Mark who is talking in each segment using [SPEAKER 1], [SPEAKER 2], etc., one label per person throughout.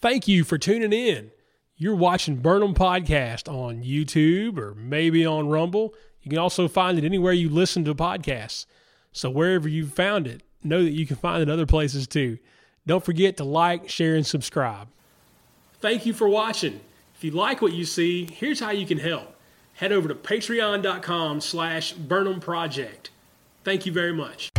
[SPEAKER 1] Thank you for tuning in. You're watching Burnham Podcast on YouTube or maybe on Rumble. You can also find it anywhere you listen to podcasts. So wherever you found it, know that you can find it other places too. Don't forget to like, share, and subscribe. Thank you for watching. If you like what you see, here's how you can help. Head over to patreon.com slash Burnham Project. Thank you very much.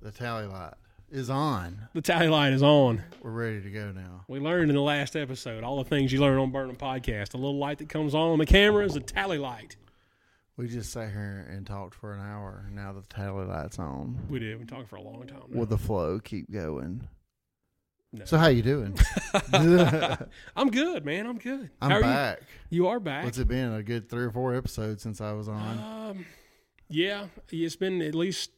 [SPEAKER 2] The tally light is on.
[SPEAKER 1] The tally line is on.
[SPEAKER 2] We're ready to go now.
[SPEAKER 1] We learned in the last episode all the things you learn on Burnham Podcast. A little light that comes on on the camera is a tally light.
[SPEAKER 2] We just sat here and talked for an hour. and Now the tally light's on.
[SPEAKER 1] We did. We've been talking for a long time. now.
[SPEAKER 2] Will the flow keep going?
[SPEAKER 1] No.
[SPEAKER 2] So how you doing?
[SPEAKER 1] I'm good, man. I'm good.
[SPEAKER 2] I'm
[SPEAKER 1] How are
[SPEAKER 2] back.
[SPEAKER 1] You? you are back.
[SPEAKER 2] What's it been? A good three or four episodes since I was on.
[SPEAKER 1] Um, yeah, it's been at least.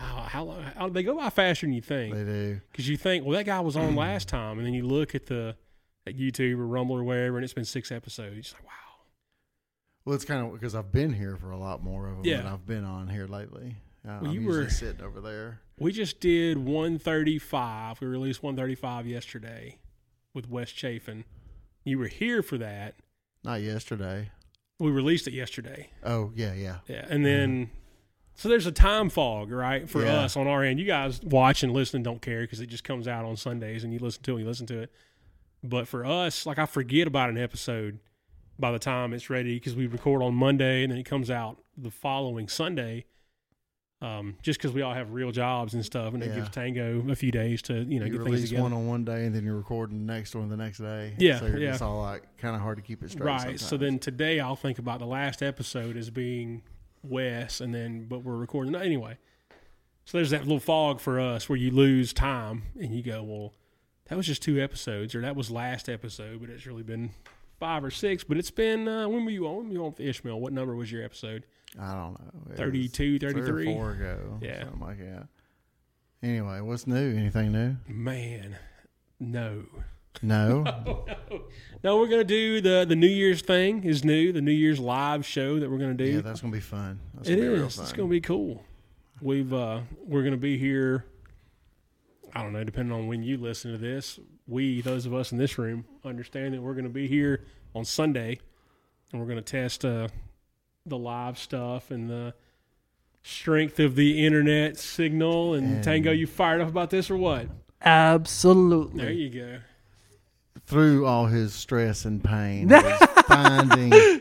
[SPEAKER 1] Oh, how long? How, they go by faster than you think
[SPEAKER 2] They do.
[SPEAKER 1] because you think, well, that guy was on last time, and then you look at the at YouTube or Rumble or wherever, and it's been six episodes. You're just like, wow.
[SPEAKER 2] Well, it's kind of because I've been here for a lot more of them than
[SPEAKER 1] Yeah.
[SPEAKER 2] I've been on here lately. Uh,
[SPEAKER 1] Well,
[SPEAKER 2] I'm
[SPEAKER 1] you
[SPEAKER 2] usually
[SPEAKER 1] were-
[SPEAKER 2] sitting over there.
[SPEAKER 1] We just did 135. We released 135 yesterday with Wes Chafin. You were here for that.
[SPEAKER 2] Not yesterday.
[SPEAKER 1] We released it yesterday.
[SPEAKER 2] Oh yeah, yeah.
[SPEAKER 1] Yeah, and then so there's a time fog, right, for
[SPEAKER 2] Yeah.
[SPEAKER 1] us on our end. You guys watch and listen don't care because it just comes out on Sundays, and you listen to it, you listen to it. But for us, like I forget about an episode by the time it's ready because we record on Monday and then it comes out the following Sunday. Um, just because we all have real jobs and stuff, and it
[SPEAKER 2] Yeah.
[SPEAKER 1] gives Tango a few days to you know
[SPEAKER 2] You
[SPEAKER 1] get things
[SPEAKER 2] release
[SPEAKER 1] together.
[SPEAKER 2] one on one day and then you're recording the next one the next day.
[SPEAKER 1] Yeah,
[SPEAKER 2] So you're
[SPEAKER 1] yeah.
[SPEAKER 2] just all like kind of hard to keep it straight.
[SPEAKER 1] right.
[SPEAKER 2] sometimes.
[SPEAKER 1] So then today I'll think about the last episode as being Wes, and then but we're recording anyway. So there's that little fog for us where you lose time and you go, well, that was just two episodes, or that was last episode, but it's really been five or six. But it's been uh, when were you on? When were you on with Ishmael? What number was your episode?
[SPEAKER 2] I don't know. It was
[SPEAKER 1] 32,
[SPEAKER 2] three or
[SPEAKER 1] 33?
[SPEAKER 2] four ago.
[SPEAKER 1] Yeah.
[SPEAKER 2] Something like that. Anyway, what's new? Anything new?
[SPEAKER 1] Man, no.
[SPEAKER 2] No.
[SPEAKER 1] No, we're gonna do the the New Year's thing is new. The New Year's live show that we're gonna do.
[SPEAKER 2] yeah, that's gonna be fun. That's
[SPEAKER 1] It
[SPEAKER 2] gonna be real
[SPEAKER 1] is. It's
[SPEAKER 2] fun.
[SPEAKER 1] going to be cool. We've uh, we're going to be here. I don't know. Depending on when you listen to this, we those of us in this room understand that we're going to be here on Sunday, and we're going to test uh, the live stuff and the strength of the internet signal. And,
[SPEAKER 2] And-
[SPEAKER 1] Tango, you fired up about this or what?
[SPEAKER 3] Absolutely.
[SPEAKER 1] There you go.
[SPEAKER 2] Through all his stress and pain, he's finding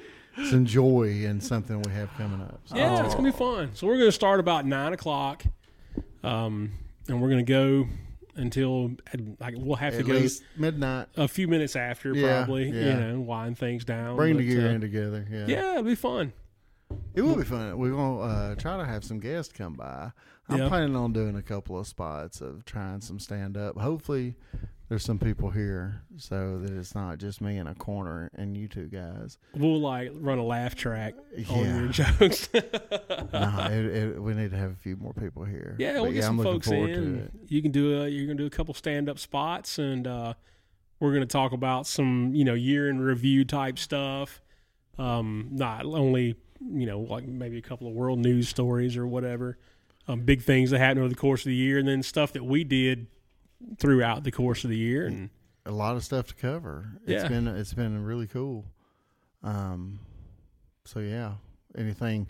[SPEAKER 2] some joy in something we have coming up. So
[SPEAKER 1] Yeah, it's gonna be fun. So we're gonna start about nine o'clock, um, and we're gonna go until like we'll have to
[SPEAKER 2] at
[SPEAKER 1] go.
[SPEAKER 2] least midnight.
[SPEAKER 1] a few minutes after,
[SPEAKER 2] Yeah,
[SPEAKER 1] probably. You
[SPEAKER 2] yeah.
[SPEAKER 1] know, wind things down.
[SPEAKER 2] Bring
[SPEAKER 1] but,
[SPEAKER 2] the gear
[SPEAKER 1] uh,
[SPEAKER 2] in together. Yeah.
[SPEAKER 1] Yeah, it'll be fun.
[SPEAKER 2] It will be fun. We're gonna uh, try to have some guests come by. I'm
[SPEAKER 1] Yeah.
[SPEAKER 2] planning on doing a couple of spots of trying some stand up. Hopefully, there's some people here so that it's not just me in a corner and you two guys.
[SPEAKER 1] We'll like run a laugh track on
[SPEAKER 2] Yeah.
[SPEAKER 1] your jokes.
[SPEAKER 2] no, it, it, we need to have a few more people here.
[SPEAKER 1] yeah,
[SPEAKER 2] But
[SPEAKER 1] we'll get some
[SPEAKER 2] I'm looking
[SPEAKER 1] folks
[SPEAKER 2] forward to
[SPEAKER 1] in.
[SPEAKER 2] it.
[SPEAKER 1] You can do a, you're gonna do a couple stand up spots, and uh, we're gonna talk about some you know year in review type stuff. Um, not only you know like maybe a couple of world news stories or whatever, um, big things that happened over the course of the year, and then stuff that we did throughout the course of the year. And
[SPEAKER 2] A lot of stuff to cover.
[SPEAKER 1] Yeah.
[SPEAKER 2] It's been it's been really cool. Um, so yeah, anything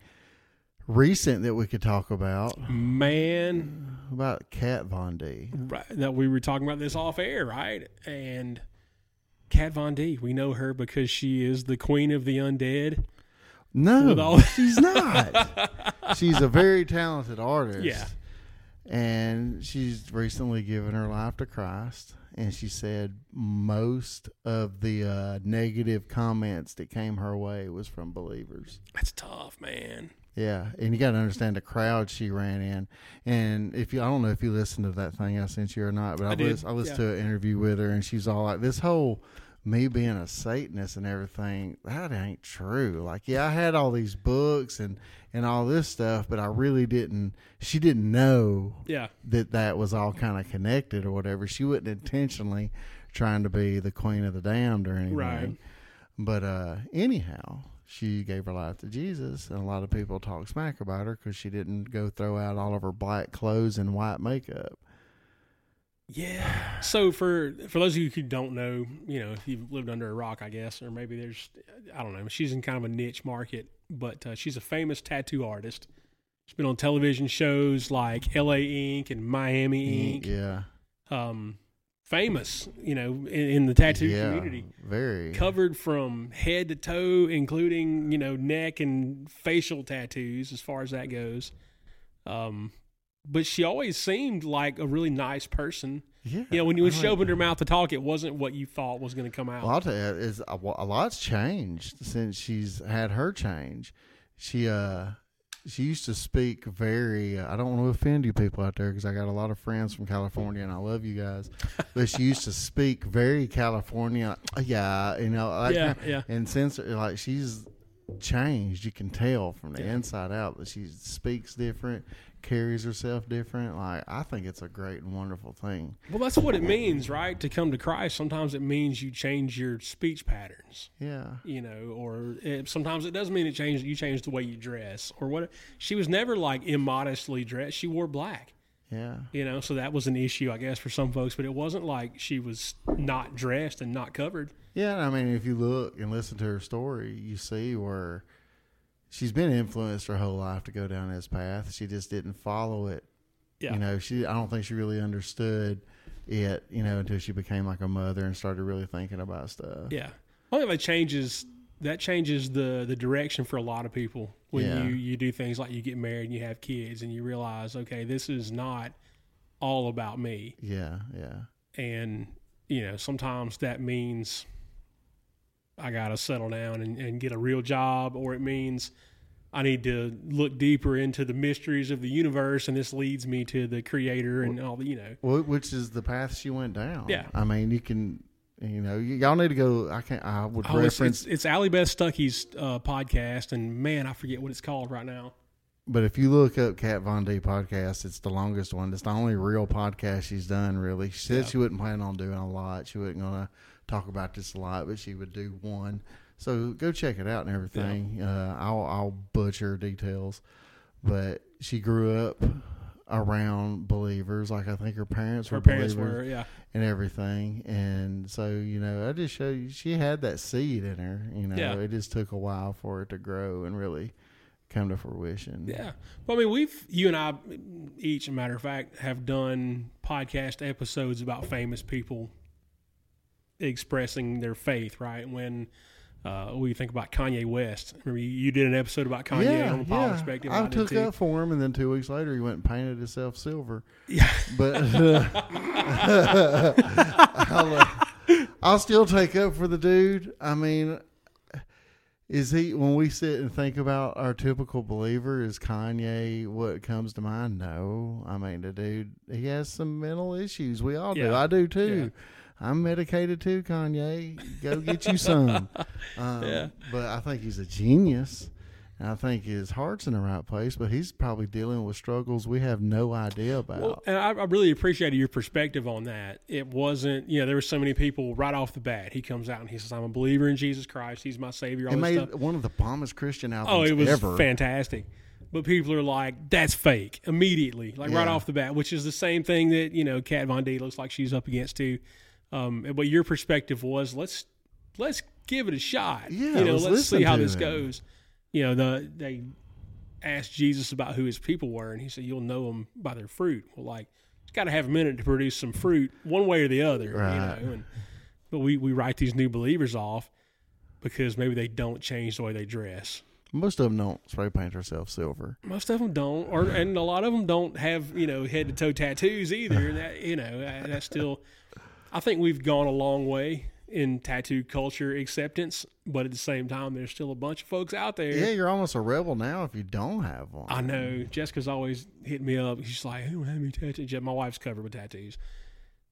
[SPEAKER 2] recent that we could talk about
[SPEAKER 1] man,
[SPEAKER 2] about Kat Von D.
[SPEAKER 1] right, that we were talking about this off air, right? And Kat Von D, we know her because she is the queen of the undead.
[SPEAKER 2] No,
[SPEAKER 1] With all-
[SPEAKER 2] she's not. she's a very talented artist.
[SPEAKER 1] Yeah.
[SPEAKER 2] And she's recently given her life to Christ. And she said most of the uh, negative comments that came her way was from believers.
[SPEAKER 1] That's tough, man.
[SPEAKER 2] Yeah, and you got to understand the crowd she ran in, and if you, I don't know if you listened to that thing I sent you or not, but I,
[SPEAKER 1] I did,
[SPEAKER 2] lis- I listened
[SPEAKER 1] yeah.
[SPEAKER 2] to an interview with her, and she's all like, "This whole me being a Satanist and everything that ain't true. Like, yeah, I had all these books and and all this stuff, but I really didn't. She didn't know
[SPEAKER 1] Yeah.
[SPEAKER 2] that that was all kind of connected or whatever. She wasn't intentionally trying to be the queen of the damned or anything.
[SPEAKER 1] Right.
[SPEAKER 2] But uh, anyhow, she gave her life to Jesus, and a lot of people talk smack about her because she didn't go throw out all of her black clothes and white makeup.
[SPEAKER 1] Yeah. So for for those of you who don't know, you know, if you've lived under a rock, I guess, or maybe there's, I don't know. She's in kind of a niche market, but uh, she's a famous tattoo artist. She's been on television shows like L.A. Inc. and Miami Inc.
[SPEAKER 2] Mm, Yeah,
[SPEAKER 1] Um, famous, you know, in, in the tattoo
[SPEAKER 2] yeah,
[SPEAKER 1] community.
[SPEAKER 2] very.
[SPEAKER 1] covered from head to toe, including you know neck and facial tattoos, as far as that goes. Um, but she always seemed like a really nice person.
[SPEAKER 2] yeah, Oh
[SPEAKER 1] You know, when you when
[SPEAKER 2] I
[SPEAKER 1] she
[SPEAKER 2] like
[SPEAKER 1] opened her
[SPEAKER 2] that.
[SPEAKER 1] mouth to talk, it wasn't what you thought was going to come out.
[SPEAKER 2] A lot of it is a wa- a lot's changed since she's had her change. She uh she used to speak very. uh, I don't want to offend you people out there because I got a lot of friends from California and I love you guys. But she used to speak very California. Yeah, you know. Like,
[SPEAKER 1] Yeah, yeah.
[SPEAKER 2] And since like she's changed, you can tell from the inside out that she speaks different, carries herself different. Like I think it's a great and wonderful thing.
[SPEAKER 1] well, that's what it means, right? To come to Christ, sometimes it means you change your speech patterns.
[SPEAKER 2] Yeah.
[SPEAKER 1] you know, or it, sometimes it does mean it changed. You change the way you dress, or what? She was never like immodestly dressed. She wore black.
[SPEAKER 2] Yeah.
[SPEAKER 1] you know so that was an issue i guess for some folks but it wasn't like she was not dressed and not covered
[SPEAKER 2] Yeah, and I mean, if you look and listen to her story, you see where she's been influenced her whole life to go down this path. She just didn't follow it.
[SPEAKER 1] Yeah.
[SPEAKER 2] You know, she I don't think she really understood it, you know, until she became like a mother and started really thinking about stuff.
[SPEAKER 1] yeah i think that changes that changes the the direction for a lot of people when
[SPEAKER 2] Yeah.
[SPEAKER 1] you you do things like you get married and you have kids and you realize okay this is not all about me
[SPEAKER 2] Yeah, yeah.
[SPEAKER 1] and you know sometimes that means i gotta settle down and, and get a real job or it means i need to look deeper into the mysteries of the universe and this leads me to the creator and all the you know
[SPEAKER 2] Well, which is the path she went down.
[SPEAKER 1] Yeah.
[SPEAKER 2] I mean, you can you know, y- y'all need to go I can not I would
[SPEAKER 1] Oh, it's,
[SPEAKER 2] reference
[SPEAKER 1] it's, it's Ally Beth Stuckey's uh, podcast, and man, I forget what it's called right now.
[SPEAKER 2] But if you look up Kat Von D podcast, it's the longest one. It's the only real podcast she's done, really. She said she wouldn't plan on doing a lot. She wasn't going to talk about this a lot, but she would do one. So go check it out and everything. Uh, I'll, I'll butcher details. But she grew up around believers. Like I think her parents were
[SPEAKER 1] Her parents
[SPEAKER 2] believers
[SPEAKER 1] were, yeah,
[SPEAKER 2] and everything. And so, you know, I just show you, she had that seed in her. You know,
[SPEAKER 1] Yeah.
[SPEAKER 2] it just took a while for it to grow and really come to fruition.
[SPEAKER 1] yeah. Well, I mean, we've you and I each, a matter of fact, have done podcast episodes about famous people expressing their faith, right? When uh, we think about Kanye West, remember you, you did an episode about Kanye on the Power Perspective.
[SPEAKER 2] I
[SPEAKER 1] did
[SPEAKER 2] took
[SPEAKER 1] too.
[SPEAKER 2] up for him, and then two weeks later, he went and painted himself silver.
[SPEAKER 1] Yeah.
[SPEAKER 2] But I'll, uh, I'll still take up for the dude. I mean, is he when we sit and think about our typical believer? Is Kanye what comes to mind? No, I mean the dude he has some mental issues. We all do.
[SPEAKER 1] Yeah.
[SPEAKER 2] I do too. I'm medicated too, Kanye. Go get you some. Um,
[SPEAKER 1] Yeah.
[SPEAKER 2] But I think he's a genius. And I think his heart's in the right place, but he's probably dealing with struggles we have no idea about.
[SPEAKER 1] Well, and I, I really appreciated your perspective on that. It wasn't, you know, there were so many people right off the bat. He comes out and he says, "I'm a believer in Jesus Christ. He's my Savior." All
[SPEAKER 2] it
[SPEAKER 1] this
[SPEAKER 2] made
[SPEAKER 1] stuff.
[SPEAKER 2] one of the bombest Christian
[SPEAKER 1] Oh,
[SPEAKER 2] albums
[SPEAKER 1] it was
[SPEAKER 2] ever.
[SPEAKER 1] fantastic. But people are like, that's fake immediately, like right
[SPEAKER 2] Yeah.
[SPEAKER 1] off the bat, which is the same thing that, you know, Kat Von D looks like she's up against too. Um, and- but your perspective was let's let's give it a shot.
[SPEAKER 2] Yeah,
[SPEAKER 1] you know,
[SPEAKER 2] let's
[SPEAKER 1] let's see
[SPEAKER 2] listen
[SPEAKER 1] how
[SPEAKER 2] to
[SPEAKER 1] this
[SPEAKER 2] it.
[SPEAKER 1] goes. You know, the they asked Jesus about who his people were, and he said, "You'll know them by their fruit." Well, like, it's got to have a minute to produce some fruit, one way or the other.
[SPEAKER 2] Right.
[SPEAKER 1] You know, and but we we write these new believers off because maybe they don't change the way they dress.
[SPEAKER 2] Most of them don't spray paint herself silver.
[SPEAKER 1] Most of them don't, or and a lot of them don't have you know head to toe tattoos either. And that you know that- that's still, I think we've gone a long way in tattoo culture acceptance, but at the same time, there's still a bunch of folks out there.
[SPEAKER 2] Yeah, you're almost a rebel now if you don't have one.
[SPEAKER 1] I know Jessica's always hitting me up. She's like, "Who had me tattoos?" My wife's covered with tattoos.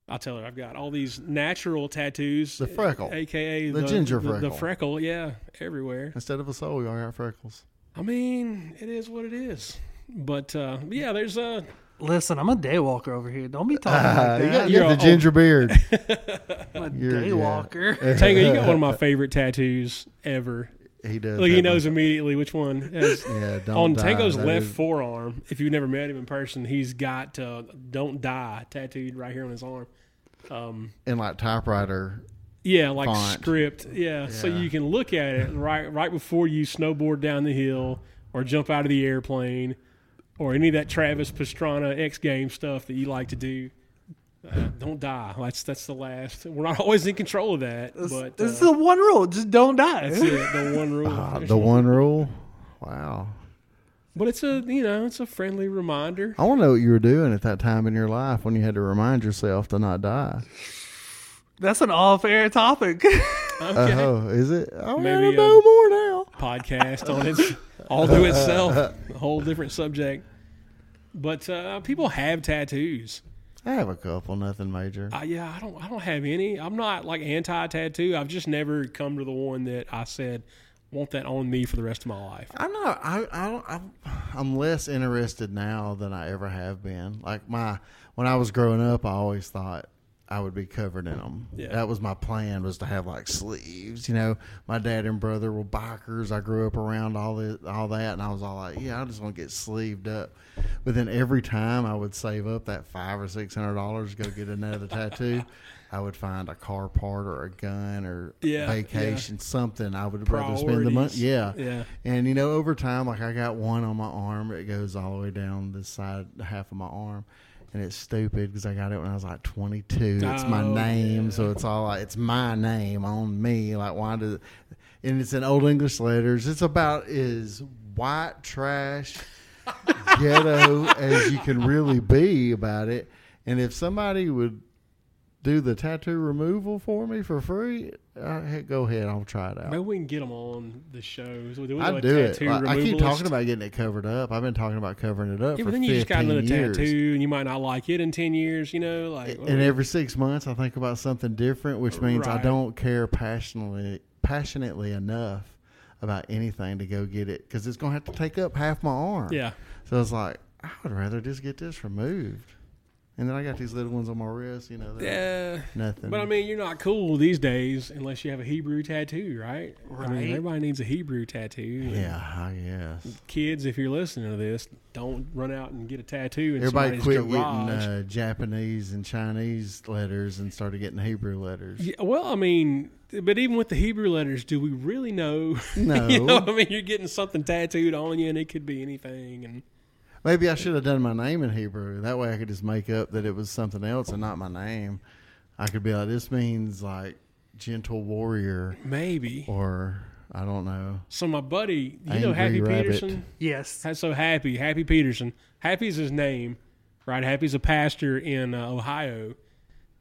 [SPEAKER 1] I tell her I've got all these natural tattoos,
[SPEAKER 2] The freckle.
[SPEAKER 1] aka
[SPEAKER 2] The ginger
[SPEAKER 1] the
[SPEAKER 2] freckle.
[SPEAKER 1] freckle, yeah, everywhere.
[SPEAKER 2] Instead of a soul, you all got freckles.
[SPEAKER 1] I mean, it is what it is. But uh, yeah, there's a. Uh,
[SPEAKER 3] Listen, I'm a day walker over here. Don't be talking like
[SPEAKER 2] you got
[SPEAKER 3] that.
[SPEAKER 1] you're
[SPEAKER 2] the
[SPEAKER 1] a-
[SPEAKER 2] ginger beard.
[SPEAKER 3] I'm a
[SPEAKER 2] Uh, you're-
[SPEAKER 3] day
[SPEAKER 2] yeah.
[SPEAKER 3] walker.
[SPEAKER 1] Tango, you got one of my favorite tattoos ever.
[SPEAKER 2] he does.
[SPEAKER 1] Look, he
[SPEAKER 2] have a-
[SPEAKER 1] knows immediately which one. Has,
[SPEAKER 2] Yeah, don't
[SPEAKER 1] on
[SPEAKER 2] die.
[SPEAKER 1] Tango's
[SPEAKER 2] That
[SPEAKER 1] left
[SPEAKER 2] is-
[SPEAKER 1] forearm, if you've never met him in person, he's got uh, "Don't Die" tattooed right here on his arm. Um,
[SPEAKER 2] and like typewriter.
[SPEAKER 1] yeah, like
[SPEAKER 2] Font.
[SPEAKER 1] script. Yeah. so
[SPEAKER 2] Yeah.
[SPEAKER 1] you can look at it right right before you snowboard down the hill or jump out of the airplane or any of that Travis Pastrana X game stuff that you like to do. Uh, don't die. That's that's the last. We're not always in control of that,
[SPEAKER 3] This,
[SPEAKER 1] but
[SPEAKER 3] this is
[SPEAKER 1] uh,
[SPEAKER 3] the one rule: just don't die.
[SPEAKER 1] that's it, the Oh, one rule.
[SPEAKER 2] Ah, the one rule. Wow.
[SPEAKER 1] But it's a you know it's a friendly reminder.
[SPEAKER 2] I want to know what you were doing at that time in your life when you had to remind yourself to not die.
[SPEAKER 3] That's an off-air topic.
[SPEAKER 1] Okay.
[SPEAKER 2] Oh, is it? I
[SPEAKER 1] Maybe,
[SPEAKER 2] want
[SPEAKER 1] uh,
[SPEAKER 2] to know more now.
[SPEAKER 1] podcast on its all to itself, a whole different subject. But uh, people have tattoos.
[SPEAKER 2] I have a couple, nothing major.
[SPEAKER 1] I, yeah, I don't. I don't have any. I'm not like anti tattoo. I've just never come to the one that I said want that on me for the rest of my life.
[SPEAKER 2] I'm not. I, I don't. I'm, I'm less interested now than I ever have been. Like my when I was growing up, I always thought I would be covered in them.
[SPEAKER 1] Yeah.
[SPEAKER 2] That was my plan was to have like sleeves. You know, my dad and brother were bikers. I grew up around all this, all that, and I was all like, yeah, I just want to get sleeved up. But then every time I would save up that five or six hundred dollars to go get another tattoo. I would find a car part or a gun or
[SPEAKER 1] Yeah, yeah.
[SPEAKER 2] vacation, something. I would rather spend the money.
[SPEAKER 1] Priorities.
[SPEAKER 2] Yeah,
[SPEAKER 1] Yeah.
[SPEAKER 2] and you know, over time, like I got one on my arm that goes all the way down the side half of my arm, and it's stupid because I got it when I was like 22. It's my
[SPEAKER 1] Oh,
[SPEAKER 2] name,
[SPEAKER 1] yeah.
[SPEAKER 2] so it's all like it's my name on me. Like why does? And it's in old English letters. It's about as white trash ghetto as you can really be about it. And if somebody would do the tattoo removal for me for free, uh, hey, go ahead. I'll try it out.
[SPEAKER 1] Maybe we can get them on the shows. We do
[SPEAKER 2] I
[SPEAKER 1] a
[SPEAKER 2] do it.
[SPEAKER 1] tattoo
[SPEAKER 2] Like, I keep
[SPEAKER 1] removal
[SPEAKER 2] talking
[SPEAKER 1] list.
[SPEAKER 2] about getting it covered up. I've been talking about covering it up
[SPEAKER 1] Yeah,
[SPEAKER 2] for
[SPEAKER 1] but then
[SPEAKER 2] 15
[SPEAKER 1] you just got another
[SPEAKER 2] years.
[SPEAKER 1] tattoo, and you might not like it in ten years. You know, like
[SPEAKER 2] And every six months, I think about something different, which means I
[SPEAKER 1] Right.
[SPEAKER 2] don't care passionately, passionately enough about anything to go get it because it's gonna have to take up half my arm.
[SPEAKER 1] yeah,
[SPEAKER 2] So it's like I would rather just get this removed. And then I got these little ones on my wrist. You know, they're
[SPEAKER 1] yeah.
[SPEAKER 2] nothing.
[SPEAKER 1] But I mean, you're not cool these days unless you have a Hebrew tattoo, right? I
[SPEAKER 3] Right.
[SPEAKER 1] mean, everybody needs a Hebrew tattoo. And
[SPEAKER 2] yeah, I guess.
[SPEAKER 1] Kids, if you're listening to this, don't run out and get a tattoo in
[SPEAKER 2] Everybody
[SPEAKER 1] somebody's
[SPEAKER 2] quit
[SPEAKER 1] garage.
[SPEAKER 2] getting uh, Japanese and Chinese letters and started getting Hebrew letters.
[SPEAKER 1] Yeah, well, I mean, but even with the Hebrew letters, do we really know?
[SPEAKER 2] No.
[SPEAKER 1] you know, what I mean, you're getting something tattooed on you, and it could be anything. And
[SPEAKER 2] Maybe I should have done my name in Hebrew. That way I could just make up that it was something else and not my name. I could be like, this means like gentle warrior
[SPEAKER 1] maybe.
[SPEAKER 2] or I don't know.
[SPEAKER 1] So my buddy, you know,
[SPEAKER 2] Angry
[SPEAKER 1] Happy
[SPEAKER 2] Rabbit.
[SPEAKER 1] Peterson.
[SPEAKER 3] yes.
[SPEAKER 1] That's so happy. Happy Peterson. Happy's his name, right? Happy's a pastor in uh, Ohio,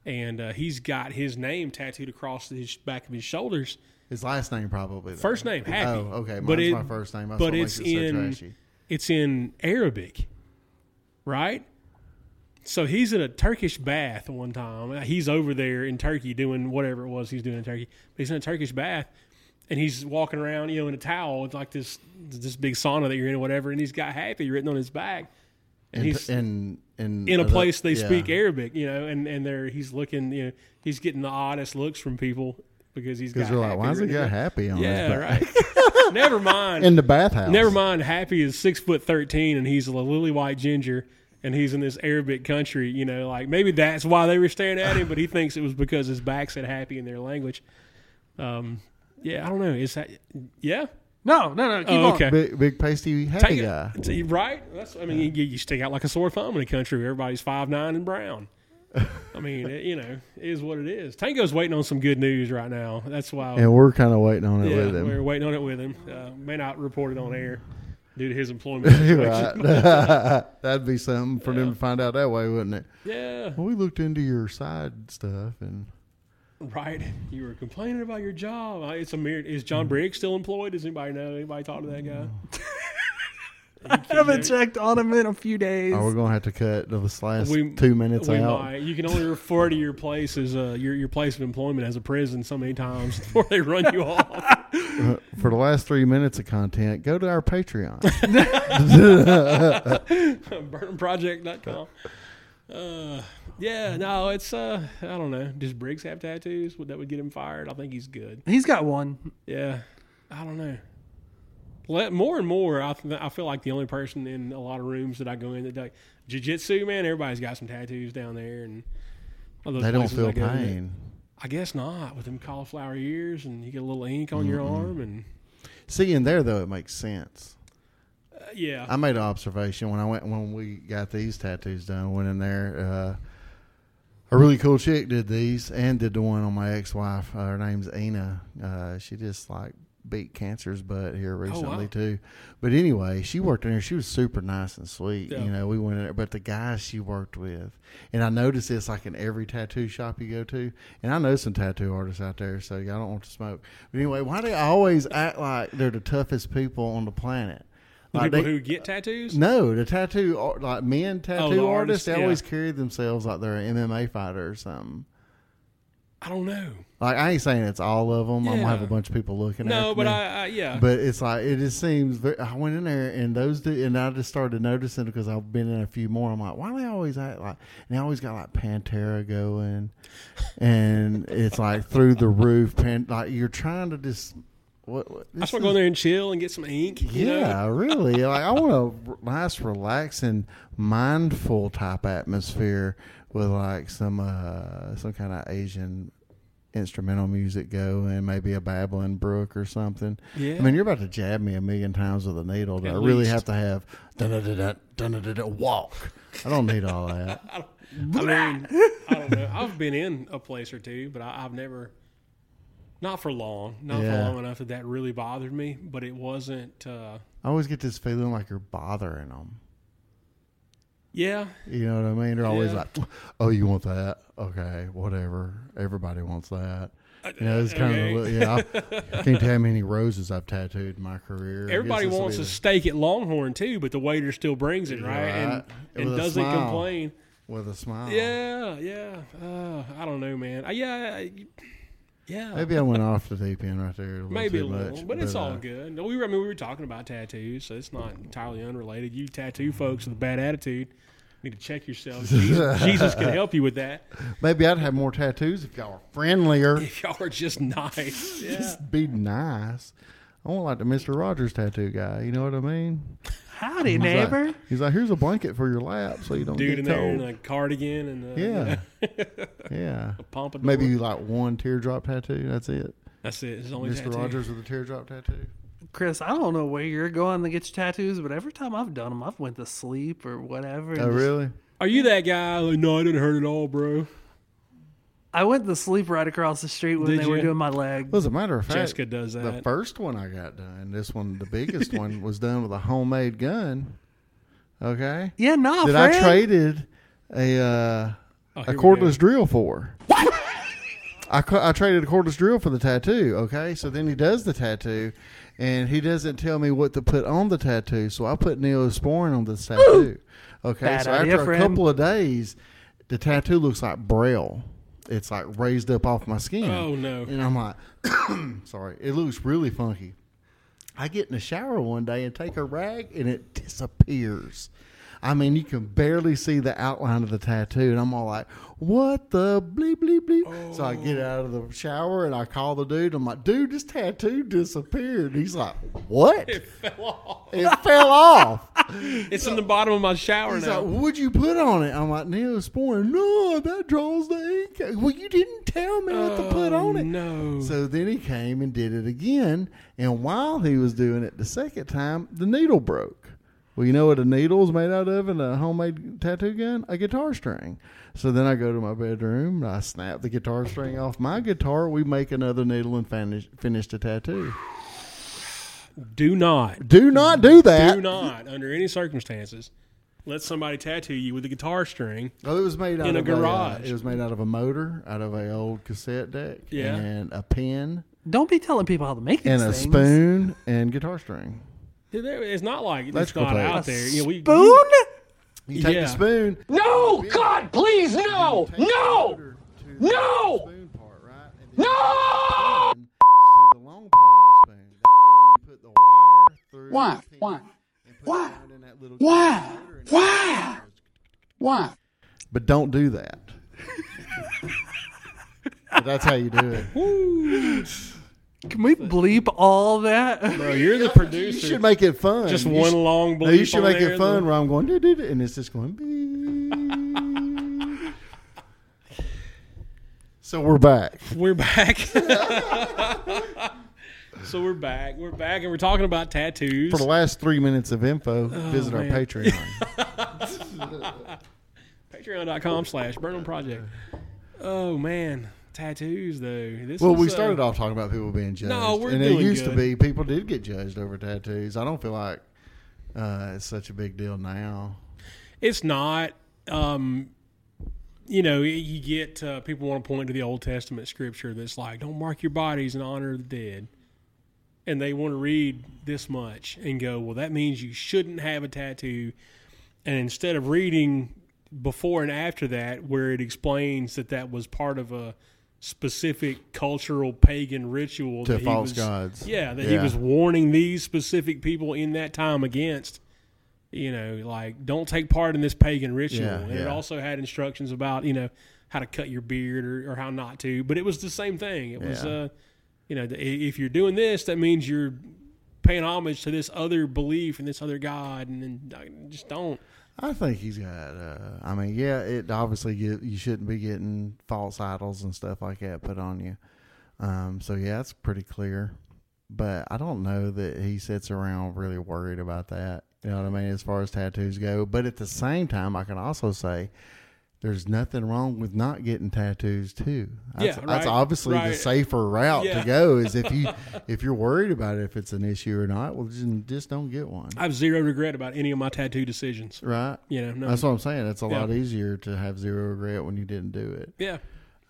[SPEAKER 1] and uh, he's got his name tattooed across his back of his shoulders.
[SPEAKER 2] His last name probably. though.
[SPEAKER 1] First name Happy.
[SPEAKER 2] Oh, okay. Mine's
[SPEAKER 1] But it-
[SPEAKER 2] my first name. That's
[SPEAKER 1] but
[SPEAKER 2] what
[SPEAKER 1] it's
[SPEAKER 2] makes it so
[SPEAKER 1] in
[SPEAKER 2] trashy.
[SPEAKER 1] it's in Arabic, right? So he's in a Turkish bath one time. He's over there in Turkey doing whatever it was he's doing in Turkey. But he's in a Turkish bath, and he's walking around, you know, in a towel with like this this big sauna that you're in or whatever. And he's got happy written on his back, and
[SPEAKER 2] In,
[SPEAKER 1] he's
[SPEAKER 2] in, in,
[SPEAKER 1] in a
[SPEAKER 2] other-
[SPEAKER 1] place they
[SPEAKER 2] yeah.
[SPEAKER 1] speak Arabic, you know, and and they're he's looking, you know, he's getting the oddest looks from people because he's got
[SPEAKER 2] Because they're like,
[SPEAKER 1] happy
[SPEAKER 2] why is it
[SPEAKER 1] written
[SPEAKER 2] got
[SPEAKER 1] on-
[SPEAKER 2] happy on his
[SPEAKER 1] Yeah,
[SPEAKER 2] back?
[SPEAKER 1] right. Never mind.
[SPEAKER 2] In the bathhouse.
[SPEAKER 1] Never mind. Happy is six foot thirteen, and he's a lily white ginger, and he's in this Arabic country. You know, like maybe that's why they were staring at him, but he thinks it was because his back said happy in their language. Um, yeah, I don't know. Is that yeah?
[SPEAKER 3] No, no, no. Keep
[SPEAKER 1] Oh,
[SPEAKER 3] on.
[SPEAKER 1] okay.
[SPEAKER 2] Big, big pasty happy
[SPEAKER 1] Take
[SPEAKER 2] guy.
[SPEAKER 1] it, t- right? That's. I mean, you, you stick out like a sore thumb in a country where everybody's five nine and brown. I mean, it, you know, it is what it is. Tango's waiting on some good news right now. That's why
[SPEAKER 2] And we're kind of waiting on it
[SPEAKER 1] yeah,
[SPEAKER 2] with him.
[SPEAKER 1] we're waiting on it with him. Uh, may not report it on air due to his employment. situation.
[SPEAKER 2] right. That'd be something for them to find out that way, wouldn't it?
[SPEAKER 1] Yeah.
[SPEAKER 2] Well, we looked into your side stuff, and
[SPEAKER 1] Right. You were complaining about your job. Uh, It's a mere. Is
[SPEAKER 2] Mm-hmm.
[SPEAKER 1] John Briggs still employed? Does anybody know? Anybody talk to that
[SPEAKER 2] Mm.
[SPEAKER 1] guy?
[SPEAKER 3] I haven't checked on him in a few days.
[SPEAKER 2] oh, we're gonna have to cut the last
[SPEAKER 1] We-
[SPEAKER 2] two minutes
[SPEAKER 1] we
[SPEAKER 2] out.
[SPEAKER 1] might. You can only refer to your place as uh, your your place of employment as a prison so many times before they run you off.
[SPEAKER 2] For the last three minutes of content, go to our Patreon.
[SPEAKER 1] Burnhamproject.com. Uh, yeah. No. It's uh. I don't know. Does Briggs have tattoos? Would that would get him fired? I think he's good.
[SPEAKER 3] He's got one.
[SPEAKER 1] Yeah. I don't know. let, more and more, I, th- I feel like the only person in a lot of rooms that I go in that like jiu-jitsu, man, everybody's got some tattoos down there. and all those
[SPEAKER 2] They don't
[SPEAKER 1] places
[SPEAKER 2] feel
[SPEAKER 1] I go that-
[SPEAKER 2] pain.
[SPEAKER 1] I guess not with them cauliflower ears and you get a little ink on your arm and
[SPEAKER 2] See, in there though, it makes sense.
[SPEAKER 1] uh, yeah.
[SPEAKER 2] I made an observation when I went when we got these tattoos done. Went in there. Uh, a really cool chick did these and did the one on my ex-wife. Uh, her name's Ina. Uh, she just like beat cancer's butt here recently
[SPEAKER 1] Oh, wow.
[SPEAKER 2] too. But anyway, she worked in there. She was super nice and sweet.
[SPEAKER 1] Yeah.
[SPEAKER 2] You know, we went in there. But the guys she worked with, and I noticed this like in every tattoo shop you go to. And I know some tattoo artists out there, so y'all don't want to smoke. But anyway, why do they always act like they're the toughest people on the planet?
[SPEAKER 1] The
[SPEAKER 2] Like,
[SPEAKER 1] people
[SPEAKER 2] they-
[SPEAKER 1] who get tattoos?
[SPEAKER 2] no, the tattoo ar- like men tattoo
[SPEAKER 1] Oh, the
[SPEAKER 2] artists,
[SPEAKER 1] artists,
[SPEAKER 2] they
[SPEAKER 1] yeah.
[SPEAKER 2] always carry themselves like they're an MMA fighter or something.
[SPEAKER 1] I don't know.
[SPEAKER 2] Like I ain't saying it's all of them. I'm gonna have
[SPEAKER 1] Yeah.
[SPEAKER 2] a bunch of people looking.
[SPEAKER 1] No,
[SPEAKER 2] after
[SPEAKER 1] but
[SPEAKER 2] me.
[SPEAKER 1] I, I yeah.
[SPEAKER 2] But it's like it just seems. Very, I went in there and those do, and I just started noticing because I've been in a few more. I'm like, why do they always act like? And they always got like Pantera going, and it's like through the roof. Pan, like you're trying to just. What, what,
[SPEAKER 1] I just
[SPEAKER 2] this
[SPEAKER 1] want to go
[SPEAKER 2] is-
[SPEAKER 1] in there and chill and get some ink. You
[SPEAKER 2] yeah,
[SPEAKER 1] Know?
[SPEAKER 2] really. Like I want a nice, relaxing, mindful type atmosphere with like some uh some kind of Asian instrumental music going, maybe a babbling brook or something.
[SPEAKER 1] Yeah.
[SPEAKER 2] I mean, you're about to jab me a million times with a needle. That
[SPEAKER 1] At
[SPEAKER 2] I really
[SPEAKER 1] least.
[SPEAKER 2] have to have dun dun dun dun dun dun dun dun walk. I don't need all that.
[SPEAKER 1] I mean, I don't know. I've been in a place or two, but I, I've never, not for long, not for
[SPEAKER 2] Yeah.
[SPEAKER 1] long enough that that really bothered me. But it wasn't. Uh,
[SPEAKER 2] I always get this feeling like you're bothering them.
[SPEAKER 1] yeah,
[SPEAKER 2] You know what I mean? They're always
[SPEAKER 1] Yeah.
[SPEAKER 2] like, "Oh, you want that? Okay, whatever. Everybody wants that." You know, it's kind
[SPEAKER 1] Uh, okay.
[SPEAKER 2] of yeah. I, I can't tell how many roses I've tattooed in my career. I guess
[SPEAKER 1] everybody
[SPEAKER 2] this will
[SPEAKER 1] wants
[SPEAKER 2] be
[SPEAKER 1] a
[SPEAKER 2] the-
[SPEAKER 1] steak at Longhorn too, but the waiter still brings it, right? And,
[SPEAKER 2] Right.
[SPEAKER 1] and
[SPEAKER 2] With a
[SPEAKER 1] doesn't
[SPEAKER 2] smile.
[SPEAKER 1] complain.
[SPEAKER 2] with a smile.
[SPEAKER 1] Yeah, yeah. Uh, I don't know, man. Uh, yeah, I- yeah.
[SPEAKER 2] Maybe I went off the deep end right there. A little
[SPEAKER 1] Maybe
[SPEAKER 2] too
[SPEAKER 1] a little,
[SPEAKER 2] much,
[SPEAKER 1] but it's all
[SPEAKER 2] uh,
[SPEAKER 1] good. No, we were, I mean, we were talking about tattoos, so it's not entirely unrelated. You tattoo folks with a bad attitude need to check yourselves. Jesus, Jesus can help you with that
[SPEAKER 2] Maybe I'd have more tattoos if y'all were friendlier.
[SPEAKER 1] if y'all are just nice. Yeah.
[SPEAKER 2] Just be nice. I want like the Mister Rogers tattoo guy. You know what I mean?
[SPEAKER 3] Howdy,
[SPEAKER 2] He's like-
[SPEAKER 3] neighbor.
[SPEAKER 2] he's like, here's a blanket for your lap so you don't
[SPEAKER 1] Dude in
[SPEAKER 2] get
[SPEAKER 1] there
[SPEAKER 2] cold.
[SPEAKER 1] in a cardigan and uh, a,
[SPEAKER 2] yeah, yeah.
[SPEAKER 1] pompadour.
[SPEAKER 2] Maybe you like one teardrop tattoo. That's it.
[SPEAKER 1] That's it. It's the only
[SPEAKER 2] Mister
[SPEAKER 1] tattoo.
[SPEAKER 2] Rogers with a teardrop tattoo.
[SPEAKER 3] Chris, I don't know where you're going to get your tattoos, but every time I've done them, I've went to sleep or whatever. and
[SPEAKER 2] Oh,
[SPEAKER 3] just-
[SPEAKER 2] really?
[SPEAKER 1] Are you that guy? Like, no, I didn't hurt at all, bro.
[SPEAKER 3] I went to sleep right across the street when
[SPEAKER 1] Did
[SPEAKER 3] they were
[SPEAKER 1] you?
[SPEAKER 3] doing my leg.
[SPEAKER 2] Well, as a matter of fact,
[SPEAKER 1] Jessica does
[SPEAKER 2] the
[SPEAKER 1] that.
[SPEAKER 2] first one I got done, this one, the biggest one, was done with a homemade gun. Okay,
[SPEAKER 3] Yeah, no,
[SPEAKER 2] that
[SPEAKER 3] Oh, friend.
[SPEAKER 2] I traded a uh,
[SPEAKER 1] Oh,
[SPEAKER 2] a
[SPEAKER 1] here we
[SPEAKER 2] cordless drill for. What? I, cu- I traded a cordless drill for the tattoo. Okay, so then he does the tattoo, and he doesn't tell me what to put on the tattoo. So I put neosporin on this tattoo. Okay,
[SPEAKER 3] Bad
[SPEAKER 2] so
[SPEAKER 3] idea,
[SPEAKER 2] after
[SPEAKER 3] friend.
[SPEAKER 2] a couple of days, the tattoo looks like braille. It's like raised up off my skin.
[SPEAKER 1] Oh, no.
[SPEAKER 2] And I'm like, sorry, it looks really funky. I get in the shower one day and take a rag and it disappears. I mean, you can barely see the outline of the tattoo, and I'm all like, "What the bleep bleep bleep?" So I get out of the shower and I call the dude. I'm like, "Dude, this tattoo disappeared." He's like, "What?" It
[SPEAKER 1] fell off.
[SPEAKER 2] fell off.
[SPEAKER 1] It's in the bottom of my shower
[SPEAKER 2] He's
[SPEAKER 1] now.
[SPEAKER 2] like, "What'd you put on it?" I'm like, "Neosporin." No, that draws the ink. out." Well, you didn't tell me what to put
[SPEAKER 1] Oh,
[SPEAKER 2] on it.
[SPEAKER 1] No.
[SPEAKER 2] So then he came and did it again. And while he was doing it the second time, the needle broke. Well, you know what a needle's made out of in a homemade tattoo gun? A guitar string. So then I go to my bedroom and I snap the guitar string off my guitar. We make another needle and finish, finish the tattoo.
[SPEAKER 1] Do not.
[SPEAKER 2] Do not do that.
[SPEAKER 1] Do not, under any circumstances, let somebody tattoo you with a guitar string.
[SPEAKER 2] Oh, it was made out
[SPEAKER 1] In a
[SPEAKER 2] of
[SPEAKER 1] garage.
[SPEAKER 2] A, uh, it was made out of a motor, out of a old cassette deck,
[SPEAKER 1] Yeah.
[SPEAKER 2] and a pen,
[SPEAKER 3] Don't be telling people how to make these
[SPEAKER 2] and a
[SPEAKER 3] things.
[SPEAKER 2] spoon, and guitar string.
[SPEAKER 1] There- It's not like it's
[SPEAKER 2] Electrical
[SPEAKER 1] not
[SPEAKER 2] tape.
[SPEAKER 1] out there. You know, we,
[SPEAKER 3] Spoon?
[SPEAKER 2] You take
[SPEAKER 1] Yeah.
[SPEAKER 2] the spoon,
[SPEAKER 4] No! God, please, no!
[SPEAKER 2] take the
[SPEAKER 4] No!
[SPEAKER 2] motor to the
[SPEAKER 4] No!
[SPEAKER 2] spoon part, right? And then
[SPEAKER 4] No!
[SPEAKER 2] you pin to the long part of the spoon. That way, when you put the wire through,
[SPEAKER 4] Why?
[SPEAKER 2] the pin
[SPEAKER 4] Why?
[SPEAKER 2] and put
[SPEAKER 4] Why?
[SPEAKER 2] it down in that little
[SPEAKER 4] Why?
[SPEAKER 2] motor and-
[SPEAKER 4] Why? Why?
[SPEAKER 2] But don't do that. But that's how you do it.
[SPEAKER 3] Can we bleep all that?
[SPEAKER 1] Bro, you're the
[SPEAKER 2] You
[SPEAKER 1] producer.
[SPEAKER 2] should make it fun.
[SPEAKER 1] Just
[SPEAKER 2] You
[SPEAKER 1] one
[SPEAKER 2] should-
[SPEAKER 1] long
[SPEAKER 2] No, you
[SPEAKER 1] bleep
[SPEAKER 2] should
[SPEAKER 1] on
[SPEAKER 2] make
[SPEAKER 1] there,
[SPEAKER 2] it fun
[SPEAKER 1] though.
[SPEAKER 2] where I'm going, "Doo-doo-doo," and it's just going. "Beep." so we're back.
[SPEAKER 1] We're back. so we're back. We're back, and we're talking about tattoos.
[SPEAKER 2] For the last three minutes of info, visit
[SPEAKER 1] Oh, man.
[SPEAKER 2] our Patreon.
[SPEAKER 1] Patreon.com slash Burnham Project. Oh, man. Tattoos, though. This
[SPEAKER 2] well,
[SPEAKER 1] is,
[SPEAKER 2] we
[SPEAKER 1] uh,
[SPEAKER 2] started off talking about people being judged.
[SPEAKER 1] we're
[SPEAKER 2] and
[SPEAKER 1] doing
[SPEAKER 2] it used
[SPEAKER 1] good.
[SPEAKER 2] to be people did get judged over tattoos. I don't feel like uh, it's such a big deal now.
[SPEAKER 1] It's not. Um, you know, you get uh, people want to point to the Old Testament scripture that's like, don't mark your bodies and honor the dead. And they want to read this much and go, well, that means you shouldn't have a tattoo. And instead of reading before and after that, where it explains that that was part of a specific cultural pagan ritual
[SPEAKER 2] To
[SPEAKER 1] that he
[SPEAKER 2] false
[SPEAKER 1] was-
[SPEAKER 2] gods.
[SPEAKER 1] yeah, that he
[SPEAKER 2] Yeah.
[SPEAKER 1] was warning these specific people in that time against. You know, like don't take part in this pagan ritual.
[SPEAKER 2] Yeah,
[SPEAKER 1] and it
[SPEAKER 2] yeah.
[SPEAKER 1] also had instructions about you know how to cut your beard or, or how not to. But it was the same thing. It was
[SPEAKER 2] Yeah.
[SPEAKER 1] uh, you know, the, i- if you're doing this, that means you're paying homage to this other belief and this other god, and then uh, just don't.
[SPEAKER 2] I think he's got. Uh, I mean, yeah, it obviously get, you shouldn't be getting false idols and stuff like that put on you. Um, so yeah, it's pretty clear. But I don't know that he sits around really worried about that. You know what I mean, as far as tattoos go. But at the same time, I can also say there's nothing wrong with not getting tattoos too. That's,
[SPEAKER 1] Yeah, right,
[SPEAKER 2] that's obviously
[SPEAKER 1] right.
[SPEAKER 2] the safer route
[SPEAKER 1] Yeah.
[SPEAKER 2] to go. Is if you if you're worried about if it's an issue or not, well, just, just don't get one.
[SPEAKER 1] I have zero regret about any of my tattoo decisions.
[SPEAKER 2] Right.
[SPEAKER 1] You know, no,
[SPEAKER 2] That's what I'm saying. It's a
[SPEAKER 1] Yeah.
[SPEAKER 2] lot easier to have zero regret when you didn't do it.
[SPEAKER 1] yeah.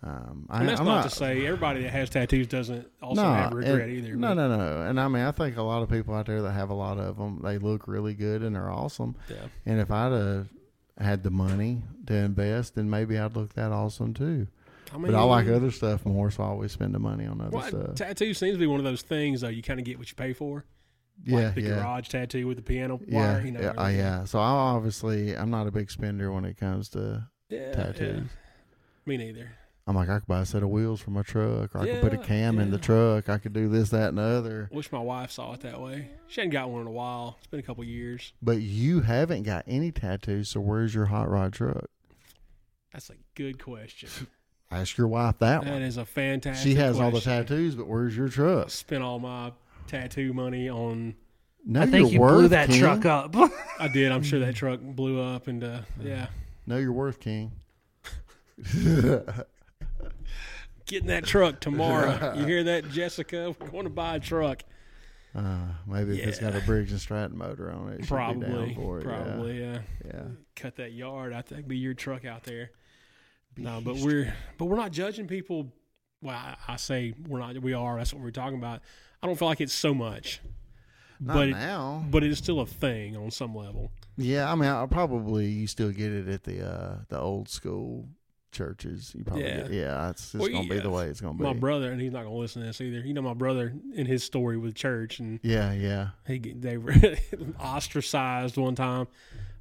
[SPEAKER 2] Um,
[SPEAKER 1] And
[SPEAKER 2] I,
[SPEAKER 1] that's
[SPEAKER 2] I'm
[SPEAKER 1] not,
[SPEAKER 2] not,
[SPEAKER 1] to say everybody that has tattoos doesn't also have regret
[SPEAKER 2] and-
[SPEAKER 1] either.
[SPEAKER 2] No,
[SPEAKER 1] but-
[SPEAKER 2] no, no. And I mean, I think a lot of people out there that have a lot of them, they look really good and they're awesome.
[SPEAKER 1] Yeah.
[SPEAKER 2] And if I'd have had the money to invest, then maybe I'd look that awesome too.
[SPEAKER 1] I mean,
[SPEAKER 2] But I like other stuff more, so I always spend the money on other
[SPEAKER 1] Well,
[SPEAKER 2] stuff.
[SPEAKER 1] tattoo seems to be one of those things though. You kind of get what you pay for.
[SPEAKER 2] yeah,
[SPEAKER 1] The
[SPEAKER 2] yeah.
[SPEAKER 1] garage tattoo with the piano
[SPEAKER 2] Yeah,
[SPEAKER 1] wire. You know,
[SPEAKER 2] yeah, uh, yeah. So I obviously I'm not a big spender when it comes to.
[SPEAKER 1] yeah,
[SPEAKER 2] tattoos.
[SPEAKER 1] yeah. Me neither.
[SPEAKER 2] I'm like I could buy a set of wheels for my truck, or I could put a
[SPEAKER 1] Yeah,
[SPEAKER 2] cam in the
[SPEAKER 1] yeah.
[SPEAKER 2] truck. I could do this, that, and the other.
[SPEAKER 1] Wish my wife saw it that way. She hadn't got one in a while. It's been a couple years.
[SPEAKER 2] But you haven't got any tattoos, so where's your hot rod truck?
[SPEAKER 1] That's a good question.
[SPEAKER 2] Ask your wife that
[SPEAKER 1] That
[SPEAKER 2] one.
[SPEAKER 1] is a fantastic.
[SPEAKER 2] She has all the
[SPEAKER 1] question.
[SPEAKER 2] tattoos, but where's your truck?
[SPEAKER 1] Spent all my tattoo money on.
[SPEAKER 2] Know
[SPEAKER 3] I think
[SPEAKER 2] your
[SPEAKER 3] you
[SPEAKER 2] worth,
[SPEAKER 3] blew that
[SPEAKER 2] King.
[SPEAKER 3] truck up.
[SPEAKER 1] I did. I'm sure that truck blew up, and uh, yeah,
[SPEAKER 2] Know your worth, King.
[SPEAKER 1] getting that truck tomorrow. you hear that, Jessica? We're going to buy a truck.
[SPEAKER 2] Uh, maybe if it's got a
[SPEAKER 1] Yeah.
[SPEAKER 2] Briggs and Stratton motor on it, it, should be down
[SPEAKER 1] Probably,
[SPEAKER 2] for it. yeah.
[SPEAKER 1] probably. Yeah.
[SPEAKER 2] Yeah.
[SPEAKER 1] cut that yard. I think be your truck out there. No, but we're but we're not judging people. Well, I, I say we're not. We are. That's what we're talking about. I don't feel like it's so much,
[SPEAKER 2] Not
[SPEAKER 1] but it,
[SPEAKER 2] now.
[SPEAKER 1] but it's still a thing on some level.
[SPEAKER 2] yeah, I mean, I probably you still get it at the uh, the old school churches. You probably
[SPEAKER 1] Yeah.
[SPEAKER 2] get- yeah, it's just
[SPEAKER 1] Well,
[SPEAKER 2] gonna be
[SPEAKER 1] yeah.
[SPEAKER 2] the way it's gonna be.
[SPEAKER 1] My brother and he's not gonna listen to this either. You know, my brother in his story with church and
[SPEAKER 2] yeah, yeah.
[SPEAKER 1] he they were ostracized one time.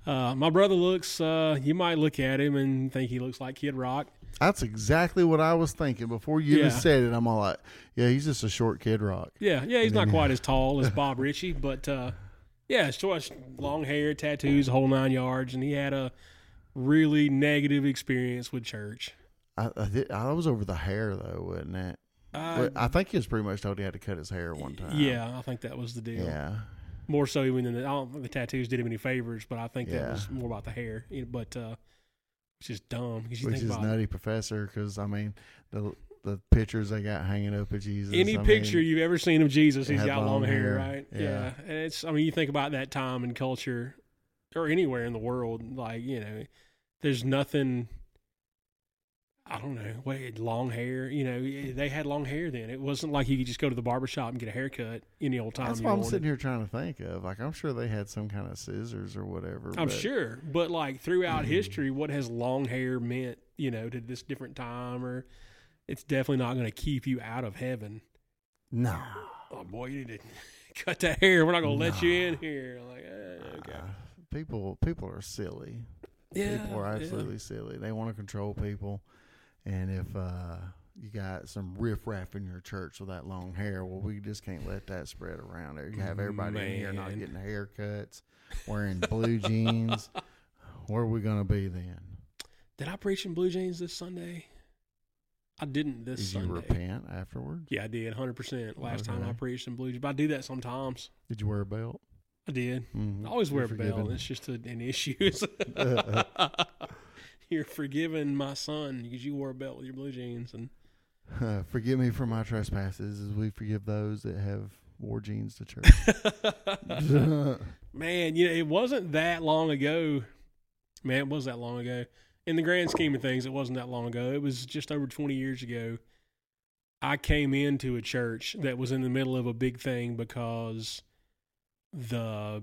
[SPEAKER 1] Uh, my brother looks. Uh, you might look at him and think he looks like Kid Rock.
[SPEAKER 2] That's exactly what I was thinking before you even
[SPEAKER 1] Yeah.
[SPEAKER 2] said it. I'm all like, yeah, he's just a short kid rock.
[SPEAKER 1] Yeah, yeah, he's not quite as tall as Bob Ritchie, but uh, yeah, it's just long hair, tattoos, whole nine yards, and he had a really negative experience with church.
[SPEAKER 2] I I, thi- I was over the hair though, wasn't it?
[SPEAKER 1] Uh,
[SPEAKER 2] But I think he was pretty much told he had to cut his hair one time.
[SPEAKER 1] yeah, I think that was the deal.
[SPEAKER 2] yeah.
[SPEAKER 1] More so even than the, I don't think the tattoos did him any favors, but I think that
[SPEAKER 2] Yeah.
[SPEAKER 1] was more about the hair. You know, But uh, it's just dumb because you
[SPEAKER 2] Which
[SPEAKER 1] think
[SPEAKER 2] is
[SPEAKER 1] about it.
[SPEAKER 2] nutty, Professor, because I mean the the pictures they got hanging up of Jesus.
[SPEAKER 1] any
[SPEAKER 2] I
[SPEAKER 1] picture
[SPEAKER 2] mean,
[SPEAKER 1] you've ever seen of Jesus,
[SPEAKER 2] He
[SPEAKER 1] he's
[SPEAKER 2] had
[SPEAKER 1] got long,
[SPEAKER 2] long
[SPEAKER 1] hair,
[SPEAKER 2] hair.
[SPEAKER 1] right?
[SPEAKER 2] Yeah.
[SPEAKER 1] And it's I mean, you think about that time and culture or anywhere in the world, like, you know, there's nothing I don't know, wait, long hair, you know, they had long hair then. It wasn't like you could just go to the barber shop and get a haircut any old time
[SPEAKER 2] that's
[SPEAKER 1] you
[SPEAKER 2] what I'm
[SPEAKER 1] wanted.
[SPEAKER 2] sitting here trying to think of. Like I'm sure they had some kind of scissors or whatever.
[SPEAKER 1] I'm
[SPEAKER 2] but Mm-hmm.
[SPEAKER 1] sure, but like throughout history, what has long hair meant, you know, to this different time or it's definitely not going to keep you out of heaven.
[SPEAKER 2] No.
[SPEAKER 1] oh boy, you need to cut that hair. We're not gonna let you in here. Like, eh, okay,
[SPEAKER 2] Uh, people people are silly.
[SPEAKER 1] yeah,
[SPEAKER 2] people are absolutely silly. They want to control people, and if uh, you got some riffraff in your church with that long hair. Well, we just can't let that spread around there. You have everybody in here not
[SPEAKER 1] Man.
[SPEAKER 2] getting haircuts, wearing blue jeans. Where are we gonna be then?
[SPEAKER 1] Did I preach in blue jeans this Sunday? I didn't this
[SPEAKER 2] Did
[SPEAKER 1] Sunday.
[SPEAKER 2] you repent afterwards?
[SPEAKER 1] Yeah, I did, hundred percent. Last time I
[SPEAKER 2] Okay.
[SPEAKER 1] preached in blue jeans, but I do that sometimes.
[SPEAKER 2] Did you wear a belt?
[SPEAKER 1] I did.
[SPEAKER 2] Mhm.
[SPEAKER 1] I always wear
[SPEAKER 2] You're
[SPEAKER 1] a belt.
[SPEAKER 2] forgiven. Uh,
[SPEAKER 1] It's just a, an issue. You're forgiving my son because you wore a belt with your blue jeans, and
[SPEAKER 2] Uh, forgive me for my trespasses, as we forgive those that have wore jeans to church.
[SPEAKER 1] man, you know, it wasn't that long ago. Man, it was that long ago. In the grand scheme of things, it wasn't that long ago. It was just over 20 years ago. I came into a church that was in the middle of a big thing because the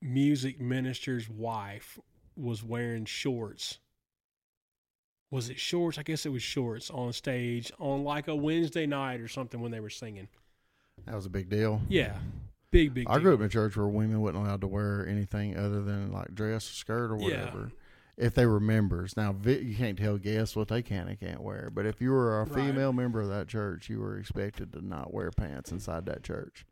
[SPEAKER 1] music minister's wife was wearing shorts. Was it shorts? I guess it was shorts on stage on like a Wednesday night or something when they were singing.
[SPEAKER 2] that was a big deal.
[SPEAKER 1] Yeah. Big, big
[SPEAKER 2] I
[SPEAKER 1] deal.
[SPEAKER 2] grew up in a church where women wasn't allowed to wear anything other than like dress or skirt or
[SPEAKER 1] Yeah.
[SPEAKER 2] whatever. If they were members, now vi- you can't tell guests what they can and can't wear. But if you were a
[SPEAKER 1] Right.
[SPEAKER 2] female member of that church, you were expected to not wear pants inside that church.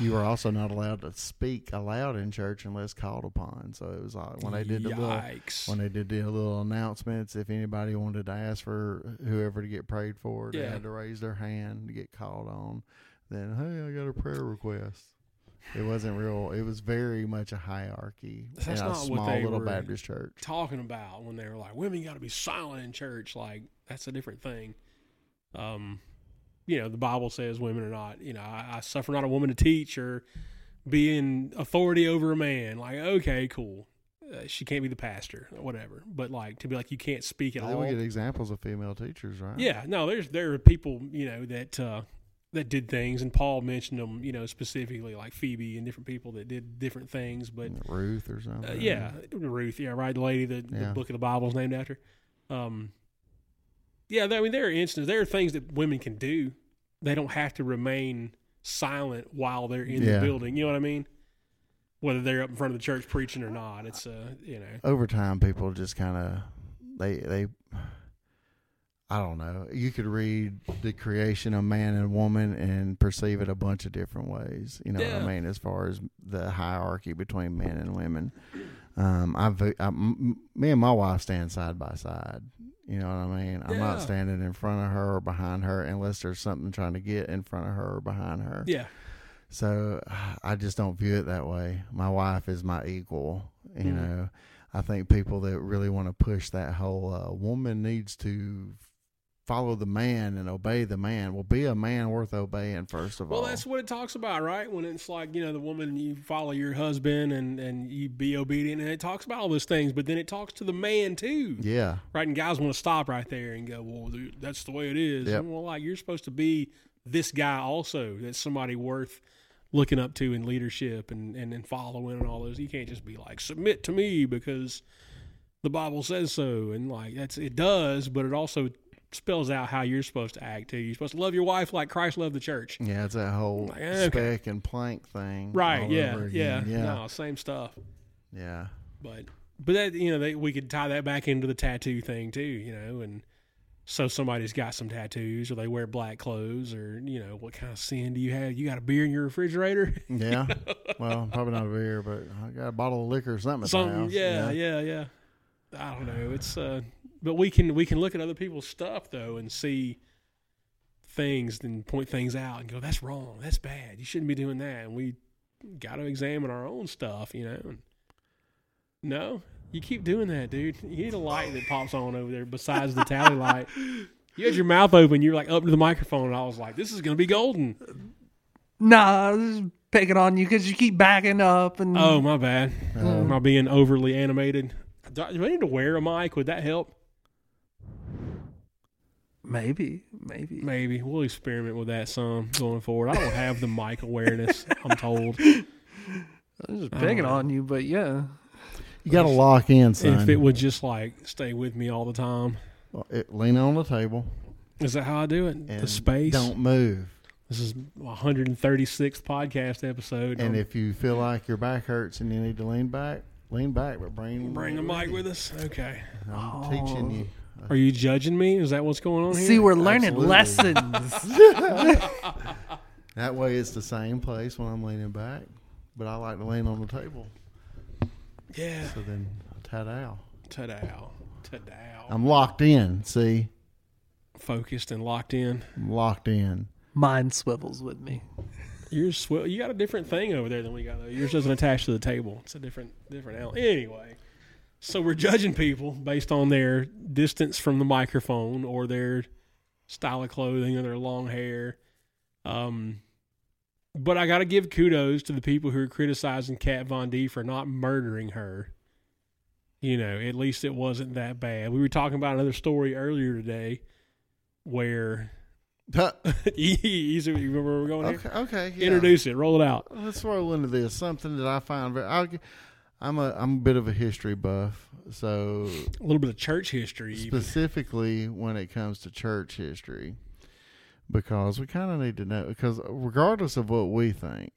[SPEAKER 2] You were also not allowed to speak aloud in church unless called upon. So it was like when they did the little
[SPEAKER 1] Yikes.
[SPEAKER 2] when they did the little announcements, if anybody wanted to ask for whoever to get prayed for, they
[SPEAKER 1] Yeah.
[SPEAKER 2] had to raise their hand to get called on. Then, hey, I got a prayer request. It wasn't real. It was very much a hierarchy
[SPEAKER 1] That's
[SPEAKER 2] in
[SPEAKER 1] not
[SPEAKER 2] a
[SPEAKER 1] what
[SPEAKER 2] small
[SPEAKER 1] they
[SPEAKER 2] little
[SPEAKER 1] were-
[SPEAKER 2] Baptist church.
[SPEAKER 1] talking about when they were like, "Women got to be silent in church." Like that's a different thing. Um, you know, the Bible says women are not. You know, I, I suffer not a woman to teach or be in authority over a man. Like, okay, cool. Uh, she can't be the pastor, or whatever. But like to be like, you can't speak at
[SPEAKER 2] Then
[SPEAKER 1] all.
[SPEAKER 2] we get examples of female teachers, right?
[SPEAKER 1] Yeah, no, there's there are people you know that uh, that did things, and Paul mentioned them, you know, specifically like Phoebe and different people that did different things, but.
[SPEAKER 2] Ruth or something.
[SPEAKER 1] Uh, yeah, Ruth. Yeah, right. The lady that the
[SPEAKER 2] Yeah.
[SPEAKER 1] book of the Bible is named after. Um, yeah, I mean, there are instances. There are things that women can do. They don't have to remain silent while they're in
[SPEAKER 2] Yeah.
[SPEAKER 1] the building. You know what I mean? Whether they're up in front of the church preaching or not, it's uh, you know,
[SPEAKER 2] over time people just kind of they they i don't know you could read the creation of man and woman and perceive it a bunch of different ways you know what
[SPEAKER 1] Yeah.
[SPEAKER 2] i mean as far as the hierarchy between men and women um i've I, m- me and my wife stand side by side you know what i mean i'm
[SPEAKER 1] Yeah.
[SPEAKER 2] not standing in front of her or behind her unless there's something trying to get in front of her or behind her
[SPEAKER 1] yeah,
[SPEAKER 2] so I just don't view it that way. My wife is my equal. You
[SPEAKER 1] Mhm.
[SPEAKER 2] know, I think people that really want to push that whole uh, woman needs to follow the man and obey the man. Well, be a man worth obeying first of
[SPEAKER 1] Well,
[SPEAKER 2] all.
[SPEAKER 1] that's what it talks about, right? When it's like you know the woman you follow your husband and and you be obedient, and it talks about all those things, but then it talks to the man too,
[SPEAKER 2] yeah,
[SPEAKER 1] right? And guys want to stop right there and go, "Well, dude, that's the way it is."
[SPEAKER 2] Yep.
[SPEAKER 1] And, well, like you're supposed to be this guy also. That's somebody worth looking up to in leadership and and, and following and all those. You can't just be like submit to me because the Bible says so, and like that's it does, but it also spells out how you're supposed to act too. You're supposed to love your wife like Christ loved the church.
[SPEAKER 2] yeah. It's that whole
[SPEAKER 1] Like, okay.
[SPEAKER 2] speck and plank thing.
[SPEAKER 1] Right,
[SPEAKER 2] all
[SPEAKER 1] yeah,
[SPEAKER 2] over
[SPEAKER 1] yeah,
[SPEAKER 2] again. yeah,
[SPEAKER 1] No, same stuff.
[SPEAKER 2] yeah.
[SPEAKER 1] But but that you know, they, we could tie that back into the tattoo thing too, you know, and so somebody's got some tattoos or they wear black clothes or you know, what kind of sin do you have? You got a beer in your refrigerator?
[SPEAKER 2] Yeah. well, probably not a beer, but I got a bottle of liquor or something. at the
[SPEAKER 1] Something
[SPEAKER 2] house,
[SPEAKER 1] yeah, yeah, yeah. I don't know. It's uh but we can we can look at other people's stuff though and see things and point things out and go, That's wrong, that's bad. You shouldn't be doing that and we gotta examine our own stuff, you know. And no, you keep doing that, dude. You need a light that pops on over there besides the tally light. You had your mouth open, you were like up to the microphone, and I was like, This is gonna be golden.
[SPEAKER 3] Nah, I was just picking on you because you keep backing up and
[SPEAKER 1] Oh my bad. Am I being overly animated? Do I do I need to wear a mic? Would that help?
[SPEAKER 3] maybe, maybe.
[SPEAKER 1] Maybe we'll experiment with that some going forward. I don't have the mic awareness. I'm told
[SPEAKER 3] I was just picking
[SPEAKER 1] know.
[SPEAKER 3] on you, but yeah.
[SPEAKER 2] You got to lock in, son.
[SPEAKER 1] if it would just like stay with me all the time.
[SPEAKER 2] Well, it- lean on the table.
[SPEAKER 1] Is that how I do it? The
[SPEAKER 2] and
[SPEAKER 1] space.
[SPEAKER 2] Don't move.
[SPEAKER 1] This is my 136th podcast episode. I'm-
[SPEAKER 2] And if you feel like your back hurts and you need to lean back, lean back, but bring
[SPEAKER 1] bring the mic with us. Okay.
[SPEAKER 2] I'm teaching you.
[SPEAKER 1] Are you judging me? Is that what's going on here?
[SPEAKER 3] See, we're learning
[SPEAKER 2] Absolutely.
[SPEAKER 3] lessons.
[SPEAKER 2] That way, it's the same place when I'm leaning back, but I like to lean on the table.
[SPEAKER 1] yeah.
[SPEAKER 2] So then, ta-da!
[SPEAKER 1] Ta-dow. Ta-dow.
[SPEAKER 2] I'm locked in. See,
[SPEAKER 1] Focused and locked in.
[SPEAKER 2] I'm locked in.
[SPEAKER 3] Mine swivels with me.
[SPEAKER 1] Yours, swivel. you got a different thing over there than we got. Though. Yours doesn't attach to the table. It's a different, different out. Anyway, so we're judging people based on their distance from the microphone or their style of clothing or their long hair. Um, but I got to give kudos to the people who are criticizing Kat Von D for not murdering her. You know, at least it wasn't that bad. We were talking about another story earlier today where.
[SPEAKER 2] Huh.
[SPEAKER 1] you see what- you remember where we're going here?
[SPEAKER 2] Okay, okay. yeah.
[SPEAKER 1] Introduce it. Roll it out.
[SPEAKER 2] Let's roll into this. Something that I find very. I'll, g- I'm a I'm a bit of a history buff, so
[SPEAKER 1] A little bit of church history. even.
[SPEAKER 2] specifically when it comes to church history because we kind of need to know because regardless of what we think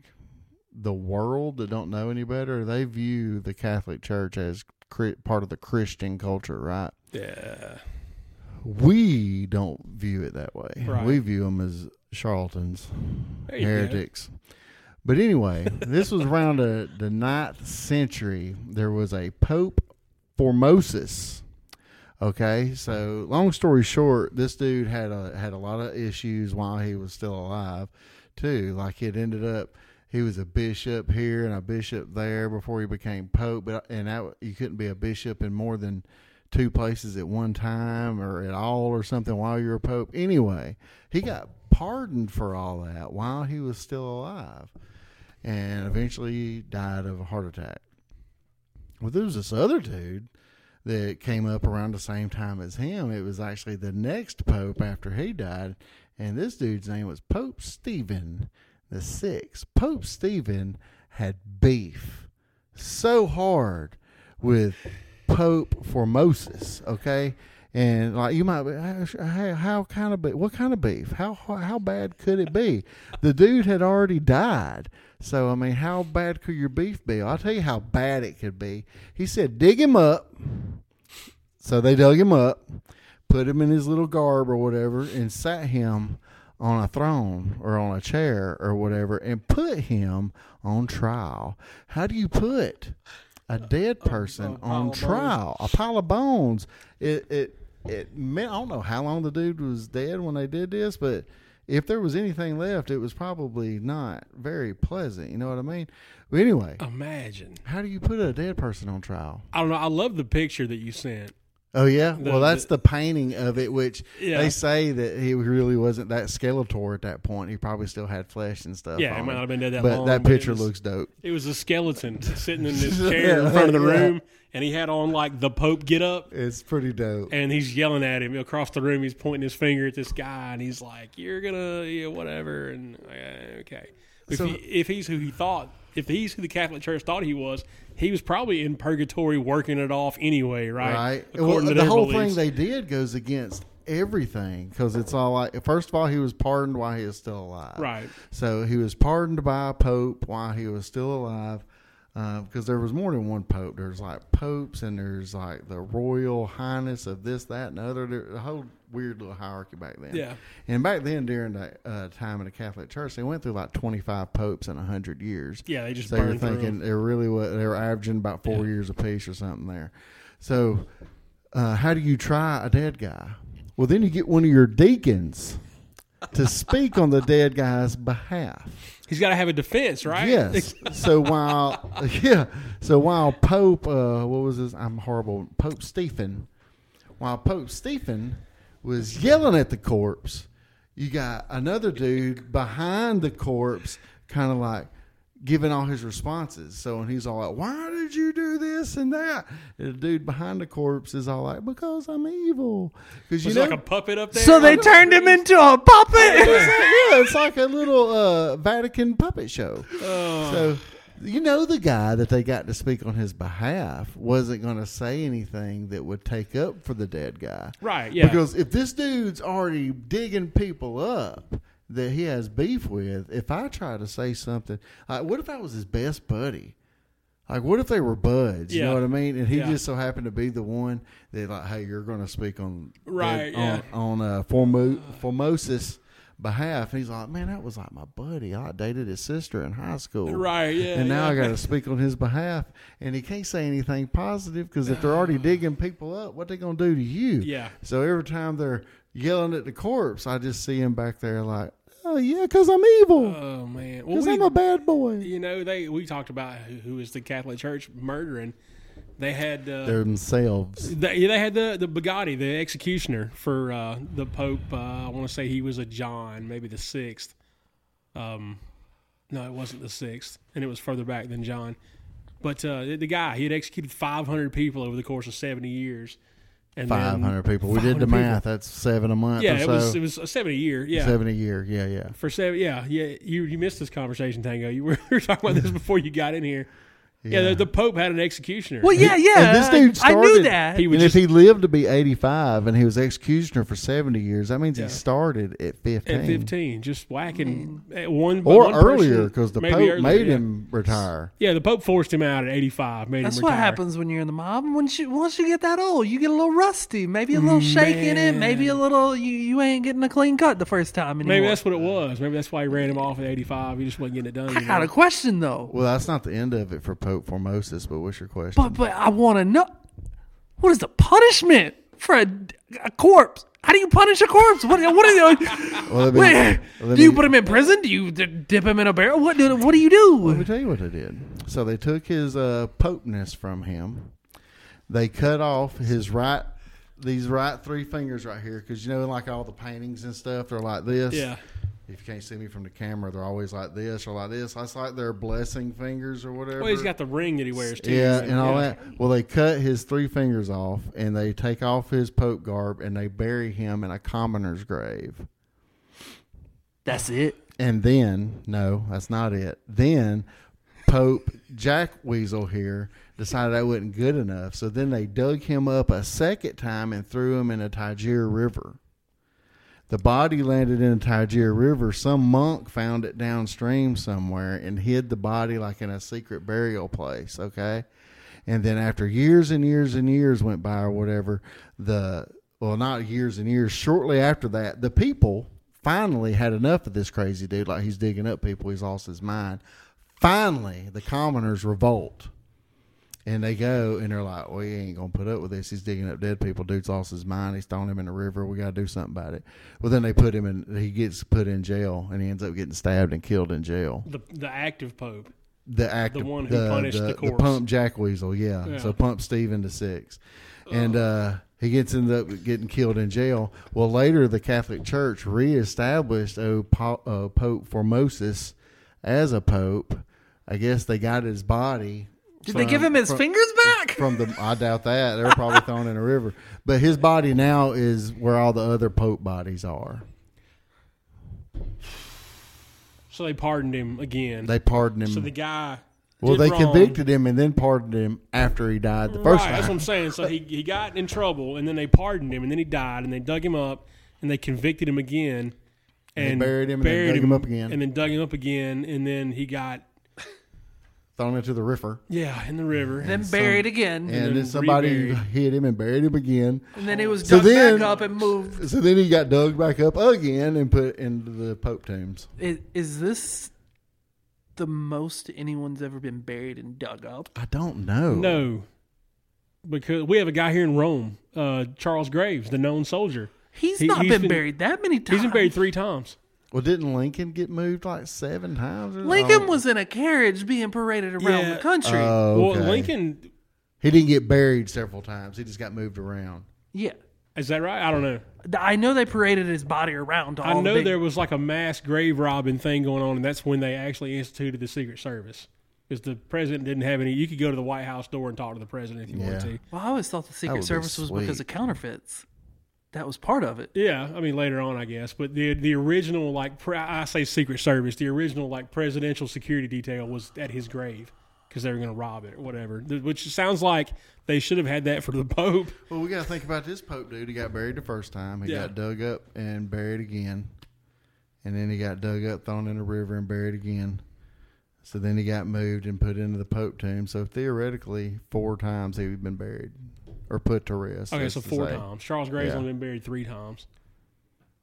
[SPEAKER 2] the world that don't know any better they view the catholic church as cri- part of the christian culture right
[SPEAKER 1] Yeah.
[SPEAKER 2] we don't view it that way
[SPEAKER 1] Right.
[SPEAKER 2] we view them as charlatans
[SPEAKER 1] There you go.
[SPEAKER 2] heretics but anyway this was around the, the ninth century there was a pope formosus Okay, so long story short, this dude had a had a lot of issues while he was still alive, too. Like it ended up, he was a bishop here and a bishop there before he became pope, but and that you couldn't be a bishop in more than two places at one time or at all or something while you were pope. Anyway, he got pardoned for all that while he was still alive, and eventually died of a heart attack. Well, there was this other dude that came up around the same time as him. It was actually the next pope after he died, and this dude's name was Pope Stephen the Sixth. Pope Stephen had beef so hard with Pope Formosus, okay? And like you might, be, how, how kind of beef? What kind of beef? How how bad could it be? The dude had already died, so I mean, how bad could your beef be? I'll tell you how bad it could be. He said, "Dig him up." So they dug him up, put him in his little garb or whatever, and sat him on a throne or on a chair or whatever, and put him on trial. How do you put a dead person
[SPEAKER 3] pile
[SPEAKER 2] on
[SPEAKER 3] of
[SPEAKER 2] trial? A pile of bones. It it it meant I don't know how long the dude was dead when they did this, but if there was anything left, it was probably not very pleasant. You know what I mean? But anyway,
[SPEAKER 1] Imagine.
[SPEAKER 2] how do you put a dead person on trial?
[SPEAKER 1] I don't know. I love the picture that you sent.
[SPEAKER 2] Oh yeah, well
[SPEAKER 1] the-
[SPEAKER 2] that's the painting of it, which
[SPEAKER 1] Yeah.
[SPEAKER 2] they say that he really wasn't that Skeletor at that point. He probably still had flesh and stuff.
[SPEAKER 1] Yeah, it
[SPEAKER 2] on
[SPEAKER 1] might
[SPEAKER 2] him.
[SPEAKER 1] not have been dead that
[SPEAKER 2] but
[SPEAKER 1] long,
[SPEAKER 2] that
[SPEAKER 1] but it
[SPEAKER 2] picture
[SPEAKER 1] was-
[SPEAKER 2] looks dope.
[SPEAKER 1] It was a skeleton sitting in this chair in front of the
[SPEAKER 2] Yeah.
[SPEAKER 1] room, and he had on like the Pope get up,
[SPEAKER 2] It's pretty dope.
[SPEAKER 1] and he's yelling at him across the room. He's pointing his finger at this guy, and he's like, "You're gonna, yeah, whatever." And uh, okay, if,
[SPEAKER 2] So-
[SPEAKER 1] he, if he's who he thought, if he's who the Catholic Church thought he was, he was probably in purgatory working it off anyway, right?
[SPEAKER 2] right?
[SPEAKER 1] According
[SPEAKER 2] well,
[SPEAKER 1] to
[SPEAKER 2] the
[SPEAKER 1] their
[SPEAKER 2] whole
[SPEAKER 1] beliefs.
[SPEAKER 2] thing they did goes against everything because it's all like first of all he was pardoned while he was still alive,
[SPEAKER 1] Right.
[SPEAKER 2] So he was pardoned by a pope while he was still alive. Because there was more than one pope. There's like popes, and there's like the royal highness of this, that, and the other. There, a whole weird little hierarchy back then.
[SPEAKER 1] Yeah.
[SPEAKER 2] And back then, during the uh, time in the Catholic Church, they went through like 25 popes in 100 years.
[SPEAKER 1] Yeah, they just
[SPEAKER 2] So you're
[SPEAKER 1] burned through 'em.
[SPEAKER 2] thinking it really was, they were averaging about four years apiece or something there. So, uh, how do you try a dead guy? Well, then you get one of your deacons to speak on the dead guy's behalf.
[SPEAKER 1] He's got to have a defense, right?
[SPEAKER 2] Yes. So while yeah, so while Pope uh, what was his? I'm horrible. Pope Stephen. While Pope Stephen was yelling at the corpse, you got another dude behind the corpse, kind of like giving all his responses. So when he's all like, "Why did you do this and that?" And the dude behind the corpse is all like, "Because I'm evil." Because you
[SPEAKER 1] He's
[SPEAKER 2] know,
[SPEAKER 1] like a puppet up there.
[SPEAKER 3] So they turned him into a puppet.
[SPEAKER 2] it's like, yeah, it's like a little uh, Vatican puppet show.
[SPEAKER 1] Oh.
[SPEAKER 2] So you know the guy that they got to speak on his behalf wasn't going to say anything that would take up for the dead guy.
[SPEAKER 1] Right, yeah.
[SPEAKER 2] Because if this dude's already digging people up that he has beef with, if I try to say something, like, what if I was his best buddy? Like, what if they were buds? You
[SPEAKER 1] Yeah.
[SPEAKER 2] know what I mean? And he
[SPEAKER 1] Yeah.
[SPEAKER 2] just so happened to be the one that, like, hey, you're going to speak on
[SPEAKER 1] Right,
[SPEAKER 2] on, on uh, Formo- Formosa's behalf. And he's like, man, that was like my buddy. I dated his sister in high school.
[SPEAKER 1] Right, yeah,
[SPEAKER 2] And now I
[SPEAKER 1] yeah.
[SPEAKER 2] got to speak on his behalf, and he can't say anything positive because if they're already digging people up, what they going to do to you?
[SPEAKER 1] Yeah.
[SPEAKER 2] So every time they're yelling at the corpse, I just see him back there like, oh yeah, because I'm evil.
[SPEAKER 1] Oh man, well,
[SPEAKER 2] Because
[SPEAKER 1] we,
[SPEAKER 2] I'm a bad boy.
[SPEAKER 1] you know they we talked about who, who is the Catholic Church murdering. They had uh,
[SPEAKER 2] Themselves.
[SPEAKER 1] They, they had the the Bugatti, the executioner for uh, the Pope. Uh, I want to say he was a John, maybe the sixth. Um, no, it wasn't the sixth, and it was further back than John. But uh, the, the guy he had executed 500 people over the course of 70 years. And then-
[SPEAKER 2] Five hundred people. We
[SPEAKER 1] 500
[SPEAKER 2] did the
[SPEAKER 1] people.
[SPEAKER 2] math. That's seven a month.
[SPEAKER 1] Yeah,
[SPEAKER 2] or
[SPEAKER 1] it
[SPEAKER 2] so.
[SPEAKER 1] was it was a 70 year. Yeah,
[SPEAKER 2] seven a year. Yeah, yeah,
[SPEAKER 1] for seven. Yeah, yeah. You you missed this conversation, Tango. You were, we were talking about this before you got in here. Yeah, the, the Pope had an executioner.
[SPEAKER 3] Well, yeah, yeah.
[SPEAKER 2] and this dude
[SPEAKER 3] I knew
[SPEAKER 2] started-
[SPEAKER 3] that.
[SPEAKER 1] he was
[SPEAKER 2] and
[SPEAKER 1] just,
[SPEAKER 2] if he lived to be eighty-five and he was executioner for seventy years, that means
[SPEAKER 1] Yeah.
[SPEAKER 2] he started at fifteen.
[SPEAKER 1] at 15, just whacking at one
[SPEAKER 2] or
[SPEAKER 1] one
[SPEAKER 2] earlier
[SPEAKER 1] person,
[SPEAKER 2] because the
[SPEAKER 1] maybe
[SPEAKER 2] Pope
[SPEAKER 1] earlier,
[SPEAKER 2] made
[SPEAKER 1] yeah.
[SPEAKER 2] him retire.
[SPEAKER 1] Yeah, the Pope forced him out at 85, made
[SPEAKER 3] That's
[SPEAKER 1] him
[SPEAKER 3] what
[SPEAKER 1] retire.
[SPEAKER 3] happens when you're in the mob. Once you once you get that old, you get a little rusty, maybe a little shaky in it, maybe a little you, you ain't getting a clean cut the first time anymore.
[SPEAKER 1] Maybe that's what it was. Maybe that's why he ran him off at 85. He just wasn't getting it done.
[SPEAKER 3] I got a
[SPEAKER 1] anymore.
[SPEAKER 3] question though.
[SPEAKER 2] Well, that's not the end of it for Pope Formosus, but what's your question?
[SPEAKER 3] But but I want to know what is the punishment for a, a corpse? How do you punish a corpse? What what are you?
[SPEAKER 2] Well, let me-
[SPEAKER 3] Wait,
[SPEAKER 2] let
[SPEAKER 3] do you
[SPEAKER 2] me-
[SPEAKER 3] put him in prison? Do you d- dip him in a barrel? What do what do you
[SPEAKER 2] Let me
[SPEAKER 3] do?
[SPEAKER 2] tell you what they did. So they took his uh, popeness from him. They cut off his right, these right three fingers right here, because you know, like all the paintings and stuff, they're like this.
[SPEAKER 1] Yeah.
[SPEAKER 2] If you can't see me from the camera, they're always like this or like this. That's like their blessing fingers or whatever.
[SPEAKER 1] Well, he's got the ring that he wears, too.
[SPEAKER 2] yeah,
[SPEAKER 1] so,
[SPEAKER 2] and all
[SPEAKER 1] yeah.
[SPEAKER 2] that. Well, they cut his three fingers off, and they take off his pope garb, and they bury him in a commoner's grave.
[SPEAKER 3] That's it.
[SPEAKER 2] And then, no, that's not it. Then Pope Jack Weasel here decided that wasn't good enough. So then they dug him up a second time and threw him in a Niger River. The body landed in a Niger River. Some monk found it downstream somewhere and hid the body like in a secret burial place, okay? And then after years and years and years went by or whatever, the well, not years and years, shortly after that, the people finally had enough of this crazy dude. Like he's digging up people, he's lost his mind. Finally, the commoners revolt. And they go and they're like, We ain't gonna put up with this. He's digging up dead people. Dude's lost his mind. He's thrown him in the river. We gotta do something about it. Well, then they put him in. He gets put in jail, and he ends up getting stabbed and killed in jail
[SPEAKER 1] The, the active Pope.
[SPEAKER 2] the act
[SPEAKER 1] The
[SPEAKER 2] of-
[SPEAKER 1] one who punished the corpse.
[SPEAKER 2] pump jack weasel yeah.
[SPEAKER 1] Yeah.
[SPEAKER 2] so pump steven to six and uh he gets ended up getting killed in jail well later the catholic church reestablished oh, po- uh, pope formosus as a pope i guess they got his body
[SPEAKER 3] Did they give him his fingers back?
[SPEAKER 2] from the i doubt that they were probably thrown in a river but his body now is where all the other pope bodies are
[SPEAKER 1] So they pardoned him again.
[SPEAKER 2] they pardoned him
[SPEAKER 1] so the guy.
[SPEAKER 2] well
[SPEAKER 1] did
[SPEAKER 2] they
[SPEAKER 1] wrong.
[SPEAKER 2] convicted him and then pardoned him after he died the first
[SPEAKER 1] right,
[SPEAKER 2] time
[SPEAKER 1] that's what I'm saying. So he, he got in trouble, and then they pardoned him, and then he died, and they dug him up, and they convicted him again,
[SPEAKER 2] they
[SPEAKER 1] and
[SPEAKER 2] buried him and then dug him up again.
[SPEAKER 1] and then dug him up again, and then he got
[SPEAKER 2] thrown into the river
[SPEAKER 1] yeah in the river.
[SPEAKER 3] Then buried again,
[SPEAKER 2] and,
[SPEAKER 1] then
[SPEAKER 2] then somebody
[SPEAKER 1] reburied.
[SPEAKER 2] hit him and buried him again.
[SPEAKER 3] and then it was
[SPEAKER 2] So
[SPEAKER 3] dug
[SPEAKER 2] then-
[SPEAKER 3] back up and moved.
[SPEAKER 2] So then he got dug back up again and put into the Pope tombs.
[SPEAKER 3] Is, is this the most anyone's ever been buried and dug up?
[SPEAKER 2] I don't know.
[SPEAKER 1] No, because we have a guy here in Rome, uh, Charles Graves, the known soldier.
[SPEAKER 3] He's
[SPEAKER 1] He-
[SPEAKER 3] not
[SPEAKER 1] he's
[SPEAKER 3] been,
[SPEAKER 1] been-
[SPEAKER 3] buried that many times.
[SPEAKER 1] He's been buried three times.
[SPEAKER 2] Well, didn't Lincoln get moved like seven times? Or
[SPEAKER 3] Lincoln
[SPEAKER 2] oh.
[SPEAKER 3] was in a carriage being paraded around
[SPEAKER 1] Yeah.
[SPEAKER 3] the country.
[SPEAKER 2] Oh, okay.
[SPEAKER 1] Well, Lincoln,
[SPEAKER 2] He didn't get buried several times. He just got moved around.
[SPEAKER 3] yeah.
[SPEAKER 1] is that right? I don't know.
[SPEAKER 3] Th- I know they paraded his body around. to All
[SPEAKER 1] I
[SPEAKER 3] the
[SPEAKER 1] know
[SPEAKER 3] big-
[SPEAKER 1] there was like a mass grave robbing thing going on, and that's when they actually instituted the Secret Service. Because the president didn't have any, you could go to the White House door and talk to the president if you wanted
[SPEAKER 2] Yeah.
[SPEAKER 1] to.
[SPEAKER 3] Well, I always thought the
[SPEAKER 2] would
[SPEAKER 3] Secret
[SPEAKER 2] be
[SPEAKER 3] Service was because
[SPEAKER 2] sweet.
[SPEAKER 3] of counterfeits. That was part of it.
[SPEAKER 1] Yeah, I mean later on, I guess. But the the original like pre- I say Secret Service, the original like presidential security detail was at his grave because they were going to rob it or whatever. Th- Which sounds like they should have had that for the Pope.
[SPEAKER 2] Well, we got to think about this Pope dude. He got buried the first time. He
[SPEAKER 1] Yeah.
[SPEAKER 2] got dug up and buried again. And then he got dug up, thrown in the river, and buried again. So then he got moved and put into the Pope tomb. So theoretically, four times he had been buried or put to rest.
[SPEAKER 1] Okay,
[SPEAKER 2] that's
[SPEAKER 1] so
[SPEAKER 2] to
[SPEAKER 1] four
[SPEAKER 2] say.
[SPEAKER 1] times. Charles Gray's
[SPEAKER 2] Yeah.
[SPEAKER 1] only been buried three times.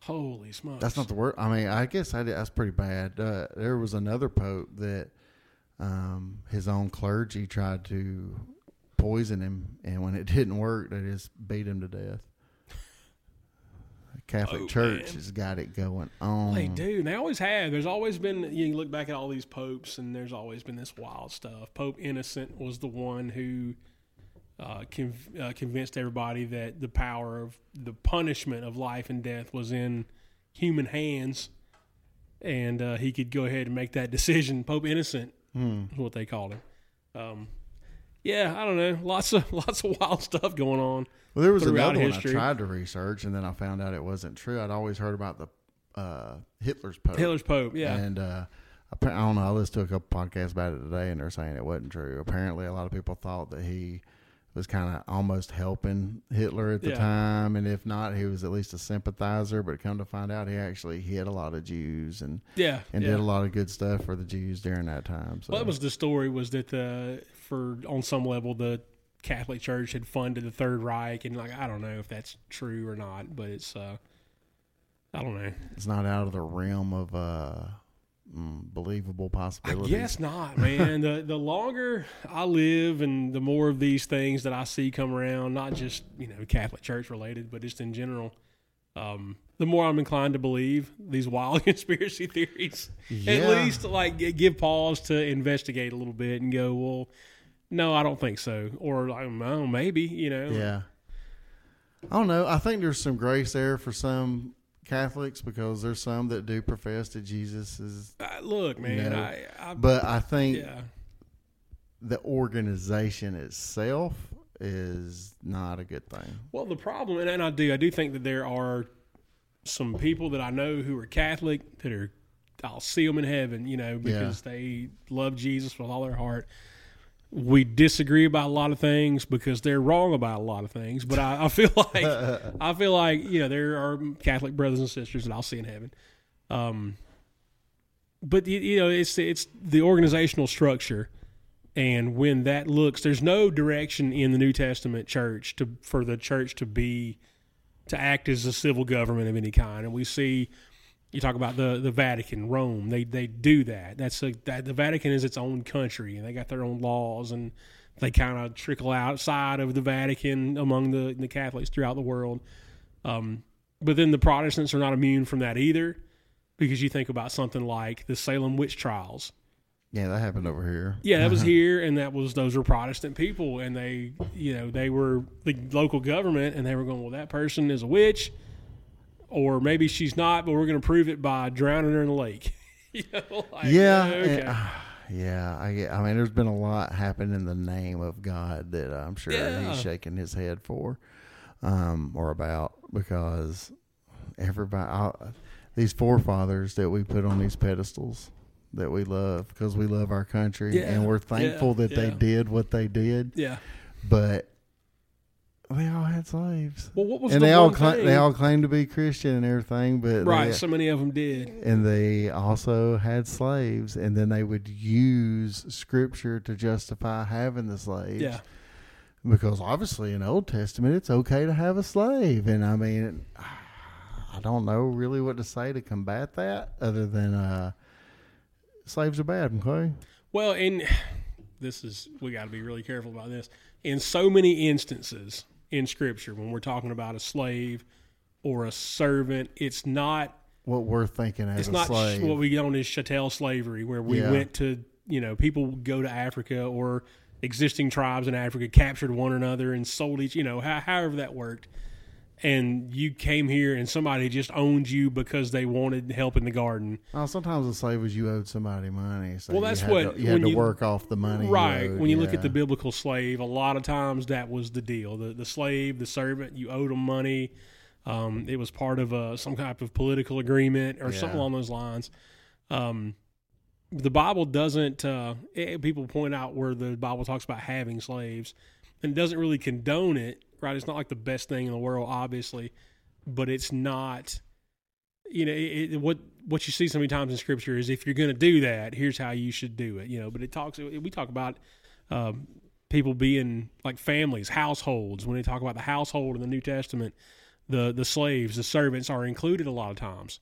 [SPEAKER 1] Holy smokes!
[SPEAKER 2] That's not the word. I mean, I guess I did, that's pretty bad. Uh, there was another pope that um, his own clergy tried to poison him, and when it didn't work, they just beat him to death. The Catholic
[SPEAKER 1] Oh,
[SPEAKER 2] Church
[SPEAKER 1] man.
[SPEAKER 2] has got it going on.
[SPEAKER 1] They do. and They always have. There's always been. You look back at all these popes, and there's always been this wild stuff. Pope Innocent was the one who uh, conv- uh, convinced everybody that the power of the punishment of life and death was in human hands, and uh, he could go ahead and make that decision. Pope Innocent
[SPEAKER 2] Hmm.
[SPEAKER 1] is what they called him. Um, yeah, I don't know. Lots of lots of wild stuff going on.
[SPEAKER 2] Well, there was
[SPEAKER 1] throughout
[SPEAKER 2] another one I
[SPEAKER 1] history.
[SPEAKER 2] tried to research, and then I found out it wasn't true. I'd always heard about the uh, Hitler's Pope.
[SPEAKER 1] Hitler's Pope. Yeah.
[SPEAKER 2] And uh, appa- I don't know. I listened to a couple podcasts about it today, and they're saying it wasn't true. Apparently, a lot of people thought that he was kind of almost helping Hitler at the
[SPEAKER 1] Yeah.
[SPEAKER 2] time, and if not, he was at least a sympathizer. But come to find out, he actually hit a lot of Jews and
[SPEAKER 1] yeah.
[SPEAKER 2] and
[SPEAKER 1] yeah.
[SPEAKER 2] did a lot of good stuff for the Jews during that time. So
[SPEAKER 1] Well, that was the story was that the for on some level the Catholic Church had funded the Third Reich, and like I don't know if that's true or not, but it's uh, I don't know.
[SPEAKER 2] it's not out of the realm of uh, mm, believable
[SPEAKER 1] I
[SPEAKER 2] possibilities.
[SPEAKER 1] guess not, man. the the longer I live and the more of these things that I see come around, not just, you know, Catholic Church related, but just in general, um, the more I'm inclined to believe these wild conspiracy theories. At
[SPEAKER 2] Yeah.
[SPEAKER 1] least like g- give pause to investigate a little bit and go, well, no, I don't think so. Or like, well, maybe, you know.
[SPEAKER 2] Yeah. I don't know. I think there's some grace there for some Catholics because there's some that do profess that Jesus is.
[SPEAKER 1] Uh, look, man,
[SPEAKER 2] No.
[SPEAKER 1] I, I
[SPEAKER 2] But I think
[SPEAKER 1] yeah.
[SPEAKER 2] the organization itself is not a good thing.
[SPEAKER 1] Well, the problem, and, and I do, I do think that there are some people that I know who are Catholic that are, I'll see them in heaven, you know, because they love Jesus with all their heart. We disagree about a lot of things because they're wrong about a lot of things, but I, I feel like I feel like you know there are Catholic brothers and sisters that I'll see in heaven. Um, but you, you know, it's it's the organizational structure and when that looks there's no direction in the new testament church to for the church to be to act as a civil government of any kind and we see you talk about the the vatican rome they they do that that's a, that the vatican is its own country and they got their own laws and they kind of trickle outside of the vatican among the the catholics throughout the world um but then the protestants are not immune from that either because you think about something like the salem witch trials
[SPEAKER 2] Yeah, that happened over here.
[SPEAKER 1] yeah, that was here, and that was those were Protestant people, and they, you know, they were the local government, and they were going, well, that person is a witch, or maybe she's not, but we're going to prove it by drowning her in the lake. you know, like,
[SPEAKER 2] yeah.
[SPEAKER 1] okay.
[SPEAKER 2] and- uh, yeah, I, get- I mean, there's been a lot happen in the name of God that I'm sure
[SPEAKER 1] Yeah.
[SPEAKER 2] he's shaking his head for, um, or about because everybody, I, these forefathers that we put on these pedestals that we love because we love our country
[SPEAKER 1] Yeah,
[SPEAKER 2] and we're
[SPEAKER 1] yeah,
[SPEAKER 2] thankful that they
[SPEAKER 1] yeah.
[SPEAKER 2] did what they did,
[SPEAKER 1] yeah.
[SPEAKER 2] but they all had slaves.
[SPEAKER 1] Well, what was
[SPEAKER 2] and
[SPEAKER 1] the
[SPEAKER 2] they all
[SPEAKER 1] one
[SPEAKER 2] cla-
[SPEAKER 1] thing?
[SPEAKER 2] they all claim to be Christian and everything, but
[SPEAKER 1] right?
[SPEAKER 2] they-
[SPEAKER 1] So many of them did.
[SPEAKER 2] and they also had slaves and then they would use scripture to justify having the slaves
[SPEAKER 1] Yeah,
[SPEAKER 2] because obviously in old testament it's okay to have a slave and i mean i don't know really what to say to combat that other than uh slaves are bad okay
[SPEAKER 1] Well, and this is we got to be really careful about this. In so many instances in Scripture, when we're talking about a slave or a servant, it's not
[SPEAKER 2] what we're thinking as
[SPEAKER 1] it's
[SPEAKER 2] a
[SPEAKER 1] not sh-
[SPEAKER 2] slave
[SPEAKER 1] what we own is chattel slavery, where we
[SPEAKER 2] Yeah.
[SPEAKER 1] went to you know people would go to Africa or existing tribes in Africa captured one another and sold each you know how, however that worked, and you came here and somebody just owned you because they wanted help in the garden.
[SPEAKER 2] oh, sometimes a slave was you owed somebody money so
[SPEAKER 1] Well,
[SPEAKER 2] you
[SPEAKER 1] that's
[SPEAKER 2] had
[SPEAKER 1] what-
[SPEAKER 2] to, you had
[SPEAKER 1] when
[SPEAKER 2] to
[SPEAKER 1] you-
[SPEAKER 2] work off the money you
[SPEAKER 1] Right.
[SPEAKER 2] owed,
[SPEAKER 1] When you look at
[SPEAKER 2] yeah.
[SPEAKER 1] the biblical slave, a lot of times that was the deal. The the slave, the servant, you owed them money. Um, it was part of a, some type of political agreement or something
[SPEAKER 2] Yeah.
[SPEAKER 1] along those lines. Um, the Bible doesn't. Uh, eh, people point out where the Bible talks about having slaves, and it doesn't really condone it. Right? It's not like the best thing in the world, obviously, but it's not you know it, it- what what you see so many times in scripture is if you're going to do that here's how you should do it you know but it talks we talk about um, people being like families households when they talk about the household in the new testament the the slaves the servants are included a lot of times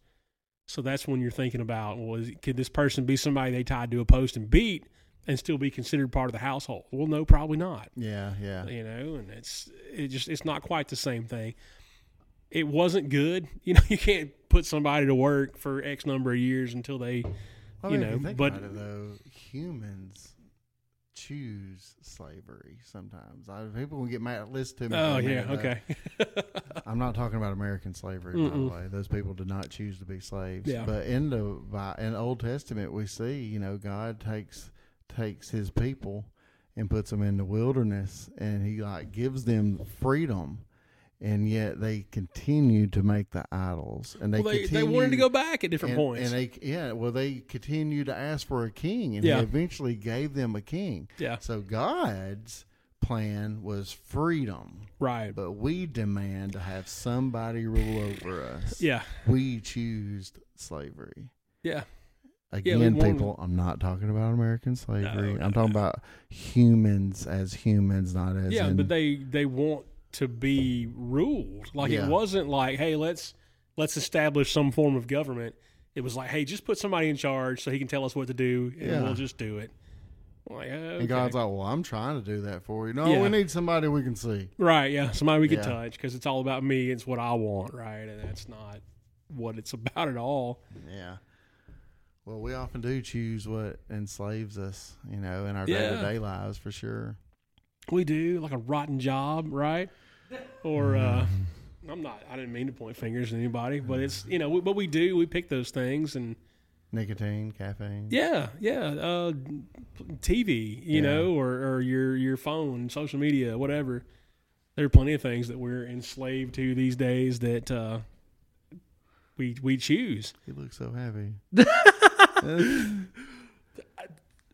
[SPEAKER 1] so that's when you're thinking about well is, could this person be somebody they tied to a post and beat and still be considered part of the household well no probably not
[SPEAKER 2] Yeah, yeah.
[SPEAKER 1] you know and it's it just it's not quite the same thing it wasn't good you know you can't put somebody to work for x number of years until they
[SPEAKER 2] I
[SPEAKER 1] you
[SPEAKER 2] mean, if
[SPEAKER 1] know,
[SPEAKER 2] think
[SPEAKER 1] but-
[SPEAKER 2] about it, though, humans choose slavery sometimes. I, people will get mad. Listen to me.
[SPEAKER 1] oh
[SPEAKER 2] for a
[SPEAKER 1] yeah
[SPEAKER 2] minute, though.
[SPEAKER 1] okay
[SPEAKER 2] I'm not talking about American slavery, by the way. Those people did not choose to be slaves.
[SPEAKER 1] Yeah.
[SPEAKER 2] But in the by, in Old Testament, we see you know God takes takes His people and puts them in the wilderness, and He like gives them freedom, and yet they continue to make the idols, and they
[SPEAKER 1] well, they, they
[SPEAKER 2] continue,
[SPEAKER 1] wanted to go back at different
[SPEAKER 2] and,
[SPEAKER 1] points
[SPEAKER 2] and they yeah, well they continued to ask for a king, and
[SPEAKER 1] Yeah.
[SPEAKER 2] He eventually gave them a king.
[SPEAKER 1] yeah
[SPEAKER 2] So God's plan was freedom
[SPEAKER 1] right
[SPEAKER 2] but we demand to have somebody rule over us.
[SPEAKER 1] yeah
[SPEAKER 2] We choose slavery.
[SPEAKER 1] yeah Yeah,
[SPEAKER 2] Again,
[SPEAKER 1] we want-
[SPEAKER 2] people, I'm not talking about American slavery.
[SPEAKER 1] No,
[SPEAKER 2] I'm talking about humans as humans, not as
[SPEAKER 1] yeah
[SPEAKER 2] in-
[SPEAKER 1] but they they want to be ruled like
[SPEAKER 2] Yeah.
[SPEAKER 1] it wasn't like hey let's let's establish some form of government it was like hey just put somebody in charge so he can tell us what to do and
[SPEAKER 2] Yeah.
[SPEAKER 1] we'll just do it like okay.
[SPEAKER 2] and God's like, well, I'm trying to do that for you. No,
[SPEAKER 1] Yeah.
[SPEAKER 2] we need somebody we can see.
[SPEAKER 1] Right, yeah, somebody we could
[SPEAKER 2] Yeah.
[SPEAKER 1] touch 'cause touch because it's all about me. It's what I want, right? And that's not what it's about at all.
[SPEAKER 2] Yeah. Well, we often do choose what enslaves us, you know, in our
[SPEAKER 1] Yeah.
[SPEAKER 2] day to day lives for sure.
[SPEAKER 1] We do like a rotten job, right? Or uh,
[SPEAKER 2] Mm-hmm.
[SPEAKER 1] I'm not. I didn't mean to point fingers at anybody, but it's you know. We, but we do. We pick those things, and
[SPEAKER 2] Nicotine, caffeine.
[SPEAKER 1] yeah, yeah. Uh, TV, you
[SPEAKER 2] Yeah.
[SPEAKER 1] know, or or your your phone, social media, whatever. There are plenty of things that we're enslaved to these days that uh, we we choose.
[SPEAKER 2] He looks so happy.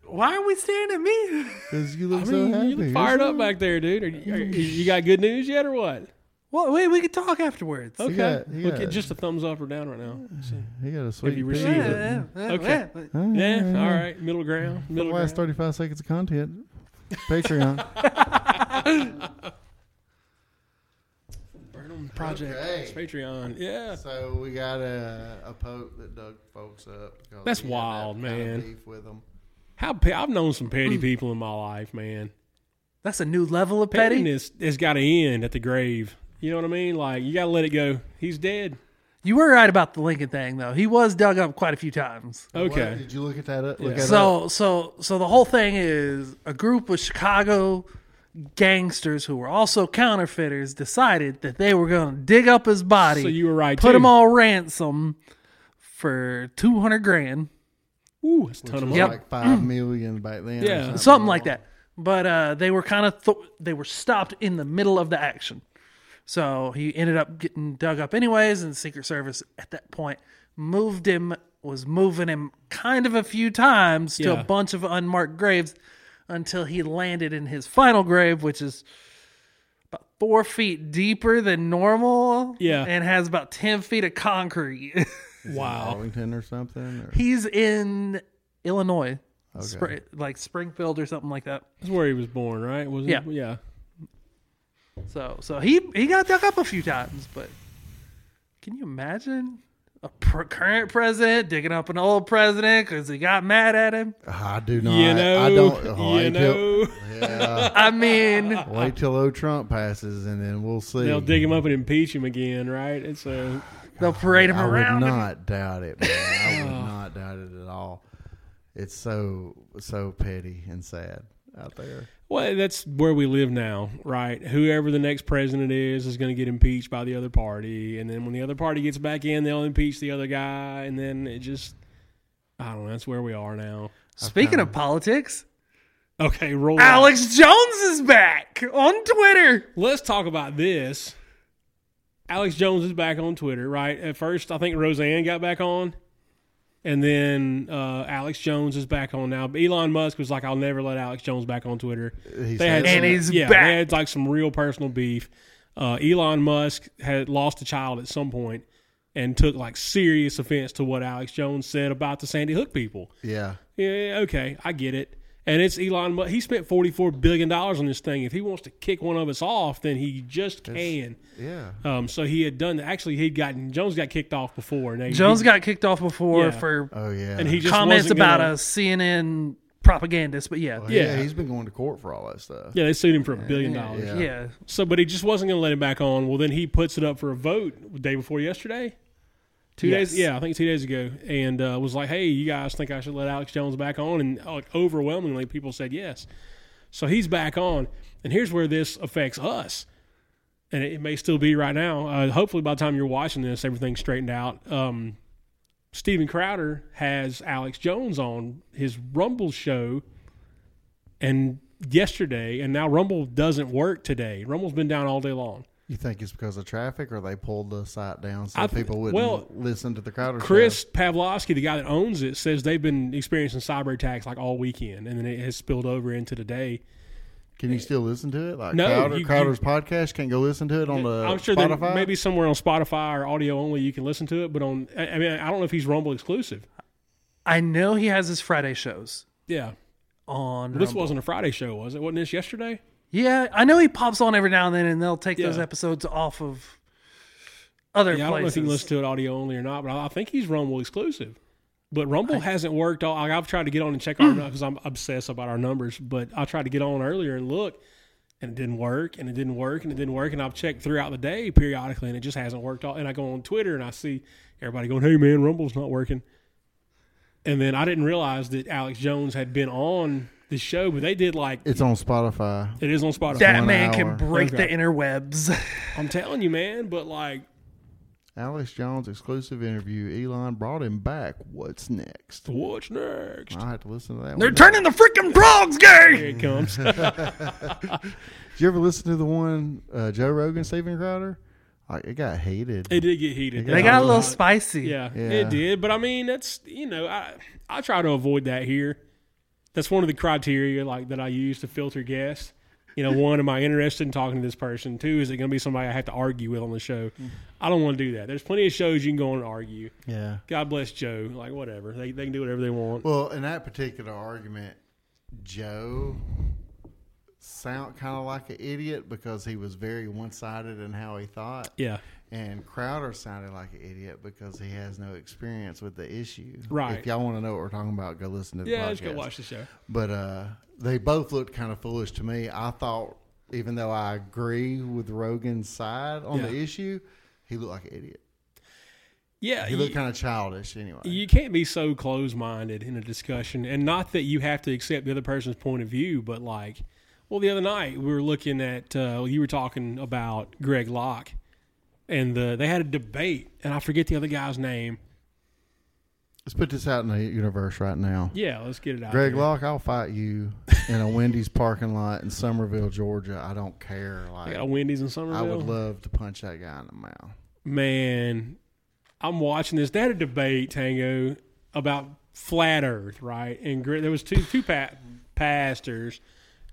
[SPEAKER 3] Why are we staring at me?
[SPEAKER 2] Because you look
[SPEAKER 1] I
[SPEAKER 2] so
[SPEAKER 1] mean,
[SPEAKER 2] happy.
[SPEAKER 1] you look fired up back there, dude. Are, you- are, you got good news yet, or what?
[SPEAKER 3] Well, wait, we could talk afterwards.
[SPEAKER 1] Okay,
[SPEAKER 2] got- he
[SPEAKER 1] Look,
[SPEAKER 2] got-
[SPEAKER 1] just a thumbs up or down right now.
[SPEAKER 2] He got a sweet.
[SPEAKER 1] you
[SPEAKER 2] pea.
[SPEAKER 1] received it?
[SPEAKER 3] Yeah, yeah,
[SPEAKER 1] Okay.
[SPEAKER 3] yeah.
[SPEAKER 1] Yeah, all right, middle ground,
[SPEAKER 2] The
[SPEAKER 1] middle
[SPEAKER 2] last
[SPEAKER 1] ground.
[SPEAKER 2] 35 seconds of content. Patreon.
[SPEAKER 1] Burnham Project,
[SPEAKER 2] Okay.
[SPEAKER 1] It's Patreon. Yeah,
[SPEAKER 2] so we got a, a poke that dug folks up. because
[SPEAKER 1] That's
[SPEAKER 2] he had that
[SPEAKER 1] wild,
[SPEAKER 2] kind of
[SPEAKER 1] man.
[SPEAKER 2] beef with 'em.
[SPEAKER 1] how pe- I've known some petty
[SPEAKER 2] Hmm.
[SPEAKER 1] people in my life, man.
[SPEAKER 3] That's a new level of petty.
[SPEAKER 1] Pettiness has got to end at the grave. You know what I mean? Like you got to let it go. He's dead.
[SPEAKER 3] You were right about the Lincoln thing, though. He was dug up quite a few times.
[SPEAKER 2] What?
[SPEAKER 1] Okay.
[SPEAKER 2] did you look at that? Up? Look
[SPEAKER 1] Yeah.
[SPEAKER 2] at
[SPEAKER 3] So, so, so the whole thing is a group of Chicago gangsters who were also counterfeiters decided that they were going to dig up his body,
[SPEAKER 1] So you were right.
[SPEAKER 3] put
[SPEAKER 1] too.
[SPEAKER 3] him on ransom for two hundred grand,
[SPEAKER 1] Ooh, that's a ton of money.
[SPEAKER 3] Yep.
[SPEAKER 2] like five million back then. or
[SPEAKER 1] Yeah.
[SPEAKER 2] something.
[SPEAKER 3] Um, something like that. But uh, they were kind of th- they were stopped in the middle of the action, so he ended up getting dug up anyways. And Secret Service at that point moved him, was moving him kind of a few times to
[SPEAKER 1] Yeah.
[SPEAKER 3] a bunch of unmarked graves until he landed in his final grave, which is about four feet deeper than normal.
[SPEAKER 1] Yeah.
[SPEAKER 3] and has about ten feet of concrete.
[SPEAKER 1] Wow.
[SPEAKER 2] Arlington or something. Or,
[SPEAKER 3] He's in Illinois, Spr- like Springfield or something like that.
[SPEAKER 1] That's where he was born, right? Was
[SPEAKER 3] Yeah.
[SPEAKER 1] It? Yeah.
[SPEAKER 3] So so he he got dug up a few times, but can you imagine a pr- current president digging up an old president because he got mad at him?
[SPEAKER 2] I do not.
[SPEAKER 1] You know.
[SPEAKER 2] I don't. oh,
[SPEAKER 1] you
[SPEAKER 2] wait till-
[SPEAKER 1] know.
[SPEAKER 2] yeah.
[SPEAKER 3] I mean,
[SPEAKER 2] Wait till old Trump passes, and then we'll see.
[SPEAKER 1] They'll dig him up and impeach him again, right? It's a
[SPEAKER 3] they'll parade him
[SPEAKER 2] I would
[SPEAKER 3] around. and-
[SPEAKER 2] not doubt it, man. I
[SPEAKER 1] Oh.
[SPEAKER 2] would not doubt it at all. It's so so petty and sad out there.
[SPEAKER 1] Well, that's where we live now, right? Whoever the next president is is going to get impeached by the other party, and then when the other party gets back in, they'll impeach the other guy, and then it just I don't know. That's where we are now.
[SPEAKER 3] Speaking of politics,
[SPEAKER 1] Okay, roll. out.
[SPEAKER 3] Alex Jones is back on Twitter.
[SPEAKER 1] Let's talk about this. Alex Jones is back on Twitter, right? At first, I think Roseanne got back on, and then uh, Alex Jones is back on now. Elon Musk was like, "I'll never let Alex Jones back on Twitter."
[SPEAKER 2] He
[SPEAKER 1] They had
[SPEAKER 2] says
[SPEAKER 3] And
[SPEAKER 1] some-
[SPEAKER 3] he's
[SPEAKER 1] yeah,
[SPEAKER 3] back.
[SPEAKER 1] they had like some real personal beef. Uh, Elon Musk had lost a child at some point, and took like serious offense to what Alex Jones said about the Sandy Hook people.
[SPEAKER 2] Yeah.
[SPEAKER 1] Yeah, okay, I get it. And it's Elon Musk. He spent forty-four billion dollars on this thing. If he wants to kick one of us off, then he just can.
[SPEAKER 2] Yeah.
[SPEAKER 1] Um, so he had done. Actually, he'd gotten Jones got kicked off before. And they-
[SPEAKER 3] Jones got kicked off before
[SPEAKER 1] Yeah.
[SPEAKER 3] for
[SPEAKER 2] Oh yeah.
[SPEAKER 1] and he just
[SPEAKER 3] comments
[SPEAKER 1] wasn't
[SPEAKER 3] about
[SPEAKER 1] gonna-
[SPEAKER 3] a CNN propagandist, but yeah,
[SPEAKER 2] yeah.
[SPEAKER 1] yeah.
[SPEAKER 2] He's been going to court for all that stuff.
[SPEAKER 1] Yeah, they sued him for a billion dollars.
[SPEAKER 3] yeah.
[SPEAKER 1] So, but he just wasn't going to let him back on. Well, then he puts it up for a vote the day before yesterday. Two days,
[SPEAKER 3] Yes.
[SPEAKER 1] yeah, I think two days ago, and uh, was like, "Hey, you guys think I should let Alex Jones back on?" And uh, like, overwhelmingly, people said yes. So he's back on, and here's where this affects us, and it, it may still be right now. Uh, hopefully, by the time you're watching this, everything's straightened out. Um, Steven Crowder has Alex Jones on his Rumble show, and yesterday, and now Rumble doesn't work today. Rumble's been down all day long.
[SPEAKER 2] You think it's because of traffic, or they pulled the site down so
[SPEAKER 1] I th-
[SPEAKER 2] people wouldn't
[SPEAKER 1] well,
[SPEAKER 2] listen to the crowd?
[SPEAKER 1] Chris Pavlovsky, the guy that owns it, says they've been experiencing cyber attacks like all weekend, and then it has spilled over into today.
[SPEAKER 2] Can you still listen to it? Like
[SPEAKER 1] No,
[SPEAKER 2] Crowder,
[SPEAKER 1] you-
[SPEAKER 2] Crowder's podcast can't go listen to it on the
[SPEAKER 1] I'm sure
[SPEAKER 2] Uh, Spotify.
[SPEAKER 1] that maybe somewhere on Spotify or audio only you can listen to it, but on I I mean I don't know if he's Rumble exclusive.
[SPEAKER 3] I know he has his Friday shows
[SPEAKER 1] Yeah,
[SPEAKER 3] on.
[SPEAKER 1] this
[SPEAKER 3] Rumble.
[SPEAKER 1] wasn't a Friday show, was it? Wasn't this yesterday?
[SPEAKER 3] yeah, I know he pops on every now and then, and they'll take those
[SPEAKER 1] Yeah.
[SPEAKER 3] episodes off of other
[SPEAKER 1] Yeah, I don't know if
[SPEAKER 3] places.
[SPEAKER 1] you can listen to it audio only or not, but I I think he's Rumble exclusive. But Rumble hasn't worked. All, like, I've tried to get on and check
[SPEAKER 3] Hmm.
[SPEAKER 1] our because I'm obsessed about our numbers. But I tried to get on earlier and look, and it didn't work, and it didn't work, and it didn't work. And I've checked throughout the day periodically, and it just hasn't worked. All, and I go on Twitter and I see everybody going, "Hey man, Rumble's not working." And then I didn't realize that Alex Jones had been on the show, but they did like
[SPEAKER 2] it's on Spotify.
[SPEAKER 1] it is on Spotify.
[SPEAKER 3] that
[SPEAKER 2] one
[SPEAKER 3] man
[SPEAKER 2] hour.
[SPEAKER 3] can break
[SPEAKER 1] Okay.
[SPEAKER 3] the interwebs.
[SPEAKER 1] I'm telling you, man. But like,
[SPEAKER 2] Alex Jones exclusive interview. Elon brought him back. What's next?
[SPEAKER 1] what's next?
[SPEAKER 2] I had to listen to that.
[SPEAKER 3] They're
[SPEAKER 2] one.
[SPEAKER 3] turning the freaking frogs gay.
[SPEAKER 1] Here it comes.
[SPEAKER 2] Did you ever listen to the one uh, Joe Rogan, Steven Crowder? Like it got hated.
[SPEAKER 1] it did get heated.
[SPEAKER 3] They got a little spicy.
[SPEAKER 1] Yeah,
[SPEAKER 2] Yeah.
[SPEAKER 1] it did. But I mean, that's you know, I I try to avoid that here. That's one of the criteria like that I use to filter guests. You know, one, am I interested in talking to this person? Two, is it going to be somebody I have to argue with on the show?
[SPEAKER 2] Mm-hmm.
[SPEAKER 1] I don't want to do that. There's plenty of shows you can go on and argue.
[SPEAKER 2] yeah.
[SPEAKER 1] God bless Joe. Like whatever, they they can do whatever they want.
[SPEAKER 2] Well, in that particular argument, Joe sound kind of like an idiot because he was very one sided in how he thought.
[SPEAKER 1] yeah,
[SPEAKER 2] And Crowder sounded like an idiot because he has no experience with the issue.
[SPEAKER 1] Right.
[SPEAKER 2] If y'all want to know what we're talking about, go listen to the
[SPEAKER 1] yeah.
[SPEAKER 2] podcast.
[SPEAKER 1] Let's go watch the show.
[SPEAKER 2] But uh, they both looked kind of foolish to me. I thought, even though I agree with Rogan's side on the
[SPEAKER 1] Yeah.
[SPEAKER 2] issue, he looked like an idiot.
[SPEAKER 1] Yeah,
[SPEAKER 2] He
[SPEAKER 1] you-
[SPEAKER 2] looked kind of childish anyway.
[SPEAKER 1] You can't be so close minded in a discussion, and not that you have to accept the other person's point of view, but like, well, the other night we were looking at uh, you were talking about Greg Locke, and the, they had a debate, and I forget the other guy's name.
[SPEAKER 2] Let's put this out in the universe right now.
[SPEAKER 1] Yeah, let's get it out.
[SPEAKER 2] Greg
[SPEAKER 1] there.
[SPEAKER 2] Locke, I'll fight you in a Wendy's parking lot in Somerville, Georgia. I don't care.
[SPEAKER 1] I
[SPEAKER 2] Like
[SPEAKER 1] got a Wendy's in Somerville.
[SPEAKER 2] I would love to punch that guy in the mouth.
[SPEAKER 1] man, I'm watching this. They had a debate, Tango, about flat Earth, right? And Gre- there was two two pa- pastors.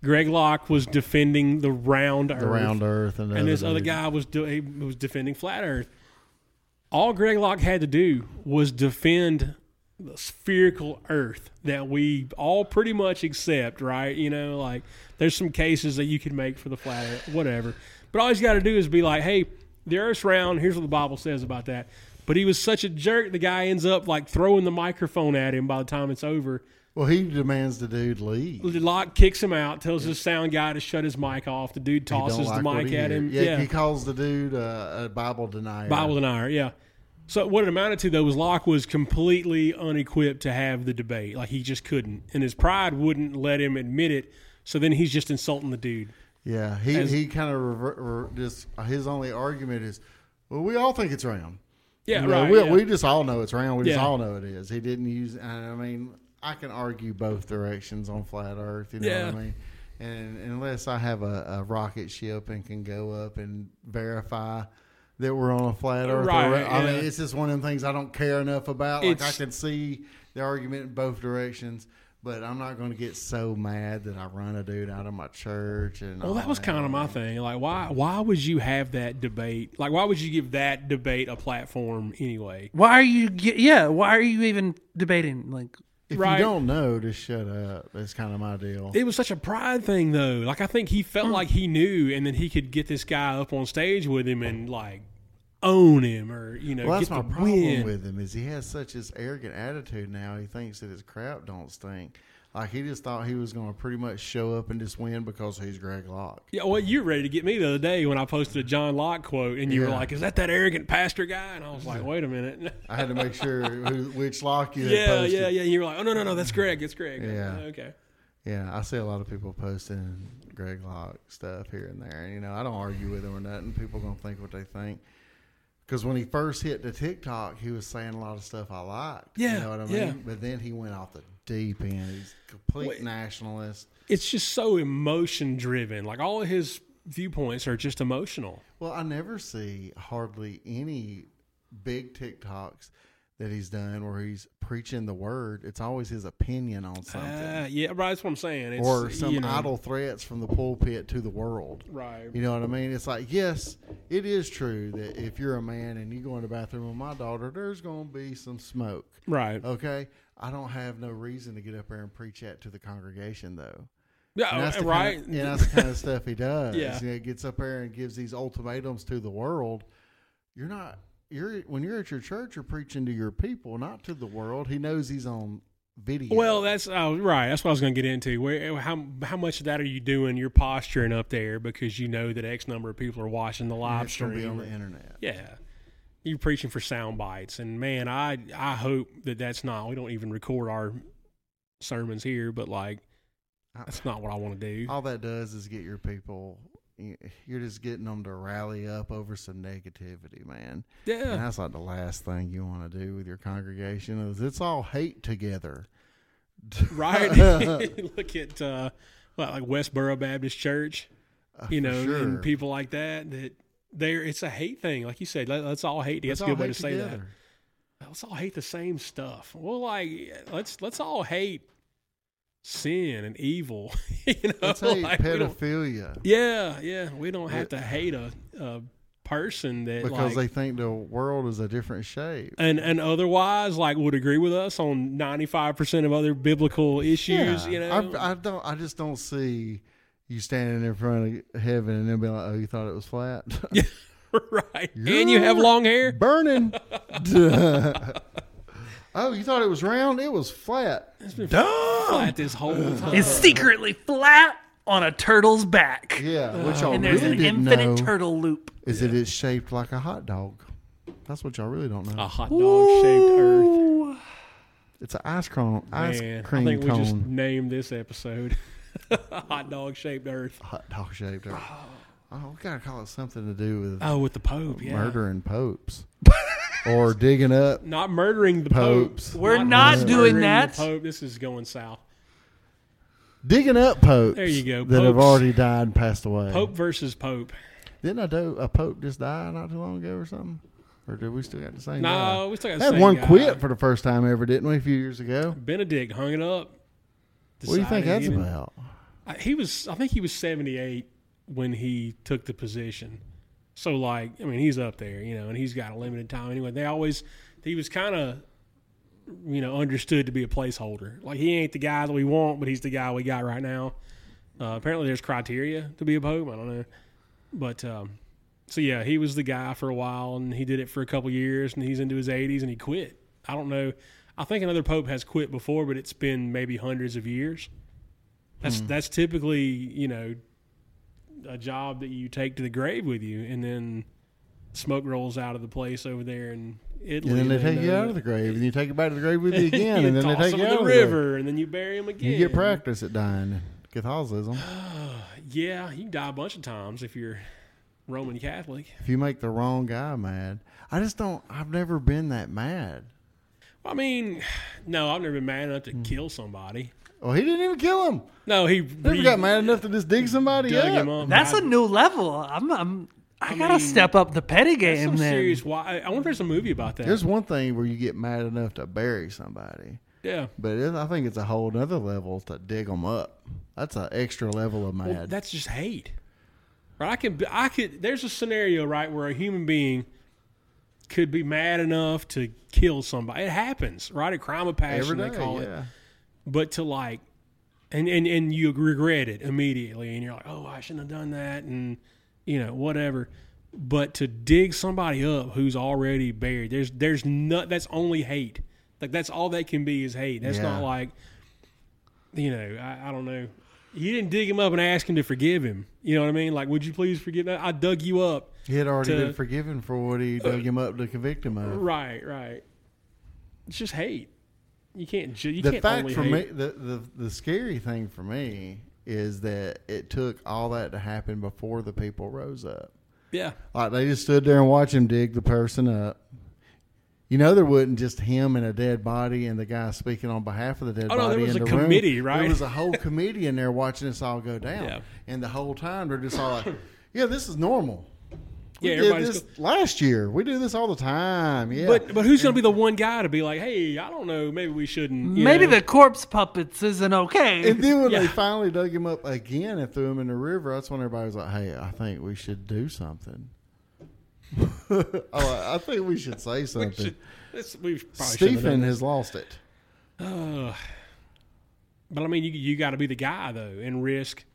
[SPEAKER 1] Greg Locke was defending the round Earth.
[SPEAKER 2] The round earth and,
[SPEAKER 1] and this other
[SPEAKER 2] dude.
[SPEAKER 1] guy was do, he was defending flat Earth. All Greg Locke had to do was defend the spherical Earth that we all pretty much accept, right? You know, like there's some cases that you can make for the flat Earth, whatever. But all he's got to do is be like, "Hey, the Earth's round. Here's what the Bible says about that." But he was such a jerk. The guy ends up like throwing the microphone at him by the time it's over.
[SPEAKER 2] Well, he demands the dude leave.
[SPEAKER 1] Locke kicks him out, tells his sound guy to shut his mic off. The dude
[SPEAKER 2] He don't
[SPEAKER 1] tosses
[SPEAKER 2] like
[SPEAKER 1] the
[SPEAKER 2] what
[SPEAKER 1] mic
[SPEAKER 2] he
[SPEAKER 1] at
[SPEAKER 2] hear.
[SPEAKER 1] him.
[SPEAKER 2] Yeah, he calls the dude uh, a Bible denier.
[SPEAKER 1] Bible denier, yeah. So what it amounted to though was Locke was completely unequipped to have the debate. Like he just couldn't, and his pride wouldn't let him admit it. So then he's just insulting the dude.
[SPEAKER 2] Yeah, he he kind of rever- re- just his only argument is, well, we all think it's round.
[SPEAKER 1] Yeah,
[SPEAKER 2] You know,
[SPEAKER 1] right.
[SPEAKER 2] We,
[SPEAKER 1] yeah.
[SPEAKER 2] we just all know it's round. We just
[SPEAKER 1] Yeah.
[SPEAKER 2] all know it is. He didn't use. and I mean, I can argue both directions on flat Earth. You know what
[SPEAKER 1] Yeah.
[SPEAKER 2] I mean? And unless I have a, a rocket ship and can go up and verify that we're on a flat Earth, or-
[SPEAKER 1] Right,
[SPEAKER 2] I
[SPEAKER 1] yeah.
[SPEAKER 2] mean, it's just one of them things I don't care enough about. Like I
[SPEAKER 1] It's-
[SPEAKER 2] can see the argument in both directions. But I'm not going to get so mad that I run a dude out of my church. And
[SPEAKER 1] Well,
[SPEAKER 2] all
[SPEAKER 1] that was kind of my thing. Like, why why would you have that debate? Like, why would you give that debate a platform anyway?
[SPEAKER 3] Why are you? ge- Yeah, why are you even debating? Like,
[SPEAKER 2] If
[SPEAKER 1] right.
[SPEAKER 2] you don't know, just shut up. That's kind of my deal.
[SPEAKER 1] It was such a pride thing, though. Like, I think he felt like he knew, and then he could get this guy up on stage with him and like own him, or you know,
[SPEAKER 2] well, that's
[SPEAKER 1] get
[SPEAKER 2] my
[SPEAKER 1] the
[SPEAKER 2] problem
[SPEAKER 1] win.
[SPEAKER 2] with him is he has such his arrogant attitude now. He thinks that his crap don't stink. Like he just thought he was going to pretty much show up and just win because he's Greg Locke.
[SPEAKER 1] Yeah, well, you were ready to get me the other day when I posted a John Locke quote, and you were
[SPEAKER 2] Yeah.
[SPEAKER 1] like, "Is that that arrogant pastor guy?" And I was like, "Wait a minute."
[SPEAKER 2] I had to make sure who, which Locke you had
[SPEAKER 1] yeah,
[SPEAKER 2] posted.
[SPEAKER 1] yeah, yeah. You were like, "Oh no, no, no, that's Greg. It's Greg."
[SPEAKER 2] Yeah.
[SPEAKER 1] Okay.
[SPEAKER 2] Yeah, I see a lot of people posting Greg Locke stuff here and there. And, you know, I don't argue with him or nothing. People going to think what they think. Because when he first hit the TikTok, he was saying a lot of stuff I liked.
[SPEAKER 1] Yeah,
[SPEAKER 2] You know what I mean?
[SPEAKER 1] yeah.
[SPEAKER 2] But then he went off the deep end. He's a complete
[SPEAKER 1] Wait.
[SPEAKER 2] nationalist.
[SPEAKER 1] It's just so emotion driven. Like all of his viewpoints are just emotional.
[SPEAKER 2] Well, I never see hardly any big TikToks that he's done where he's preaching the word. It's always his opinion on something.
[SPEAKER 1] Uh, yeah, right. That's what I'm saying. It's,
[SPEAKER 2] or some
[SPEAKER 1] you know,
[SPEAKER 2] idle threats from the pulpit to the world.
[SPEAKER 1] Right.
[SPEAKER 2] You know what I mean? It's like, yes, it is true that if you're a man and you go in the bathroom with my daughter, there's going to be some smoke.
[SPEAKER 1] Right.
[SPEAKER 2] Okay? I don't have no reason to get up there and preach that to the congregation, though. And
[SPEAKER 1] yeah.
[SPEAKER 2] that's the
[SPEAKER 1] Oh, Right.
[SPEAKER 2] Kind of, and that's the kind of stuff he does.
[SPEAKER 1] Yeah.
[SPEAKER 2] You know, gets up there and gives these ultimatums to the world. You're not. You're when you're at your church, you're preaching to your people, not to the world. He knows he's on video.
[SPEAKER 1] Well, that's uh, right. That's what I was going to get into. Where how how much of that are you doing? You're posturing up there because you know that X number of people are watching the live
[SPEAKER 2] it's
[SPEAKER 1] stream.
[SPEAKER 2] gonna be on the internet.
[SPEAKER 1] Yeah. You're preaching for sound bites. And man, I I hope that that's not, we don't even record our sermons here, but like, that's not what I want to do.
[SPEAKER 2] all that does is get your people you- you're just getting them to rally up over some negativity man and
[SPEAKER 1] Yeah.
[SPEAKER 2] that's like the last thing you want to do with your congregation is it's all hate together
[SPEAKER 1] Right. Look at, uh, well, like Westboro Baptist Church, you
[SPEAKER 2] Uh, for
[SPEAKER 1] know,
[SPEAKER 2] sure.
[SPEAKER 1] and people like that, that they're, it's a hate thing. Like you said, let, let's all hate.
[SPEAKER 2] It's
[SPEAKER 1] That's a
[SPEAKER 2] all
[SPEAKER 1] good way
[SPEAKER 2] hate
[SPEAKER 1] to say that.
[SPEAKER 2] together.
[SPEAKER 1] let's all hate the same stuff. Well, like let's let's all hate sin and evil. you know,
[SPEAKER 2] let's hate
[SPEAKER 1] like, we don't-
[SPEAKER 2] pedophilia
[SPEAKER 1] yeah, yeah. We don't have to hate a, a person that like,
[SPEAKER 2] because they think the world is a different shape
[SPEAKER 1] and and otherwise like would agree with us on ninety five percent of other biblical issues. You know,
[SPEAKER 2] I, I don't i just don't see you standing in front of heaven and then being like oh you thought it was flat
[SPEAKER 1] right? and you have long hair.
[SPEAKER 2] burning oh you thought it was round it was flat
[SPEAKER 1] Flat this whole time.
[SPEAKER 3] it's secretly flat on a turtle's back,
[SPEAKER 2] Yeah, which y'all
[SPEAKER 3] Uh, and
[SPEAKER 1] Oh,
[SPEAKER 3] there's
[SPEAKER 2] really
[SPEAKER 3] an
[SPEAKER 2] didn't
[SPEAKER 3] infinite
[SPEAKER 2] know
[SPEAKER 3] turtle loop.
[SPEAKER 2] is that it's shaped like a hot dog. That's what y'all really don't know.
[SPEAKER 1] A hot dog shaped earth.
[SPEAKER 2] It's an ice cream ice
[SPEAKER 1] Man, I
[SPEAKER 2] cream
[SPEAKER 1] think we
[SPEAKER 2] cone
[SPEAKER 1] just named this episode "Hot Dog Shaped Earth."
[SPEAKER 2] hot dog shaped. or- Oh, we gotta call it something to do with
[SPEAKER 1] Oh, with the Pope, yeah.
[SPEAKER 2] murdering popes or digging up
[SPEAKER 1] not murdering the Pope.
[SPEAKER 2] popes,
[SPEAKER 3] We're not, doing
[SPEAKER 1] Murdering
[SPEAKER 3] that.
[SPEAKER 1] The Pope. This is going south.
[SPEAKER 2] digging up popes.
[SPEAKER 1] There you go,
[SPEAKER 2] That have
[SPEAKER 1] popes.
[SPEAKER 2] already died and passed away.
[SPEAKER 1] Pope versus Pope.
[SPEAKER 2] Didn't a, do, a pope just die not too long ago or something? Or did we still got the same?
[SPEAKER 1] No,
[SPEAKER 2] guy?
[SPEAKER 1] we still uh, got the
[SPEAKER 2] They had
[SPEAKER 1] same
[SPEAKER 2] one
[SPEAKER 1] guy.
[SPEAKER 2] quit for the first time ever, didn't we? A few years ago.
[SPEAKER 1] Benedict hung it up.
[SPEAKER 2] What do you think
[SPEAKER 1] Decided
[SPEAKER 2] that's
[SPEAKER 1] he didn't-
[SPEAKER 2] about?
[SPEAKER 1] I- He was. I think he was seventy eight when he took the position. So like, I mean, he's up there, you know, and he's got a limited time anyway. They always. He was kind of. You know, understood to be a placeholder. Like he ain't the guy that we want, but he's the guy we got right now. Uh, apparently, there's criteria to be a pope. I don't know, but um, so yeah, he was the guy for a while, and he did it for a couple years, and he's into his 80s, and he quit. I don't know. I think another pope has quit before, but it's been maybe hundreds of years.
[SPEAKER 2] Hmm.
[SPEAKER 1] That's that's typically you know a job that you take to the grave with you, and then smoke rolls out of the place over there in Italy.
[SPEAKER 2] And then they take
[SPEAKER 1] know
[SPEAKER 2] you out of the
[SPEAKER 1] that-
[SPEAKER 2] grave, and you take it back to the grave with you again, and then they
[SPEAKER 1] toss
[SPEAKER 2] take
[SPEAKER 1] them
[SPEAKER 2] you
[SPEAKER 1] in
[SPEAKER 2] out
[SPEAKER 1] the
[SPEAKER 2] of
[SPEAKER 1] river, and then you bury him again.
[SPEAKER 2] You get practice at dying Catholicism.
[SPEAKER 1] Yeah, you can die a bunch of times if you're Roman Catholic.
[SPEAKER 2] If you make the wrong guy mad, I just don't. I've never been that mad.
[SPEAKER 1] I mean, no, I've never been mad enough to
[SPEAKER 2] Hmm.
[SPEAKER 1] kill somebody.
[SPEAKER 2] Well, he didn't even kill him.
[SPEAKER 1] No, he
[SPEAKER 2] Never
[SPEAKER 1] re-
[SPEAKER 2] got mad enough to just dig somebody
[SPEAKER 1] dug
[SPEAKER 2] up.
[SPEAKER 1] him up.
[SPEAKER 3] That's
[SPEAKER 1] I-
[SPEAKER 3] a new level. I'm, I'm I, gotta
[SPEAKER 1] mean,
[SPEAKER 3] step up the petty
[SPEAKER 1] that's
[SPEAKER 3] game
[SPEAKER 1] some
[SPEAKER 3] then.
[SPEAKER 1] serious. Why? I wonder if there's a movie about that.
[SPEAKER 2] There's one thing where you get mad enough to bury somebody,
[SPEAKER 1] Yeah.
[SPEAKER 2] But it, I think it's a whole nother level to dig them up. That's an extra level of mad.
[SPEAKER 1] Well, that's just hate. Right? I can I could there's a scenario right where a human being could be mad enough to kill somebody. It happens, right? A crime of passion
[SPEAKER 2] Every day,
[SPEAKER 1] they call
[SPEAKER 2] yeah.
[SPEAKER 1] it. But to like and, and and you regret it immediately and you're like, "Oh, I shouldn't have done that." And you know, whatever. But to dig somebody up who's already buried, there's there's not that's only hate. Like that's all that can be is hate. That's
[SPEAKER 2] Yeah.
[SPEAKER 1] not like you know, I, I don't know. You didn't dig him up and ask him to forgive him. You know what I mean? Like, would you please forgive that? I dug you up.
[SPEAKER 2] He had already
[SPEAKER 1] to- Uh,
[SPEAKER 2] been forgiven for what he dug him up to convict him of.
[SPEAKER 1] Right, right. It's just hate. You can't. Ju- you
[SPEAKER 2] the
[SPEAKER 1] can't
[SPEAKER 2] fact
[SPEAKER 1] only
[SPEAKER 2] for
[SPEAKER 1] hate.
[SPEAKER 2] me, the, the the scary thing for me is that it took all that to happen before the people rose up.
[SPEAKER 1] Yeah,
[SPEAKER 2] Like they just stood there and watched him dig the person up. You know there wasn't just him and a dead body and the guy speaking on behalf of the dead
[SPEAKER 1] Oh, no, there
[SPEAKER 2] body
[SPEAKER 1] was
[SPEAKER 2] in
[SPEAKER 1] a
[SPEAKER 2] the room.
[SPEAKER 1] committee, right?
[SPEAKER 2] There was a whole committee in there watching this all go down.
[SPEAKER 1] Yeah.
[SPEAKER 2] And the whole time they're just all like, "Yeah, this is normal. We
[SPEAKER 1] yeah.
[SPEAKER 2] did
[SPEAKER 1] Everybody's.
[SPEAKER 2] this
[SPEAKER 1] go-
[SPEAKER 2] last year. We do this all the time. Yeah,
[SPEAKER 1] but but who's gonna be the one guy to be like, hey, I don't know, maybe we shouldn't. you
[SPEAKER 3] Maybe
[SPEAKER 1] know?
[SPEAKER 3] the corpse puppets isn't okay.
[SPEAKER 2] And then when they
[SPEAKER 1] Yeah.
[SPEAKER 2] finally dug him up again and threw him in the river, that's when everybody was like, "Hey, I think we should do something." oh, I I think we should say something.
[SPEAKER 1] should- That's, we probably shouldn't have done
[SPEAKER 2] Stephen
[SPEAKER 1] that.
[SPEAKER 2] has lost it.
[SPEAKER 1] But I mean, you you got to be the guy though, and risk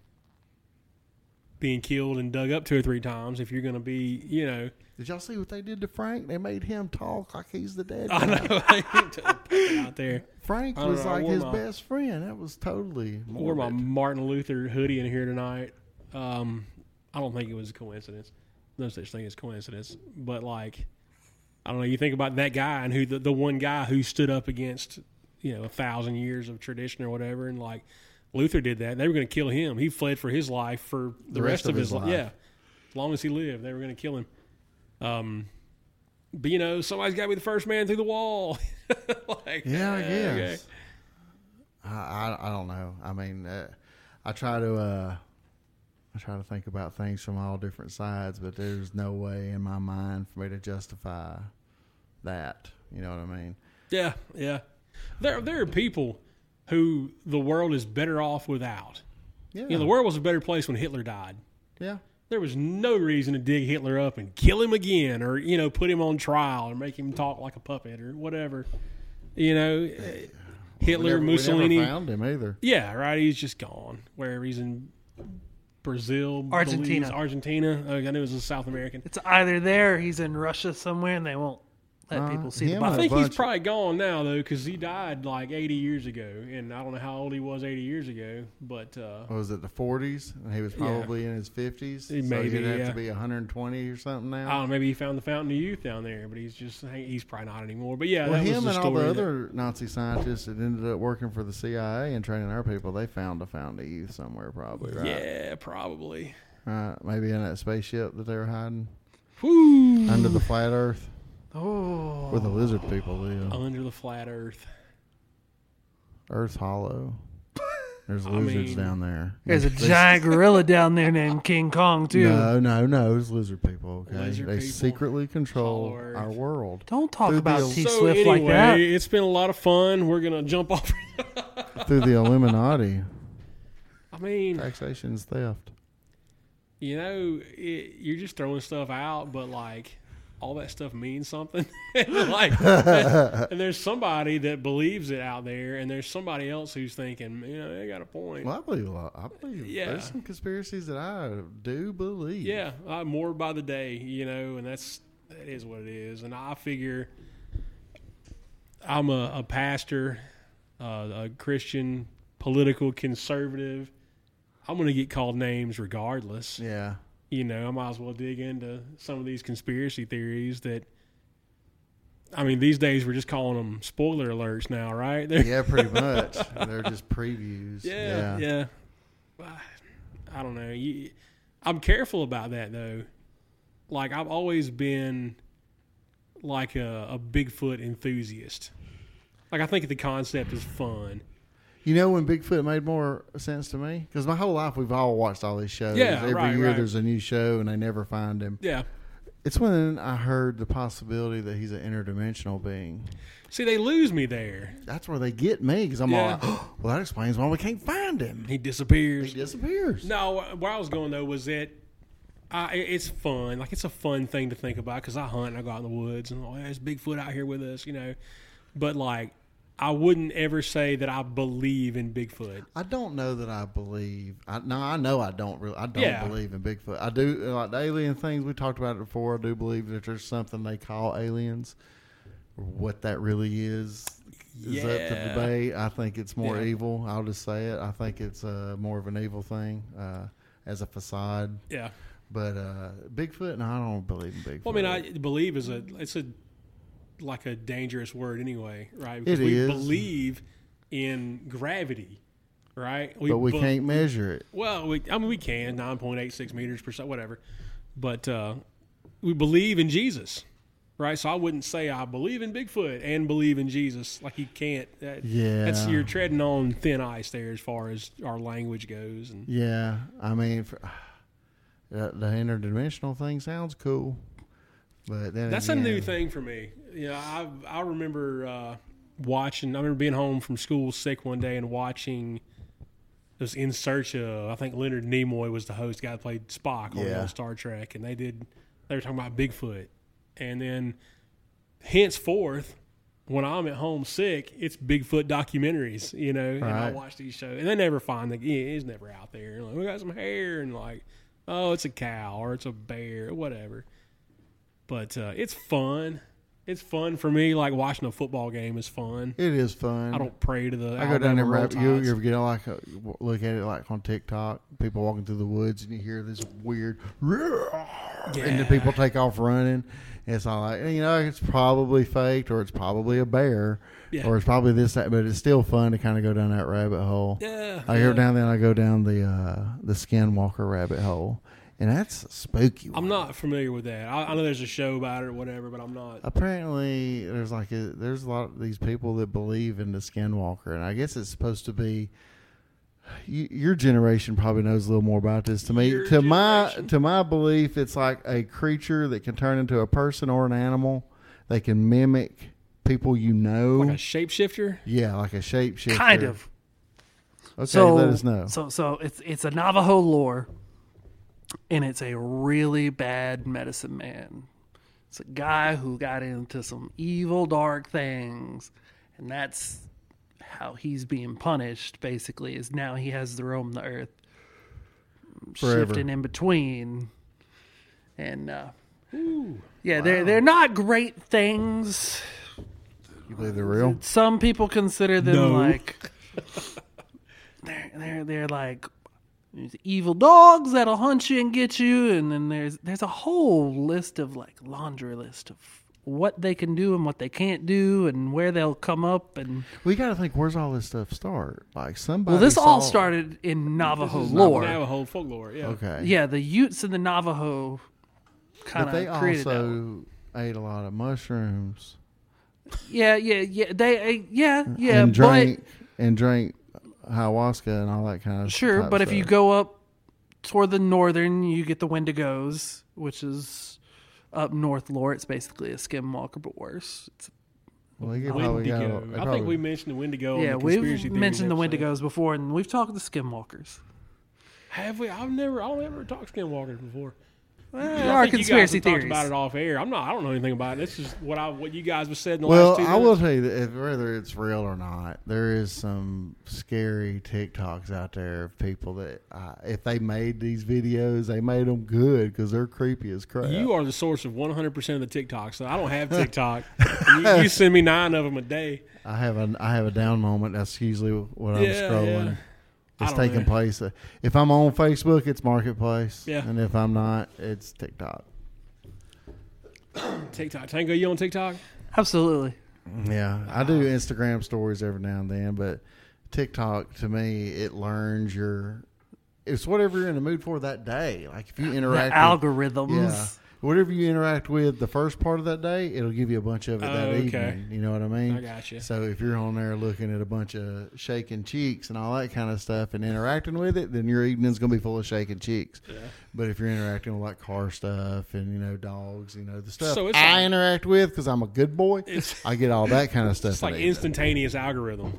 [SPEAKER 1] being killed and dug up two or three times if you're gonna be, you know.
[SPEAKER 2] Did y'all see what they did to Frank? They made him talk like he's the dead.
[SPEAKER 1] I
[SPEAKER 2] guy.
[SPEAKER 1] know out there.
[SPEAKER 2] Frank
[SPEAKER 1] I don't
[SPEAKER 2] was
[SPEAKER 1] know, I
[SPEAKER 2] like
[SPEAKER 1] wore
[SPEAKER 2] his
[SPEAKER 1] my-
[SPEAKER 2] best friend. That was totally
[SPEAKER 1] wore my
[SPEAKER 2] morbid.
[SPEAKER 1] Martin Luther hoodie in here tonight. Um, I don't think it was a coincidence. No such thing as coincidence. But like, I don't know. You think about that guy and who the, the one guy who stood up against you know a thousand years of tradition or whatever, and like Luther did that. They were going to kill him. He fled for his life for the, rest, of, his life. Yeah, as long as he lived, they were going to kill him. Um. But you know, somebody's got to be the first man through the wall. like,
[SPEAKER 2] Yeah, I
[SPEAKER 1] uh,
[SPEAKER 2] guess.
[SPEAKER 1] okay.
[SPEAKER 2] I, I I don't know. I mean, uh, I try to uh, I try to think about things from all different sides, but there's no way in my mind for me to justify that. You know what I mean?
[SPEAKER 1] Yeah, yeah. There, there are people who the world is better off without.
[SPEAKER 2] Yeah.
[SPEAKER 1] You know, the world was a better place when Hitler died.
[SPEAKER 2] yeah.
[SPEAKER 1] There was no reason to dig Hitler up and kill him again, or you know, put him on trial or make him talk like a puppet or whatever. You know, eh,
[SPEAKER 2] We
[SPEAKER 1] Hitler,
[SPEAKER 2] never- we never
[SPEAKER 1] Mussolini.
[SPEAKER 2] found him either.
[SPEAKER 1] Yeah, right. He's just gone. Wherever he's in Brazil,
[SPEAKER 3] Argentina.
[SPEAKER 1] Belize, Argentina. Oh, I knew it was a South American.
[SPEAKER 3] it's either there, or he's in Russia somewhere, and they won't let people see the
[SPEAKER 2] Uh, him
[SPEAKER 1] I
[SPEAKER 3] body.
[SPEAKER 2] or-
[SPEAKER 1] think he's
[SPEAKER 2] bunch.
[SPEAKER 1] probably gone now though, because he died like 80 years ago, and I don't know how old he was 80 years ago, but uh,
[SPEAKER 2] What was it the 40s? And he was probably in his 50s.
[SPEAKER 1] He
[SPEAKER 2] so
[SPEAKER 1] may be,
[SPEAKER 2] he'd have
[SPEAKER 1] yeah.
[SPEAKER 2] to be 120 or something now.
[SPEAKER 1] I don't know, maybe he found the fountain of youth down there, but he's just he's probably not anymore. But yeah,
[SPEAKER 2] Well,
[SPEAKER 1] that was
[SPEAKER 2] him
[SPEAKER 1] the
[SPEAKER 2] and all
[SPEAKER 1] story.
[SPEAKER 2] the
[SPEAKER 1] that-
[SPEAKER 2] other Nazi scientists that ended up working for the CIA and training our people, they found a found a youth somewhere, probably, right?
[SPEAKER 1] Yeah, probably.
[SPEAKER 2] Right. Maybe in that spaceship that they were hiding
[SPEAKER 1] Woo!
[SPEAKER 2] under the flat Earth,
[SPEAKER 3] Oh,
[SPEAKER 2] where the lizard people live.
[SPEAKER 1] Under the flat Earth.
[SPEAKER 2] Earth's hollow. There's lizards
[SPEAKER 1] mean-
[SPEAKER 2] down there.
[SPEAKER 3] there's a
[SPEAKER 2] They-
[SPEAKER 3] giant gorilla down there named King Kong too.
[SPEAKER 2] No, no, no. It's lizard people. Okay,
[SPEAKER 1] Lizard
[SPEAKER 2] they
[SPEAKER 1] people.
[SPEAKER 2] secretly control
[SPEAKER 1] Hollow Earth.
[SPEAKER 2] our world
[SPEAKER 3] Don't talk
[SPEAKER 2] Through
[SPEAKER 3] about
[SPEAKER 2] the-
[SPEAKER 3] T
[SPEAKER 1] so
[SPEAKER 3] Swift
[SPEAKER 1] anyway,
[SPEAKER 3] like that.
[SPEAKER 1] it's been a lot of fun. We're gonna jump off.
[SPEAKER 2] through the Illuminati.
[SPEAKER 1] I mean,
[SPEAKER 2] Taxation is theft.
[SPEAKER 1] you know, it, you're just throwing stuff out, but like all that stuff means something. And, like, and there's somebody that believes it out there, and there's somebody else who's thinking, you know, they got a point.
[SPEAKER 2] Well, I believe a lot. I believe
[SPEAKER 1] Yeah.
[SPEAKER 2] there's some conspiracies that I do believe.
[SPEAKER 1] Yeah, uh, more by the day, you know, and that's that is what it is. And I figure I'm a, a pastor, uh, a Christian, political conservative. I'm going to get called names regardless.
[SPEAKER 2] Yeah.
[SPEAKER 1] You know, I might as well dig into some of these conspiracy theories that. I mean, these days we're just calling them spoiler alerts now, right? They're-
[SPEAKER 2] Yeah, pretty much. They're just previews.
[SPEAKER 1] yeah, yeah. I- I don't know. You, I'm careful about that though. Like I've always been like a, a Bigfoot enthusiast. Like I think the concept is fun.
[SPEAKER 2] You know when Bigfoot made more sense to me? Because my whole life we've all watched all these shows.
[SPEAKER 1] Yeah,
[SPEAKER 2] Every
[SPEAKER 1] right,
[SPEAKER 2] year
[SPEAKER 1] right.
[SPEAKER 2] there's a new show and they never find him.
[SPEAKER 1] Yeah,
[SPEAKER 2] It's when I heard the possibility that he's an interdimensional being.
[SPEAKER 1] See, they lose me there.
[SPEAKER 2] That's where they get me because I'm all
[SPEAKER 1] Yeah.
[SPEAKER 2] like, "Oh, well, that explains why we can't find him.
[SPEAKER 1] He disappears.
[SPEAKER 2] He disappears.
[SPEAKER 1] No, where I was going though was that I, it- it's fun. Like it's a fun thing to think about because I hunt and I go out in the woods and oh, there's Bigfoot out here with us, you know. But like, I wouldn't ever say that I believe in Bigfoot.
[SPEAKER 2] I don't know that I believe. I no, I know I don't really. I don't
[SPEAKER 1] Yeah.
[SPEAKER 2] believe in Bigfoot. I do like the alien things we talked about it before. I do believe that there's something they call aliens. What that really is is up to
[SPEAKER 1] Yeah.
[SPEAKER 2] debate. I think it's more
[SPEAKER 1] Yeah.
[SPEAKER 2] evil. I'll just say it. I think it's uh, more of an evil thing uh, as a facade.
[SPEAKER 1] Yeah.
[SPEAKER 2] But uh, Bigfoot, no, I don't believe in Bigfoot.
[SPEAKER 1] Well, I mean, I believe is a it's a like a dangerous word anyway, right? Because
[SPEAKER 2] It
[SPEAKER 1] we
[SPEAKER 2] is.
[SPEAKER 1] believe in gravity, right?
[SPEAKER 2] but we
[SPEAKER 1] be-
[SPEAKER 2] can't measure it.
[SPEAKER 1] Well, we, I mean, we can nine point eight six meters per second, whatever. But uh, we believe in Jesus, right? So I wouldn't say I believe in Bigfoot and believe in Jesus. Like you can't. That, that's
[SPEAKER 2] Yeah.
[SPEAKER 1] you're treading on thin ice there as far as our language goes. And
[SPEAKER 2] Yeah, I mean, for, the, the interdimensional thing sounds cool, but then
[SPEAKER 1] that's a new
[SPEAKER 2] again-
[SPEAKER 1] thing for me. You know, I I remember uh, watching. I remember being home from school sick one day and watching. It was in search of. I think Leonard Nimoy was the host. The guy that played Spock on
[SPEAKER 2] Yeah.
[SPEAKER 1] old Star Trek, and they did. They were talking about Bigfoot, and then henceforth, when I'm at home sick, it's Bigfoot documentaries. You know, and I
[SPEAKER 2] Right.
[SPEAKER 1] watch these shows, and they never find the. Yeah, it's never out there. Like, we got some hair, and like, oh, it's a cow or it's a bear, whatever but uh, it's fun. It's fun for me. Like watching a football game is fun.
[SPEAKER 2] It is fun.
[SPEAKER 1] I don't pray to the.
[SPEAKER 2] I go
[SPEAKER 1] Alabama
[SPEAKER 2] down there.
[SPEAKER 1] Roll
[SPEAKER 2] Rabbit, you,
[SPEAKER 1] Tides.
[SPEAKER 2] you ever get like a, look at it like on TikTok? People walking through the woods and you hear this weird, and the people take off running. And it's all like you know, it's probably faked or it's probably a bear
[SPEAKER 1] Yeah.
[SPEAKER 2] or it's probably this that. But it's still fun to kind of go down that rabbit hole.
[SPEAKER 1] Yeah,
[SPEAKER 2] I
[SPEAKER 1] yeah.
[SPEAKER 2] go down there. and I go down the uh, the skinwalker rabbit hole, and that's a spooky. One.
[SPEAKER 1] I'm not familiar with that. I, I know there's a show about it or whatever, but I'm
[SPEAKER 2] Uh,
[SPEAKER 1] not.
[SPEAKER 2] apparently there's like a, there's a lot of these people that believe in the skinwalker and i guess it's supposed to be you, your generation probably knows a little more about this to me
[SPEAKER 1] Your
[SPEAKER 2] to my
[SPEAKER 1] generation.
[SPEAKER 2] to my belief it's like a creature that can turn into a person or an animal they can mimic people you know
[SPEAKER 1] Like a shapeshifter?
[SPEAKER 2] yeah like a shapeshifter
[SPEAKER 3] Kind of.
[SPEAKER 2] okay
[SPEAKER 3] so
[SPEAKER 2] let us know
[SPEAKER 3] So so it's it's a Navajo lore, and it's a really bad medicine man. It's a guy who got into some evil dark things, and that's how he's being punished. Basically, is now he has to roam the earth,
[SPEAKER 2] Forever.
[SPEAKER 3] shifting in between, and uh, yeah, they're they're not great things
[SPEAKER 2] you believe they're real
[SPEAKER 3] some people consider them
[SPEAKER 1] No.
[SPEAKER 3] like they're they're they're like there's evil dogs that'll hunt you and get you, and then there's there's a whole list of like laundry list of what they can do and what they can't do and where they'll come up and
[SPEAKER 2] we got to think where's all this stuff start like somebody
[SPEAKER 3] well this all
[SPEAKER 2] saw-
[SPEAKER 3] started in Navajo lore.
[SPEAKER 1] Navajo folklore. Yeah.
[SPEAKER 2] okay
[SPEAKER 3] Yeah, the Utes and the Navajo kind
[SPEAKER 2] but they
[SPEAKER 3] of created that. one.
[SPEAKER 2] also ate a lot of mushrooms
[SPEAKER 3] Yeah, yeah, yeah. They uh, yeah, yeah,
[SPEAKER 2] and
[SPEAKER 3] but
[SPEAKER 2] drank and drank ayahuasca and all that kind of
[SPEAKER 3] Sure,
[SPEAKER 2] type
[SPEAKER 3] but if you
[SPEAKER 2] stuff.
[SPEAKER 3] go up toward the northern, you get the Wendigos, which is up north lore. It's basically a skinwalker, but worse. It's,
[SPEAKER 2] well, you probably got-
[SPEAKER 1] Wendigo.
[SPEAKER 2] they
[SPEAKER 1] I
[SPEAKER 2] probably-
[SPEAKER 1] think we mentioned the Wendigo. on
[SPEAKER 3] yeah,
[SPEAKER 1] the conspiracy
[SPEAKER 3] we've
[SPEAKER 1] theories
[SPEAKER 3] mentioned the
[SPEAKER 1] episode.
[SPEAKER 3] Wendigos before, and we've talked to skinwalkers.
[SPEAKER 1] Have we? I've never. I don't ever talk skinwalkers before.
[SPEAKER 3] There
[SPEAKER 1] I
[SPEAKER 3] are
[SPEAKER 1] think you guys
[SPEAKER 3] conspiracy
[SPEAKER 1] have talked
[SPEAKER 3] theories.
[SPEAKER 1] about it off air. I'm not. I don't know anything about it. This is what I what you guys have said in the
[SPEAKER 2] well,
[SPEAKER 1] last two.
[SPEAKER 2] I will
[SPEAKER 1] minutes.
[SPEAKER 2] tell you that if, whether it's real or not, there is some scary TikToks out there of people that uh, if they made these videos, they made them good because they're creepy as crap.
[SPEAKER 1] You are the source of 100% of the TikToks. So I don't have TikTok. you, you send me nine of them a day.
[SPEAKER 2] I have a I have a down moment. That's usually what I'm
[SPEAKER 1] Yeah,
[SPEAKER 2] scrolling.
[SPEAKER 1] yeah. I
[SPEAKER 2] It's
[SPEAKER 1] don't
[SPEAKER 2] taking
[SPEAKER 1] know.
[SPEAKER 2] place. Uh, If I'm on Facebook, it's Marketplace.
[SPEAKER 1] Yeah.
[SPEAKER 2] And if I'm not, it's TikTok.
[SPEAKER 1] TikTok. Tango, you on TikTok?
[SPEAKER 3] Absolutely.
[SPEAKER 2] Yeah, I do Instagram stories every now and then, but TikTok to me it learns your it's whatever you're in the mood for that day. Like if you interact with-
[SPEAKER 3] Algorithms.
[SPEAKER 2] yeah, whatever you interact with the first part of that day, it'll give you a bunch of it that
[SPEAKER 1] Oh, okay.
[SPEAKER 2] evening. You know what I mean?
[SPEAKER 1] I gotcha.
[SPEAKER 2] So if you're on there looking at a bunch of shaking cheeks and all that kind of stuff and interacting with it, then your evening's gonna be full of shaking cheeks. But if you're interacting with like car stuff and you know dogs, you know the stuff
[SPEAKER 1] So it's
[SPEAKER 2] I
[SPEAKER 1] like-
[SPEAKER 2] interact with because I'm a good boy, I get all that kind of stuff.
[SPEAKER 1] It's like
[SPEAKER 2] at evening.
[SPEAKER 1] instantaneous algorithm.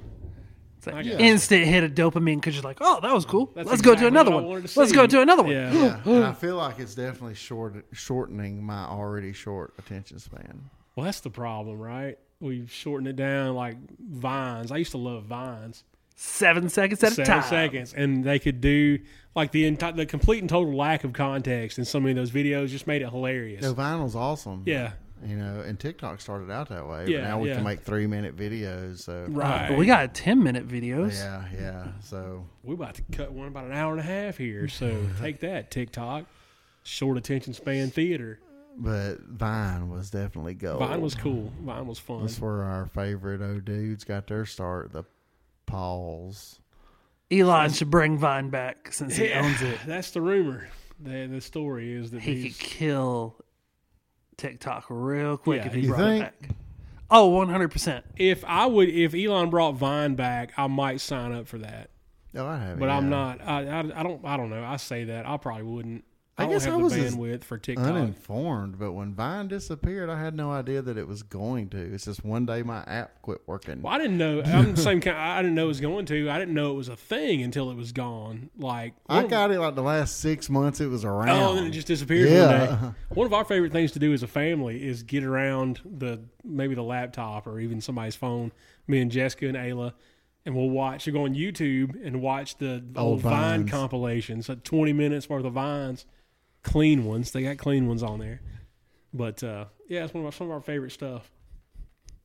[SPEAKER 3] It's like instant hit of dopamine because you're like, oh, that was cool.
[SPEAKER 1] That's
[SPEAKER 3] Let's go
[SPEAKER 1] exactly
[SPEAKER 3] to another
[SPEAKER 1] what I
[SPEAKER 3] one.
[SPEAKER 1] wanted to
[SPEAKER 3] Let's
[SPEAKER 1] see.
[SPEAKER 3] go to another one.
[SPEAKER 1] Yeah.
[SPEAKER 2] Yeah, and I feel like it's definitely short, shortening my already short attention span.
[SPEAKER 1] Well, that's the problem, right? We've shortened it down like vines. I used to love vines.
[SPEAKER 3] Seven seconds at a
[SPEAKER 1] seven
[SPEAKER 3] time.
[SPEAKER 1] seconds, and they could do like the enti- the complete and total lack of context in so many of those videos just made it hilarious.
[SPEAKER 2] No, vinyl's awesome.
[SPEAKER 1] Yeah.
[SPEAKER 2] you know, and TikTok started out that way.
[SPEAKER 1] Yeah,
[SPEAKER 2] but now we
[SPEAKER 1] yeah.
[SPEAKER 2] can make three minute videos. So
[SPEAKER 1] Right,
[SPEAKER 3] But we got 10 minute videos.
[SPEAKER 2] yeah, yeah. So
[SPEAKER 1] we're about to cut one about an hour and a half here, so take that TikTok. Short attention span theater.
[SPEAKER 2] but Vine was definitely gold.
[SPEAKER 1] Vine was cool. Vine was fun.
[SPEAKER 2] That's where our favorite old dudes got their start. The Pauls.
[SPEAKER 3] Elon should bring Vine back since he owns it.
[SPEAKER 1] That's the rumor. The, the story is that
[SPEAKER 3] He
[SPEAKER 1] these,
[SPEAKER 3] could kill TikTok real quick
[SPEAKER 1] Yeah,
[SPEAKER 3] if he
[SPEAKER 1] you
[SPEAKER 3] brought
[SPEAKER 2] think?
[SPEAKER 3] it back. Oh, 100%.
[SPEAKER 1] if I would, if Elon brought Vine back, I might sign up for that.
[SPEAKER 2] Oh, I have.
[SPEAKER 1] But I'm
[SPEAKER 2] yeah.
[SPEAKER 1] not. I, I, I don't. I don't know. I say that. I probably wouldn't. I,
[SPEAKER 2] I
[SPEAKER 1] don't
[SPEAKER 2] guess
[SPEAKER 1] have
[SPEAKER 2] I was
[SPEAKER 1] the
[SPEAKER 2] as
[SPEAKER 1] bandwidth for TikTok.
[SPEAKER 2] uninformed. But when Vine disappeared, I had no idea that it was going to. It's just one day my app quit working.
[SPEAKER 1] Well, I didn't know. I'm the same kind. I didn't know it was going to. I didn't know it was a thing until it was gone. Like
[SPEAKER 2] I
[SPEAKER 1] one-
[SPEAKER 2] got it like the last six months. It was around.
[SPEAKER 1] Oh, and then it just disappeared one day.
[SPEAKER 2] Yeah.
[SPEAKER 1] One of our favorite things to do as a family is get around the maybe the laptop or even somebody's phone. Me and Jessica and Ayla, and we'll watch. You go on YouTube and watch the old, Vine
[SPEAKER 2] Oh, Vines.
[SPEAKER 1] compilations. Like 20 minutes worth of Vines, clean ones. They got clean ones on there. But uh, yeah, it's one of our, some of our favorite stuff.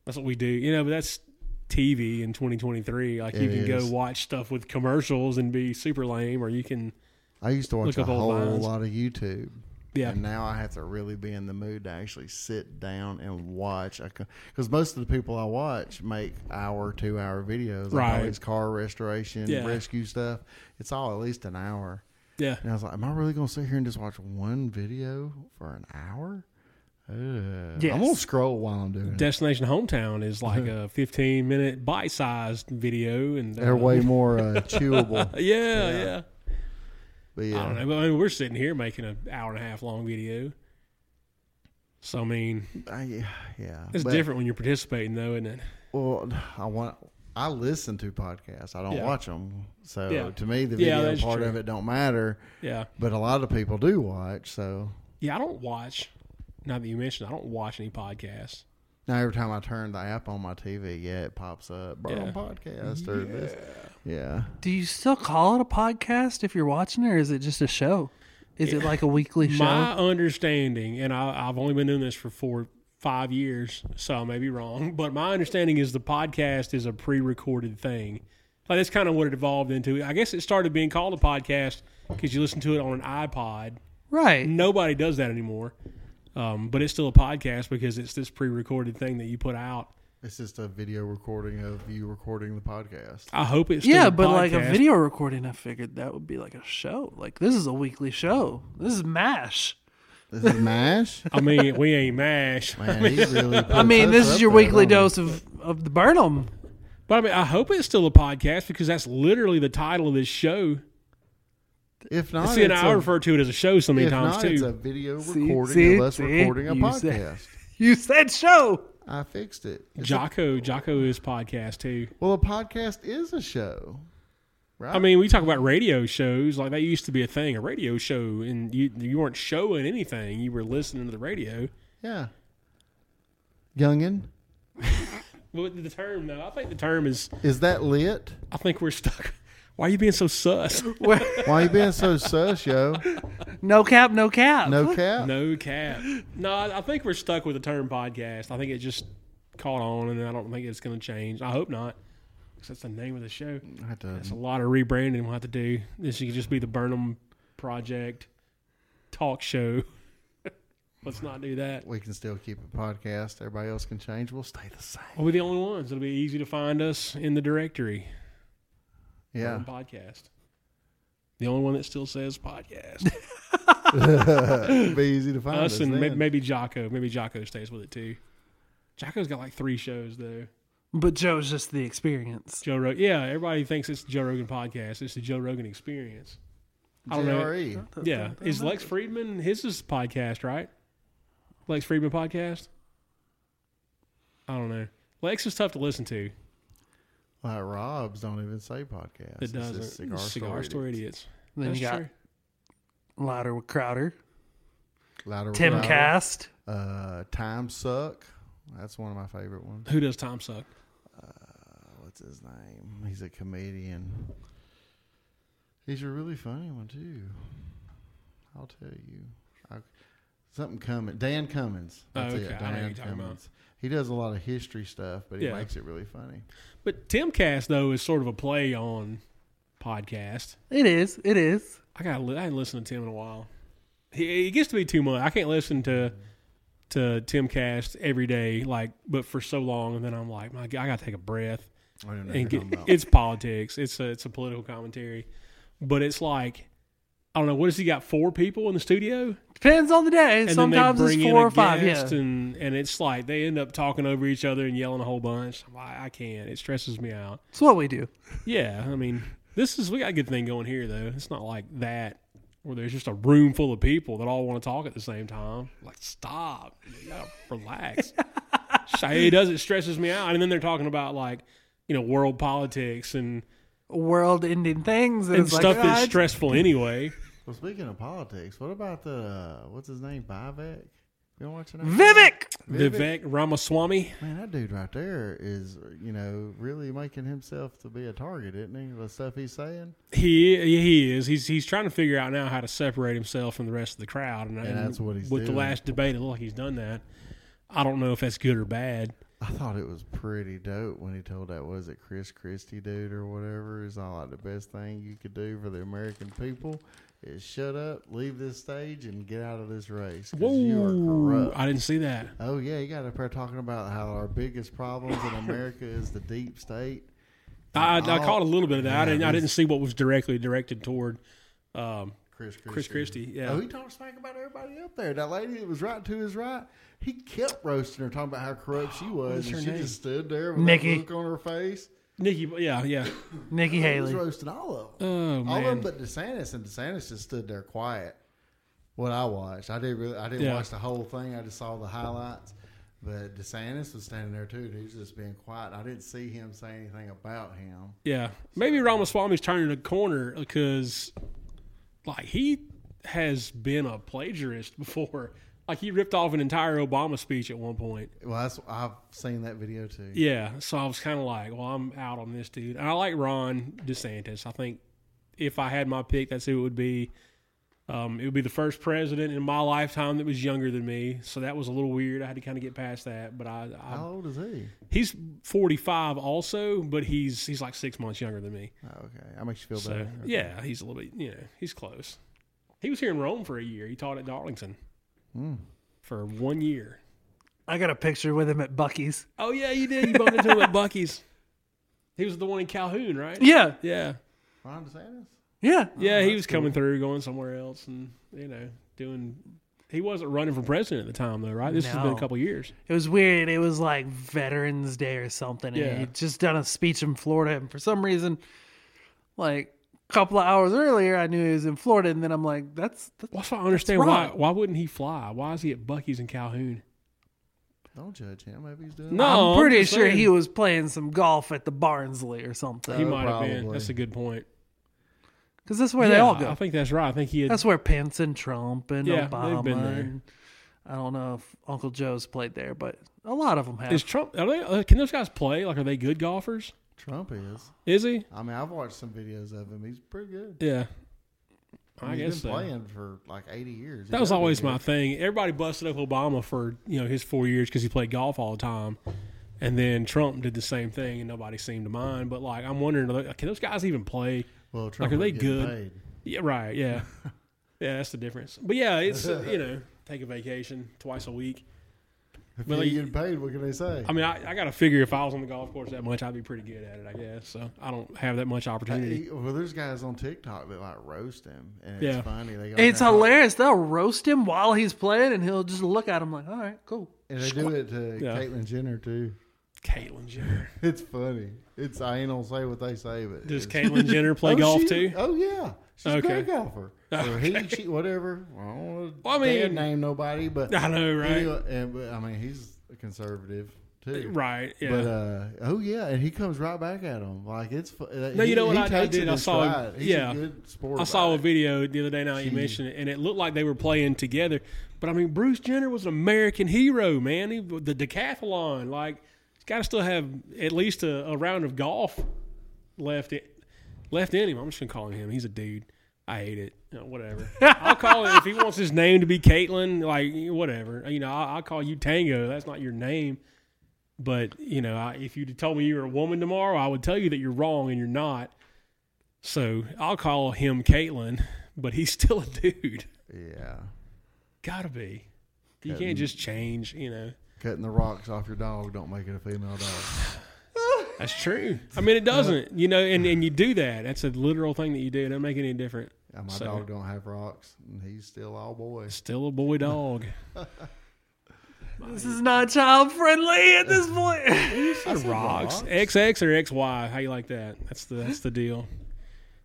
[SPEAKER 1] That's what we do, you know. But that's TV in 2023. Like you
[SPEAKER 2] It
[SPEAKER 1] can go
[SPEAKER 2] is.
[SPEAKER 1] watch stuff with commercials and be super lame, or you can
[SPEAKER 2] I used to
[SPEAKER 1] Look
[SPEAKER 2] watch a
[SPEAKER 1] up old
[SPEAKER 2] whole
[SPEAKER 1] Vines.
[SPEAKER 2] lot of YouTube.
[SPEAKER 1] yeah.
[SPEAKER 2] And now I have to really be in the mood to actually sit down and watch. Because most of the people I watch make hour, two hour videos. Like
[SPEAKER 1] Right.
[SPEAKER 2] all these car restoration,
[SPEAKER 1] Yeah.
[SPEAKER 2] rescue stuff. It's all at least an hour.
[SPEAKER 1] Yeah.
[SPEAKER 2] And I was like, am I really going to sit here and just watch one video for an hour? Ugh.
[SPEAKER 3] Yes.
[SPEAKER 2] I'm going to scroll while I'm doing it.
[SPEAKER 1] Destination Hometown
[SPEAKER 2] Mm-hmm.
[SPEAKER 1] is like a 15 minute bite sized video, and uh,
[SPEAKER 2] They're way more uh, chewable.
[SPEAKER 1] yeah, yeah,
[SPEAKER 2] But
[SPEAKER 1] I don't
[SPEAKER 2] yeah.
[SPEAKER 1] know. But I mean, we're sitting here making an hour and a half long video. So I mean,
[SPEAKER 2] I, yeah.
[SPEAKER 1] it's
[SPEAKER 2] But-
[SPEAKER 1] different when you're participating, though, isn't it?
[SPEAKER 2] Well, I want. I listen to podcasts. I don't
[SPEAKER 1] Yeah.
[SPEAKER 2] watch them. So
[SPEAKER 1] Yeah.
[SPEAKER 2] to me, the
[SPEAKER 1] Yeah,
[SPEAKER 2] video
[SPEAKER 1] that's
[SPEAKER 2] part of
[SPEAKER 1] true.
[SPEAKER 2] it don't matter.
[SPEAKER 1] Yeah,
[SPEAKER 2] But a lot of people do watch. So
[SPEAKER 1] yeah. I don't watch. Now that you mentioned, I don't watch any podcasts.
[SPEAKER 2] now every time I turn the app on my TV, yeah, it pops up. Bro,
[SPEAKER 1] Yeah.
[SPEAKER 2] podcast or this. Yeah.
[SPEAKER 3] Do you still call it a podcast if you're watching it, or is it just a show? Is it like a weekly show?
[SPEAKER 1] My understanding, and I, I've only been doing this for four, five years, so I may be wrong, but my understanding is the podcast is a pre-recorded thing. Like that's kind of what it evolved into. I guess it started being called a podcast because you listen to it on an iPod.
[SPEAKER 3] right.
[SPEAKER 1] Nobody does that anymore, um, but it's still a podcast because it's this pre-recorded thing that you put out.
[SPEAKER 2] It's just a video recording of you recording the podcast.
[SPEAKER 1] I hope it's still
[SPEAKER 3] Yeah,
[SPEAKER 1] a
[SPEAKER 3] but like a
[SPEAKER 1] podcast.
[SPEAKER 3] video recording, I figured that would be like a show. Like, this is a weekly show. This is MASH.
[SPEAKER 2] This is Mash.
[SPEAKER 1] I mean, we ain't mash.
[SPEAKER 2] Man, he really
[SPEAKER 3] I mean, this is your weekly
[SPEAKER 2] dose.
[SPEAKER 3] dose of, of the Burnham.
[SPEAKER 1] But I mean, I hope it's still a podcast because that's literally the title of this show.
[SPEAKER 2] If not,
[SPEAKER 1] See, and
[SPEAKER 2] it's
[SPEAKER 1] I
[SPEAKER 2] a-
[SPEAKER 1] refer to it as a show so many
[SPEAKER 2] if
[SPEAKER 1] times
[SPEAKER 2] not,
[SPEAKER 1] too.
[SPEAKER 2] it's a video
[SPEAKER 3] See,
[SPEAKER 2] recording
[SPEAKER 3] see,
[SPEAKER 2] of us
[SPEAKER 3] see,
[SPEAKER 2] recording a
[SPEAKER 3] you said-
[SPEAKER 2] podcast.
[SPEAKER 3] You said show.
[SPEAKER 2] I fixed it. It's a
[SPEAKER 1] Jocko, Jocko is podcast too.
[SPEAKER 2] Well, a podcast is a show, right?
[SPEAKER 1] I mean, we talk about radio shows like that used to be a thing, a radio show, and you you weren't showing anything; you were listening to the radio.
[SPEAKER 2] yeah. Youngin,
[SPEAKER 1] But the term, though, I think the term is.
[SPEAKER 2] is that lit?
[SPEAKER 1] I think we're stuck. Why are you being so sus?
[SPEAKER 2] Why you being so sus, yo?
[SPEAKER 3] No cap, no cap.
[SPEAKER 2] No cap.
[SPEAKER 1] no cap. No, I I think we're stuck with the term podcast. I think it just caught on, and I don't think it's going to change. I hope not, 'cause that's the name of the show.
[SPEAKER 2] I had to-
[SPEAKER 1] It's a lot of rebranding we'll have to do. This could just be the Burnham Project talk show. Let's not do that.
[SPEAKER 2] we can still keep a podcast. Everybody else can change. We'll stay the same.
[SPEAKER 1] We'll be the only ones. It'll be easy to find us in the directory.
[SPEAKER 2] Yeah.
[SPEAKER 1] Burnham Podcast. The only one that still says podcast.
[SPEAKER 2] It'd be easy to find.
[SPEAKER 1] Us
[SPEAKER 2] Us
[SPEAKER 1] and may-
[SPEAKER 2] then.
[SPEAKER 1] maybe Jocko. Maybe Jocko stays with it too. Jocko's got like three shows though.
[SPEAKER 3] But Joe's just the experience.
[SPEAKER 1] Joe Rogan. Yeah, everybody thinks it's the Joe Rogan podcast. It's the Joe Rogan Experience. I don't know.
[SPEAKER 2] JRE.
[SPEAKER 1] Yeah, is Lex Friedman his is podcast right? Lex Friedman podcast. I don't know. Lex is tough to listen to.
[SPEAKER 2] Like Rob's don't even say podcast.
[SPEAKER 1] It doesn't.
[SPEAKER 2] It's just cigar, story.
[SPEAKER 1] idiots.
[SPEAKER 3] Then
[SPEAKER 1] That's
[SPEAKER 3] you got
[SPEAKER 1] true.
[SPEAKER 3] Louder with Crowder,
[SPEAKER 2] Lateral
[SPEAKER 3] Tim
[SPEAKER 2] Rattle.
[SPEAKER 3] Cast.
[SPEAKER 2] Uh, Time Suck. That's one of my favorite ones.
[SPEAKER 1] who does Tom suck?
[SPEAKER 2] Uh, What's his name? He's a comedian. He's a really funny one too. I'll tell you. I, something Cummins. Dan Cummins.
[SPEAKER 1] Oh,
[SPEAKER 2] That's
[SPEAKER 1] okay.
[SPEAKER 2] it.
[SPEAKER 1] I know who
[SPEAKER 2] Dan
[SPEAKER 1] you're talking about.
[SPEAKER 2] He does a lot of history stuff, but he
[SPEAKER 1] Yeah.
[SPEAKER 2] makes it really funny.
[SPEAKER 1] But Timcast though is sort of a play on podcast.
[SPEAKER 3] It is. It is.
[SPEAKER 1] I got. Li- I ain't listened to Tim in a while. He it gets to be too much. I can't listen to to Timcast every day, like, but for so long, and then I'm like, my God, I got to take a breath.
[SPEAKER 2] I don't
[SPEAKER 1] and
[SPEAKER 2] know. who you're
[SPEAKER 1] get,
[SPEAKER 2] talking about.
[SPEAKER 1] it's politics. It's a it's a political commentary, but it's like I don't know. What has he got? Four people in the studio,
[SPEAKER 3] Depends on the day.
[SPEAKER 1] and
[SPEAKER 3] Sometimes
[SPEAKER 1] then they
[SPEAKER 3] it's
[SPEAKER 1] bring
[SPEAKER 3] four
[SPEAKER 1] in a
[SPEAKER 3] or five. Yeah.
[SPEAKER 1] guest, and and it's like they end up talking over each other and yelling a whole bunch. I'm like, I can't. It stresses me out.
[SPEAKER 3] It's what we do.
[SPEAKER 1] Yeah, I mean, this is we got a good thing going here though. It's not like that where there's just a room full of people that all want to talk at the same time. Like, stop, You gotta relax. It does. It stresses me out, and then they're talking about like you know world politics and
[SPEAKER 3] World-ending things and,
[SPEAKER 1] and
[SPEAKER 3] it's
[SPEAKER 1] stuff
[SPEAKER 3] like,
[SPEAKER 1] that's
[SPEAKER 3] "Ah,
[SPEAKER 1] stressful anyway.
[SPEAKER 2] well, speaking of politics, what about the uh, what's his name? Vivek. You been watching that?
[SPEAKER 3] Vivek.
[SPEAKER 1] Vivek Ramaswamy.
[SPEAKER 2] Man, that dude right there is, you know, really making himself to be a target, isn't he? The stuff he's saying.
[SPEAKER 1] He he is. He's he's trying to figure out now how to separate himself from the rest of the crowd, and, and
[SPEAKER 2] that's what he's
[SPEAKER 1] with the
[SPEAKER 2] doing.
[SPEAKER 1] last debate. It looked like he's done that. I don't know if that's good or bad.
[SPEAKER 2] I thought it was pretty dope when he told that was it Chris Christie dude or whatever is all like the best thing you could do for the American people is shut up, leave this stage, and get out of this race 'cause you are
[SPEAKER 1] Whoa!
[SPEAKER 2] corrupt.
[SPEAKER 1] I didn't see that.
[SPEAKER 2] oh yeah, you got up there talking about how our biggest problems in America is the deep state.
[SPEAKER 1] I, I
[SPEAKER 2] Oh,
[SPEAKER 1] caught a little bit of that. I
[SPEAKER 2] yeah,
[SPEAKER 1] didn't. I
[SPEAKER 2] he's-
[SPEAKER 1] didn't see what was directly directed toward um,
[SPEAKER 2] Chris Christie.
[SPEAKER 1] Chris Christie. Yeah.
[SPEAKER 2] Oh, he talked smack about everybody up there. That lady that was right to his right, he kept roasting her, talking about how corrupt she was,
[SPEAKER 1] her
[SPEAKER 2] and she
[SPEAKER 1] name?
[SPEAKER 2] just stood there with
[SPEAKER 3] Nikki.
[SPEAKER 2] that look on her face.
[SPEAKER 1] Nikki. Yeah. Yeah.
[SPEAKER 3] Nikki
[SPEAKER 2] He was
[SPEAKER 3] Haley.
[SPEAKER 2] roasting all of them.
[SPEAKER 1] Oh
[SPEAKER 2] All
[SPEAKER 1] man.
[SPEAKER 2] of them but DeSantis, and DeSantis just stood there quiet. What I watched, I did really, I didn't
[SPEAKER 1] Yeah.
[SPEAKER 2] watch the whole thing. I just saw the highlights. But DeSantis was standing there too. And he was just being quiet. I didn't see him say anything about him.
[SPEAKER 1] Yeah, maybe Ramaswamy's turning a corner because, like, he has been a plagiarist before. Like, he ripped off an entire Obama speech at one point.
[SPEAKER 2] Well, that's I've seen that video too.
[SPEAKER 1] Yeah, so I was kind of like, well, I'm out on this dude. And I like Ron DeSantis. I think if I had my pick, that's who it would be. Um, it would be the first president in my lifetime that was younger than me, so that was a little weird. I had to kind of get past that, but I, I
[SPEAKER 2] How old is he?
[SPEAKER 1] he's 45 also, but he's he's like six months younger than me.
[SPEAKER 2] Oh, okay, that makes you feel
[SPEAKER 1] So
[SPEAKER 2] better.
[SPEAKER 1] yeah, he's a little bit. You know, he's close. He was here in Rome for a year. He taught at Darlington Hmm. for one year.
[SPEAKER 3] I got a picture with him at Bucky's.
[SPEAKER 1] Oh yeah, you did. You bumped into him at Bucky's. He was the one in Calhoun, right?
[SPEAKER 3] Yeah.
[SPEAKER 1] yeah, Oh,
[SPEAKER 2] Ron DeSantis.
[SPEAKER 3] Yeah.
[SPEAKER 1] yeah. He was coming through, going somewhere else, and you know, doing. He wasn't running for president at the time, though, right? This has been
[SPEAKER 3] No.
[SPEAKER 1] a couple years.
[SPEAKER 3] It was weird. It was like Veterans Day or something.
[SPEAKER 1] Yeah.
[SPEAKER 3] And he'd just done a speech in Florida. And for some reason, like a couple of hours earlier, I knew he was in Florida. And then I'm like, that's, that's
[SPEAKER 1] Well, so I understand why.
[SPEAKER 3] wrong.
[SPEAKER 1] Why wouldn't he fly? Why is he at Bucky's in Calhoun?
[SPEAKER 2] Don't judge him. Maybe he's doing.
[SPEAKER 1] No,
[SPEAKER 3] I'm pretty
[SPEAKER 1] just
[SPEAKER 3] sure
[SPEAKER 1] saying.
[SPEAKER 3] he was playing some golf at the Barnsley or
[SPEAKER 1] He
[SPEAKER 3] something.
[SPEAKER 1] might have been.
[SPEAKER 2] probably.
[SPEAKER 1] That's a good point.
[SPEAKER 3] Because that's where they all
[SPEAKER 1] I
[SPEAKER 3] go.
[SPEAKER 1] think that's right. I think he had
[SPEAKER 3] That's where Pence and Trump and
[SPEAKER 1] Yeah, they've
[SPEAKER 3] Obama.
[SPEAKER 1] been there.
[SPEAKER 3] And I don't know if Uncle Joe's played there, but a lot of them have.
[SPEAKER 1] Is Trump? Are they? uh, Can those guys play? Like, are they good golfers?
[SPEAKER 2] Trump is.
[SPEAKER 1] Is he?
[SPEAKER 2] I mean, I've watched some videos of him. He's pretty good.
[SPEAKER 1] Yeah.
[SPEAKER 2] I,
[SPEAKER 1] I
[SPEAKER 2] mean,
[SPEAKER 1] guess
[SPEAKER 2] he's been
[SPEAKER 1] so.
[SPEAKER 2] playing for like eighty years. He
[SPEAKER 1] That was
[SPEAKER 2] gotta be
[SPEAKER 1] always
[SPEAKER 2] good.
[SPEAKER 1] my thing. Everybody busted up Obama for you know his four years because he played golf all the time, and then Trump did the same thing and nobody seemed to mind. But like, I'm wondering, are they- can those guys even play?
[SPEAKER 2] Well, Trump
[SPEAKER 1] are
[SPEAKER 2] would
[SPEAKER 1] they
[SPEAKER 2] get
[SPEAKER 1] good?
[SPEAKER 2] Paid.
[SPEAKER 1] Yeah, right. Yeah, yeah, that's the difference. But yeah, it's uh, you know take a vacation twice a week.
[SPEAKER 2] If
[SPEAKER 1] Well,
[SPEAKER 2] you
[SPEAKER 1] you-
[SPEAKER 2] get paid, what can they say?
[SPEAKER 1] I mean, I, I got to figure if I was on the golf course that much, I'd be pretty good at it, I guess. So I don't have that much opportunity.
[SPEAKER 2] He- well, there's guys on TikTok that like roast him, and
[SPEAKER 1] Yeah.
[SPEAKER 2] it's funny. They go
[SPEAKER 3] It's
[SPEAKER 2] down,
[SPEAKER 3] hilarious. They'll roast him while he's playing, and he'll just look at him like, "All right, cool."
[SPEAKER 2] and they do it to
[SPEAKER 1] Yeah.
[SPEAKER 2] Caitlyn Jenner too.
[SPEAKER 1] Caitlyn Jenner.
[SPEAKER 2] It's funny. It's I ain't gonna say what they say, but
[SPEAKER 1] Does
[SPEAKER 2] it's-
[SPEAKER 1] Caitlyn Jenner play
[SPEAKER 2] Oh,
[SPEAKER 1] golf
[SPEAKER 2] she-
[SPEAKER 1] too?
[SPEAKER 2] Oh yeah, she's a
[SPEAKER 1] Okay.
[SPEAKER 2] great golfer. Or he, she, whatever. I don't want
[SPEAKER 1] Well, I
[SPEAKER 2] to
[SPEAKER 1] mean-
[SPEAKER 2] name nobody, but
[SPEAKER 1] I know, right?
[SPEAKER 2] anyway, and, but, I mean, he's a conservative too,
[SPEAKER 1] Right. Yeah.
[SPEAKER 2] But uh, oh yeah, and he comes right back at him like it's. fu- uh,
[SPEAKER 1] No,
[SPEAKER 2] he-
[SPEAKER 1] you know what
[SPEAKER 2] he
[SPEAKER 1] I- I
[SPEAKER 2] takes
[SPEAKER 1] did?
[SPEAKER 2] it
[SPEAKER 1] I
[SPEAKER 2] in
[SPEAKER 1] saw him-
[SPEAKER 2] stride. He's
[SPEAKER 1] yeah.
[SPEAKER 2] a good sport.
[SPEAKER 1] I saw
[SPEAKER 2] about
[SPEAKER 1] a
[SPEAKER 2] it.
[SPEAKER 1] video the other day now you mentioned it, and it looked like they were playing together. But I mean, Bruce Jenner was an American hero, man. He, the decathlon, like, he's got to still have at least a, a round of golf left in, left in him. I'm just gonna call him him. He's a dude. I hate it. You know, whatever. I'll call it if he wants his name to be Caitlin. Like whatever. You know, I'll, I'll call you Tango. That's not your name. But you know, I, if you told me you were a woman tomorrow, I would tell you that you're wrong and you're not. So I'll call him Caitlin, but he's still a dude.
[SPEAKER 2] Yeah,
[SPEAKER 1] Gotta be. You can't just change. You know.
[SPEAKER 2] cutting the rocks off your dog don't make it a female dog.
[SPEAKER 1] That's true. Uh-huh. I mean, it doesn't. You know, and and you do that. That's a literal thing that you do. It doesn't make any different.
[SPEAKER 2] And my
[SPEAKER 1] So-
[SPEAKER 2] dog don't have rocks, and he's still all boy.
[SPEAKER 1] Still a boy dog.
[SPEAKER 3] This is not child friendly at this point.
[SPEAKER 1] Not rocks. XX or XY. How you like that? That's the that's the deal.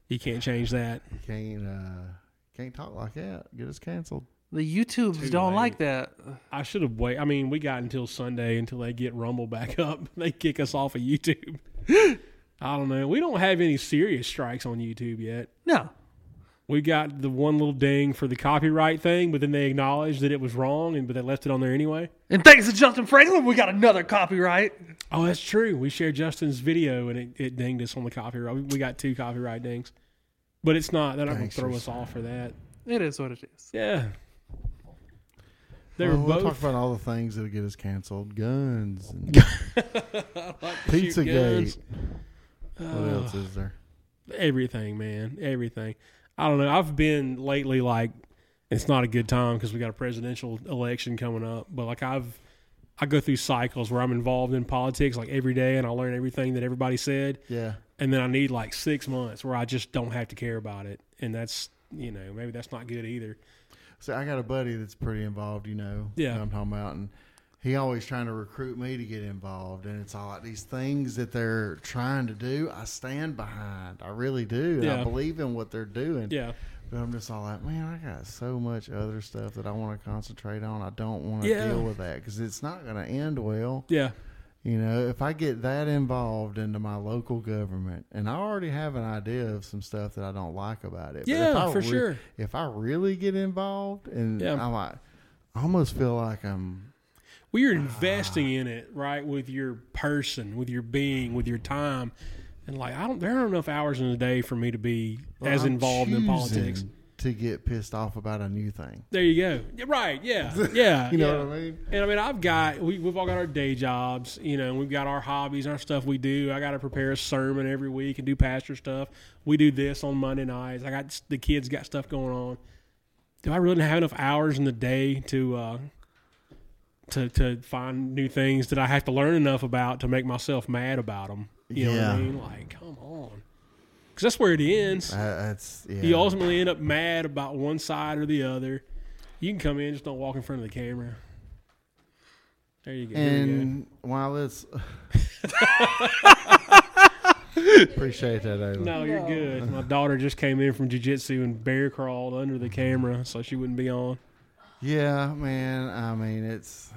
[SPEAKER 1] You can't change that.
[SPEAKER 2] Can't uh, can't talk like that. Get us canceled.
[SPEAKER 3] the YouTubes don't
[SPEAKER 1] late.
[SPEAKER 3] like that.
[SPEAKER 1] I should have wait. I mean, we got until Sunday until they get Rumble back up. They kick us off of YouTube. I don't know. We don't have any serious strikes on YouTube yet.
[SPEAKER 3] No,
[SPEAKER 1] We got the one little ding for the copyright thing, but then they acknowledged that it was wrong, and but they left it on there anyway.
[SPEAKER 3] and thanks to Justin Franklin, we got another copyright.
[SPEAKER 1] Oh, that's true. We shared Justin's video, and it, it dinged us on the copyright. We- We got two copyright dings, but it's not. They're not going to throw us off for that.
[SPEAKER 3] It is what it is.
[SPEAKER 1] Yeah. They
[SPEAKER 2] Well,
[SPEAKER 1] were
[SPEAKER 2] we'll
[SPEAKER 1] both
[SPEAKER 2] talk about all the things that'll get us canceled: guns, and
[SPEAKER 1] shoot
[SPEAKER 2] Pizza
[SPEAKER 1] guns.
[SPEAKER 2] Gate. What else is there?
[SPEAKER 1] everything, man, everything. I don't know. I've been lately like it's not a good time because we got a presidential election coming up, but like I've I go through cycles where I'm involved in politics like every day and I learn everything that everybody said
[SPEAKER 2] Yeah,
[SPEAKER 1] and then I need like 6 months where I just don't have to care about it and that's you know, maybe that's not good either.
[SPEAKER 2] so I got a buddy that's pretty involved. You know,
[SPEAKER 1] Yeah.
[SPEAKER 2] that I'm talking about, and he always trying to recruit me to get involved. And it's all like these things that they're trying to do. I stand behind. I really do. and
[SPEAKER 1] Yeah.
[SPEAKER 2] I believe in what they're doing.
[SPEAKER 1] Yeah.
[SPEAKER 2] But I'm just all like, man, I got so much other stuff that I want to concentrate on. I don't want to
[SPEAKER 1] Yeah.
[SPEAKER 2] deal with that because it's not going to end well.
[SPEAKER 1] Yeah.
[SPEAKER 2] You know, if I get that involved into my local government, and I already have an idea of some stuff that I don't like about it. but if
[SPEAKER 1] Yeah,
[SPEAKER 2] I
[SPEAKER 1] for sure.
[SPEAKER 2] If I really get involved, and
[SPEAKER 1] Yeah.
[SPEAKER 2] I'm like, I almost feel like I'm.
[SPEAKER 1] Well, you're investing in it, right, with your person, with your being, with your time, and like I don't. There aren't enough hours in the day for me to be as
[SPEAKER 2] I'm
[SPEAKER 1] involved in politics.
[SPEAKER 2] choosing To get pissed off about a new thing.
[SPEAKER 1] There you go. Yeah, Right. Yeah. Yeah.
[SPEAKER 2] You know
[SPEAKER 1] yeah.
[SPEAKER 2] what I mean?
[SPEAKER 1] And I mean, I've got we, we've all got our day jobs. You know, we've got our hobbies and our stuff we do. I got to prepare a sermon every week and do pastor stuff. We do this on Monday nights. I got the kids got stuff going on. Do I really have enough hours in the day to uh, to to find new things that I have to learn enough about to make myself mad about them? You know what I
[SPEAKER 2] Yeah.
[SPEAKER 1] mean? Like, come on, because that's where it ends
[SPEAKER 2] Uh, that's yeah.
[SPEAKER 1] you ultimately end up mad about one side or the other. You can come in, just don't walk in front of the camera. There you go. Here we go.
[SPEAKER 2] And while it's appreciate that, Ayla.
[SPEAKER 1] No, you're good. My daughter just came in from jujitsu and bear crawled under the camera, so she wouldn't be on.
[SPEAKER 2] Yeah, man. I mean, it's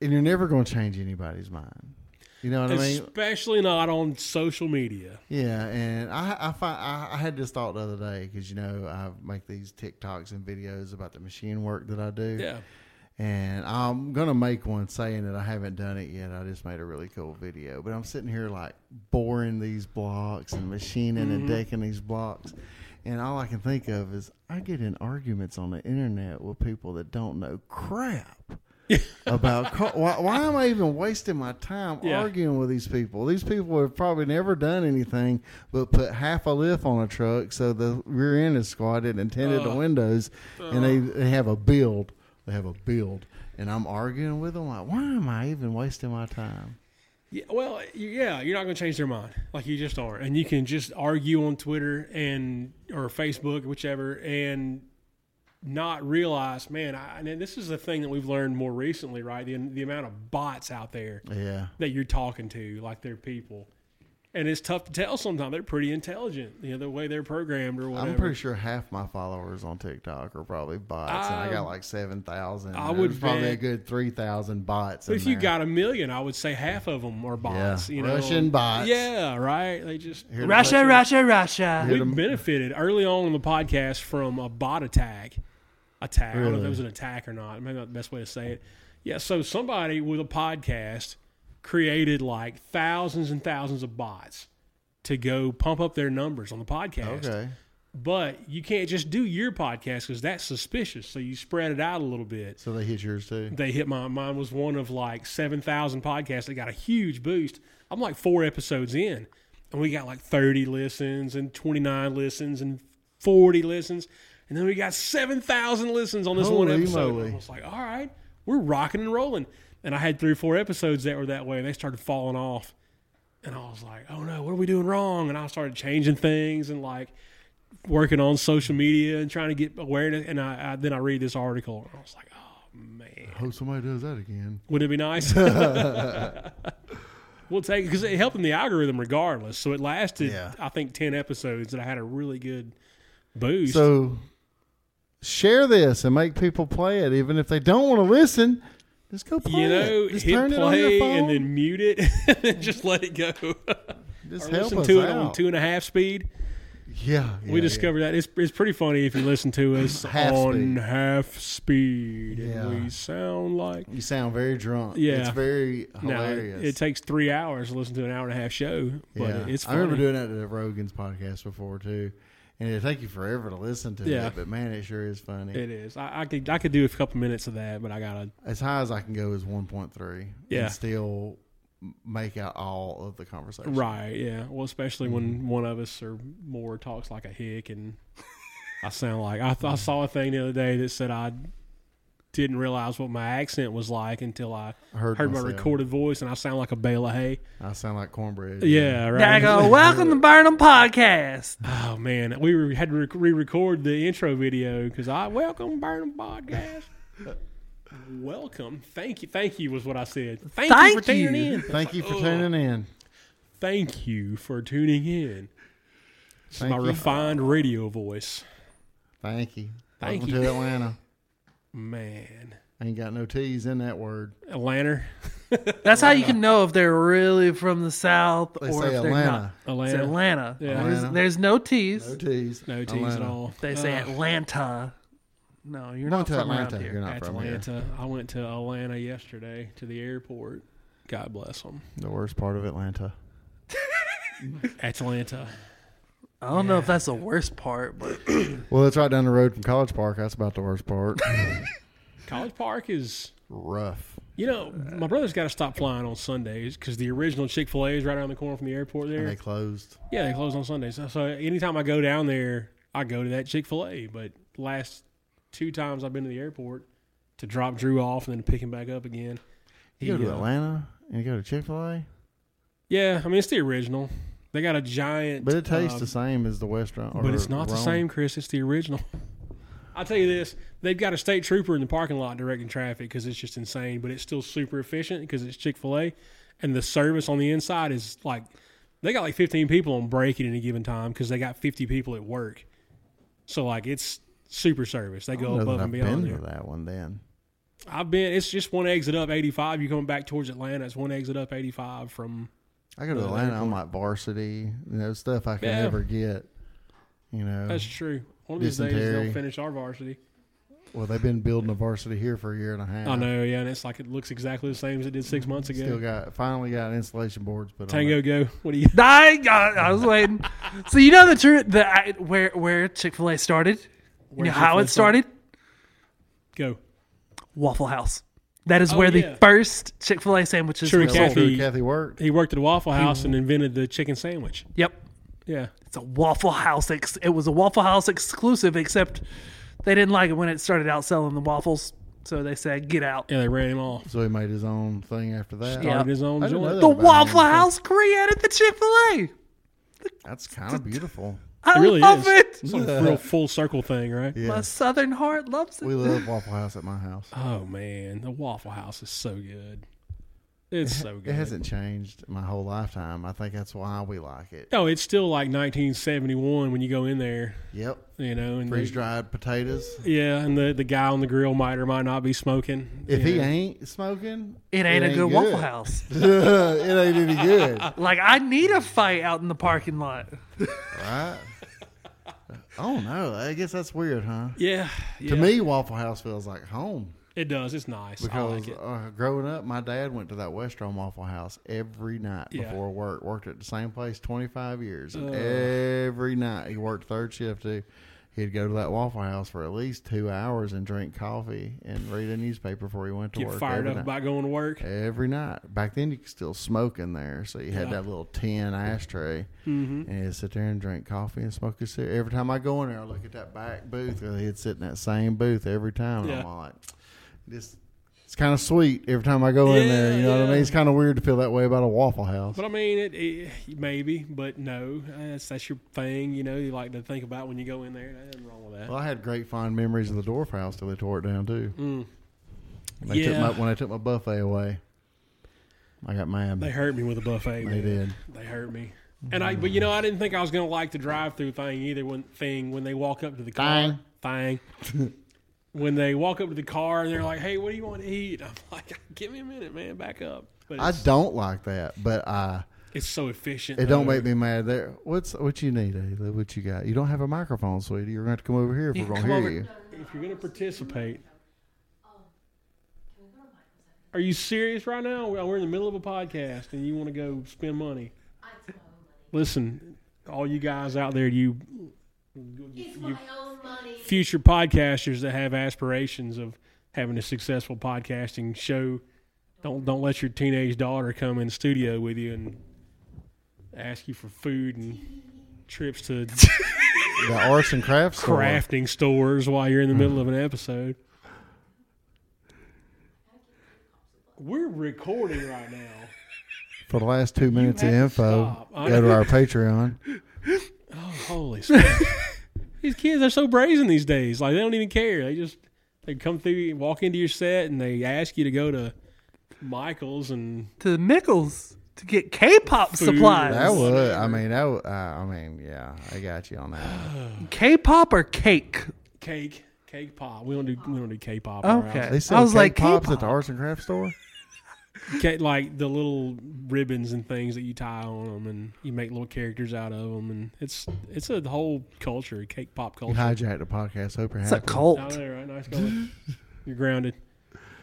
[SPEAKER 2] and you're never going to change anybody's mind. You know what I mean?
[SPEAKER 1] Especially not on social media.
[SPEAKER 2] Yeah, and I I, find, I I had this thought the other day because you know I make these TikToks and videos about the machine work that I do.
[SPEAKER 1] Yeah.
[SPEAKER 2] And I'm gonna make one saying that I haven't done it yet. I just made a really cool video, but I'm sitting here like boring these blocks and machining and decking these blocks, and all I can think of is I get in arguments on the internet with people that don't know crap about car- why, why am I even wasting my time
[SPEAKER 1] Yeah.
[SPEAKER 2] arguing with these people? These people have probably never done anything but put half a lift on a
[SPEAKER 1] Uh.
[SPEAKER 2] truck so the rear end is squatted and tinted the windows, and they, they have a build They have a build, and I'm arguing with them like, why am I even wasting my time?
[SPEAKER 1] Yeah, well, you- yeah, you're not going to change their mind like you just are, and you can just argue on Twitter and or Facebook, whichever, and not realize, man. I, and this is the thing that we've learned more recently, right? The the amount of bots out there
[SPEAKER 2] Yeah,
[SPEAKER 1] that you're talking to, like they're people, and it's tough to tell sometimes. They're pretty intelligent, you know, the way they're programmed or whatever.
[SPEAKER 2] I'm pretty sure half my followers on TikTok are probably bots, and I got like seven thousand.
[SPEAKER 1] Um, I would
[SPEAKER 2] probably a
[SPEAKER 1] bet-
[SPEAKER 2] good three thousand bots.
[SPEAKER 1] But
[SPEAKER 2] in
[SPEAKER 1] if you
[SPEAKER 2] there.
[SPEAKER 1] got a million, I would say half of them are bots.
[SPEAKER 2] Yeah,
[SPEAKER 1] You know,
[SPEAKER 2] Russian bots.
[SPEAKER 1] Yeah, right. They just
[SPEAKER 2] Here to
[SPEAKER 3] Russia,
[SPEAKER 2] make-
[SPEAKER 3] Russia, Russia.
[SPEAKER 2] Hit 'em.
[SPEAKER 1] we benefited early on in the podcast from a bot attack. Attack. I don't know if it was an attack or not. Maybe not the best way to say it. Yeah. So somebody with a podcast created like thousands and thousands of bots to go pump up their numbers on the podcast.
[SPEAKER 2] Okay.
[SPEAKER 1] But you can't just do your podcast because that's suspicious. So you spread it out a little bit
[SPEAKER 2] So they hit yours too.
[SPEAKER 1] they hit my mine was one of like 7,000 podcasts that got a huge boost. I'm like 4 episodes in and we got like 30 listens and 29 listens and 40 listens and then we got 7,000 listens on this one
[SPEAKER 2] Holy
[SPEAKER 1] episode.
[SPEAKER 2] moly.
[SPEAKER 1] I was like, "All right, we're rocking and rolling." And I had 3 or 4 episodes that were that way and they started falling off. And I was like, "Oh no, what are we doing wrong?" And I started changing things and like working on social media and trying to get awareness and I, I then I read this article and I was like, "Oh man,
[SPEAKER 2] I hope somebody does that again.
[SPEAKER 1] wouldn't it be nice? we'll take it because it helped in the algorithm regardless. So it lasted,
[SPEAKER 2] Yeah.
[SPEAKER 1] I think, 10 episodes and I had a really good boost.
[SPEAKER 2] So share this and make people play it, even if they don't want to listen. Just go play
[SPEAKER 1] you know,
[SPEAKER 2] it. Just
[SPEAKER 1] hit
[SPEAKER 2] turn it on
[SPEAKER 1] play
[SPEAKER 2] your phone.
[SPEAKER 1] and then mute it and then just let it go.
[SPEAKER 2] just
[SPEAKER 1] or
[SPEAKER 2] help
[SPEAKER 1] listen
[SPEAKER 2] us
[SPEAKER 1] to it
[SPEAKER 2] out.
[SPEAKER 1] on two and a half speed.
[SPEAKER 2] Yeah,
[SPEAKER 1] we
[SPEAKER 2] yeah,
[SPEAKER 1] discovered that. It's, it's pretty funny if you listen to us
[SPEAKER 2] Half
[SPEAKER 1] on
[SPEAKER 2] speed.
[SPEAKER 1] half speed.
[SPEAKER 2] Yeah.
[SPEAKER 1] And we sound like.
[SPEAKER 2] yeah. You sound very drunk.
[SPEAKER 1] Yeah.
[SPEAKER 2] it's very
[SPEAKER 1] Now,
[SPEAKER 2] hilarious.
[SPEAKER 1] it takes three hours to listen to an hour and a half show, but
[SPEAKER 2] yeah.
[SPEAKER 1] it's
[SPEAKER 2] I
[SPEAKER 1] funny.
[SPEAKER 2] remember doing that to the Rogan's podcast before too, and it'd take you forever to listen to
[SPEAKER 1] Yeah.
[SPEAKER 2] it. But man, it sure is funny.
[SPEAKER 1] It is. I, I could I could do a couple minutes of that, but I gotta
[SPEAKER 2] as high as I can go is one point three.
[SPEAKER 1] Yeah.
[SPEAKER 2] and still m- make out all of the conversation.
[SPEAKER 1] Right, yeah. Well, especially when one of us or more talks like a hick and I sound like I, th- I saw a thing the other day that said I didn't realize what my accent was like until I
[SPEAKER 2] Heard
[SPEAKER 1] heard, my
[SPEAKER 2] myself.
[SPEAKER 1] recorded voice and I sound like a bale of hay.
[SPEAKER 2] I sound like cornbread.
[SPEAKER 1] Yeah, right.
[SPEAKER 3] There I go. Welcome to Burnham Podcast.
[SPEAKER 1] Oh man, we were, had to rec- re-record the intro video because I welcome Burnham Podcast. welcome, thank you, thank you was what I said. Thank, you for
[SPEAKER 3] Thank you.
[SPEAKER 1] tuning in.
[SPEAKER 2] Thank you for tuning in.
[SPEAKER 1] Thank you for tuning in. It's
[SPEAKER 2] Thank
[SPEAKER 1] my
[SPEAKER 2] you.
[SPEAKER 1] refined radio voice.
[SPEAKER 2] Thank you.
[SPEAKER 1] Thank
[SPEAKER 2] Welcome
[SPEAKER 1] you.
[SPEAKER 2] to Atlanta.
[SPEAKER 1] Man.
[SPEAKER 2] Ain't got no T's in that word.
[SPEAKER 1] Atlanta.
[SPEAKER 3] That's how you can know if they're really from the South
[SPEAKER 2] They
[SPEAKER 3] or
[SPEAKER 2] say
[SPEAKER 3] if they're
[SPEAKER 2] Atlanta.
[SPEAKER 3] not. It's
[SPEAKER 1] Atlanta.
[SPEAKER 3] Atlanta.
[SPEAKER 1] Yeah.
[SPEAKER 3] There's,
[SPEAKER 2] Atlanta.
[SPEAKER 3] there's no T's.
[SPEAKER 2] No T's.
[SPEAKER 1] No T's at
[SPEAKER 2] Atlanta.
[SPEAKER 1] all.
[SPEAKER 3] They say
[SPEAKER 1] Ugh,
[SPEAKER 3] Atlanta. No, you're
[SPEAKER 2] Not
[SPEAKER 3] not
[SPEAKER 2] to
[SPEAKER 3] from
[SPEAKER 2] Atlanta.
[SPEAKER 3] around here.
[SPEAKER 2] You're not
[SPEAKER 1] that's
[SPEAKER 2] from
[SPEAKER 1] Atlanta. I went to Atlanta yesterday to the airport. God bless them.
[SPEAKER 2] here. The worst part of Atlanta.
[SPEAKER 1] Atlanta.
[SPEAKER 3] I don't know if that's the worst part, but
[SPEAKER 2] Well, it's right down the road from College Park. That's about the worst part.
[SPEAKER 1] College Park is,
[SPEAKER 2] Rough.
[SPEAKER 1] you know, my brother's got to stop flying on Sundays because the original Chick fil A is right around the corner from the airport
[SPEAKER 2] And
[SPEAKER 1] there.
[SPEAKER 2] they closed.
[SPEAKER 1] yeah, they close on Sundays. So, so anytime I go down there, I go to that Chick fil A. But last two times I've been to the airport to drop Drew off and then to pick him back up again.
[SPEAKER 2] You go
[SPEAKER 1] He,
[SPEAKER 2] to
[SPEAKER 1] uh,
[SPEAKER 2] Atlanta and you go to Chick Fil A,
[SPEAKER 1] Yeah, I mean it's the original. They got a giant,
[SPEAKER 2] but it tastes
[SPEAKER 1] um,
[SPEAKER 2] the same as the restaurant.
[SPEAKER 1] But it's not the same, Chris. It's the original. I'll tell you this: they've got a state trooper in the parking lot directing traffic because it's just insane. But it's still super efficient because it's Chick Fil A, and the service on the inside is like they got like fifteen people on break at any given time because they got fifty people at work. So like it's super service. They go
[SPEAKER 2] Know that
[SPEAKER 1] above
[SPEAKER 2] I've
[SPEAKER 1] and
[SPEAKER 2] been
[SPEAKER 1] beyond
[SPEAKER 2] to
[SPEAKER 1] there.
[SPEAKER 2] that one then.
[SPEAKER 1] I've been. It's just one exit up eighty five. You're coming back towards Atlanta. It's one exit up eighty five from
[SPEAKER 2] I go to
[SPEAKER 1] The
[SPEAKER 2] Atlanta. I'm like varsity, you know, stuff I can
[SPEAKER 1] Yeah.
[SPEAKER 2] never get. You know,
[SPEAKER 1] That's true. One of these days
[SPEAKER 2] Dysentery.
[SPEAKER 1] they'll finish our varsity.
[SPEAKER 2] well, they've been building a varsity here for a year and a half.
[SPEAKER 1] I know, yeah, and it's like it looks exactly the same as it did six months ago.
[SPEAKER 2] Still got finally got installation boards, but
[SPEAKER 1] Tango go. What do you
[SPEAKER 3] I, I, I was waiting. so you know the truth that I, where where Chick Fil A started, you know how
[SPEAKER 1] Chick-fil-A
[SPEAKER 3] it started?
[SPEAKER 1] go?
[SPEAKER 3] Waffle House. That is
[SPEAKER 1] Oh,
[SPEAKER 3] where
[SPEAKER 1] yeah.
[SPEAKER 3] the first Chick Fil A sandwiches
[SPEAKER 1] Sure,
[SPEAKER 3] were
[SPEAKER 1] Kathy.
[SPEAKER 3] sold.
[SPEAKER 2] Kathy, Kathy worked.
[SPEAKER 1] He worked at a Waffle House
[SPEAKER 2] Mm.
[SPEAKER 1] and invented the chicken sandwich.
[SPEAKER 3] Yep,
[SPEAKER 1] Yeah.
[SPEAKER 3] it's a Waffle House. Ex- it was a Waffle House exclusive, except they didn't like it when it started out selling the waffles. So they said, get out.
[SPEAKER 1] Yeah, they ran him off.
[SPEAKER 2] So he made his own thing after that.
[SPEAKER 3] Yeah.
[SPEAKER 1] Started his own
[SPEAKER 2] I didn't know
[SPEAKER 1] joint.
[SPEAKER 2] that.
[SPEAKER 3] The
[SPEAKER 2] about
[SPEAKER 3] Waffle
[SPEAKER 2] him.
[SPEAKER 3] House created the Chick fil A.
[SPEAKER 2] That's kind of beautiful.
[SPEAKER 3] I
[SPEAKER 1] It really
[SPEAKER 3] love
[SPEAKER 1] is.
[SPEAKER 3] it.
[SPEAKER 1] It's a real full circle thing, right?
[SPEAKER 2] Yeah.
[SPEAKER 3] My southern heart loves it.
[SPEAKER 2] We love Waffle House at my house.
[SPEAKER 1] Oh man, the Waffle House is so good. It's so good.
[SPEAKER 2] It hasn't changed my whole lifetime. I think that's why we like it.
[SPEAKER 1] No, Oh, it's still like 1971 when you go in there,
[SPEAKER 2] Yep.
[SPEAKER 1] you know. And
[SPEAKER 2] Freeze
[SPEAKER 1] they,
[SPEAKER 2] dried potatoes.
[SPEAKER 1] yeah, and the, the guy on the grill might or might not be smoking.
[SPEAKER 2] If
[SPEAKER 1] you
[SPEAKER 2] he
[SPEAKER 1] know.
[SPEAKER 2] ain't smoking,
[SPEAKER 3] it ain't a good, Waffle House.
[SPEAKER 2] it ain't any good,
[SPEAKER 3] Like, I need a fight out in the parking lot.
[SPEAKER 2] right? Oh no, I guess that's weird, huh?
[SPEAKER 1] yeah, yeah,
[SPEAKER 2] To me, Waffle House feels like home
[SPEAKER 1] it does. It's nice. I
[SPEAKER 2] because
[SPEAKER 1] like it.
[SPEAKER 2] uh, growing up, my dad went to that Western Waffle House every night
[SPEAKER 1] Yeah.
[SPEAKER 2] before work. Worked at the same place twenty five years, and every night he worked third shift too. He'd go to that Waffle House for at least two hours and drink coffee and read a newspaper before he went to
[SPEAKER 1] Get
[SPEAKER 2] work.
[SPEAKER 1] fired
[SPEAKER 2] every
[SPEAKER 1] up
[SPEAKER 2] night.
[SPEAKER 1] about going to work.
[SPEAKER 2] every night. Back then, you could still smoke in there, so you had that little tin ashtray,
[SPEAKER 1] Mm-hmm.
[SPEAKER 2] and you'd sit there and drink coffee and smoke a cigarette. Every time I go in there, I look at that back booth, and he'd sit in that same booth every time, and I'm
[SPEAKER 1] Yeah.
[SPEAKER 2] all like, this. It's kind of sweet every time I go in there.
[SPEAKER 1] Yeah,
[SPEAKER 2] You know what I
[SPEAKER 1] yeah.
[SPEAKER 2] mean? It's kind of weird to feel that way about a Waffle House.
[SPEAKER 1] But I mean, it, it maybe, but no, that's that's your thing. You know, you like to think about when you go in there. There's nothing wrong with that.
[SPEAKER 2] Well, I had great fond memories of the Dorf House till they tore it down too.
[SPEAKER 1] Mm.
[SPEAKER 2] They took
[SPEAKER 1] Yeah.
[SPEAKER 2] my, when I took my buffet away, I got mad.
[SPEAKER 1] They
[SPEAKER 2] They,
[SPEAKER 1] hurt me with a buffet. man.
[SPEAKER 2] did.
[SPEAKER 1] They hurt me. And I, but you know, I didn't think I was gonna like the drive-through thing either. When thing when they walk up to the car, thing. when they walk up to the car and they're like, "Hey, what do you want to eat?" I'm like, "Give me a minute, man. Back up." But
[SPEAKER 2] I
[SPEAKER 1] it's,
[SPEAKER 2] don't like that, but I.
[SPEAKER 1] it's so efficient.
[SPEAKER 2] It don't
[SPEAKER 1] though.
[SPEAKER 2] make me mad. There, what's what you need, Ayla? What you got? You don't have a microphone, sweetie. You're going to have to come over here if
[SPEAKER 3] You
[SPEAKER 2] we're
[SPEAKER 3] can
[SPEAKER 2] going to
[SPEAKER 3] come
[SPEAKER 2] hear
[SPEAKER 3] over-
[SPEAKER 2] you.
[SPEAKER 1] If you're gonna participate, are you serious right now? We're we're in the middle of a podcast and you want to go spend money. Listen, all you guys out there, you
[SPEAKER 5] It's my own money.
[SPEAKER 1] future podcasters that have aspirations of having a successful podcasting show, don't don't let your teenage daughter come in the studio with you and ask you for food and trips to
[SPEAKER 2] The arts and crafts store.
[SPEAKER 1] crafting stores while you're in the middle of an episode. We're recording right now.
[SPEAKER 2] for the last two minutes of
[SPEAKER 1] have to
[SPEAKER 2] info.
[SPEAKER 1] stop. I
[SPEAKER 2] Go to our Patreon.
[SPEAKER 1] Holy smokes. These kids are so brazen these days. Like they don't even care. They just they come through walk into your set and they ask you to go to Michael's and
[SPEAKER 3] To the Mickles to get K pop supplies.
[SPEAKER 2] That would. I mean, that. Would, uh, I mean, yeah. I got you on that.
[SPEAKER 3] K pop or cake?
[SPEAKER 1] cake. Cake pop. We don't do we don't do K pop.
[SPEAKER 3] Okay.
[SPEAKER 2] They sell
[SPEAKER 3] I was like,
[SPEAKER 2] pops at
[SPEAKER 3] K-pop.
[SPEAKER 2] the arts and crafts store.
[SPEAKER 1] like the little ribbons and things that you tie on them, and you make little characters out of them, and it's it's a whole culture, cake pop
[SPEAKER 2] You
[SPEAKER 1] culture.
[SPEAKER 2] hijacked the podcast. Hope you're
[SPEAKER 3] It's a
[SPEAKER 2] happy.
[SPEAKER 1] Oh,
[SPEAKER 3] cult.
[SPEAKER 1] there, right. Nice going. You're grounded.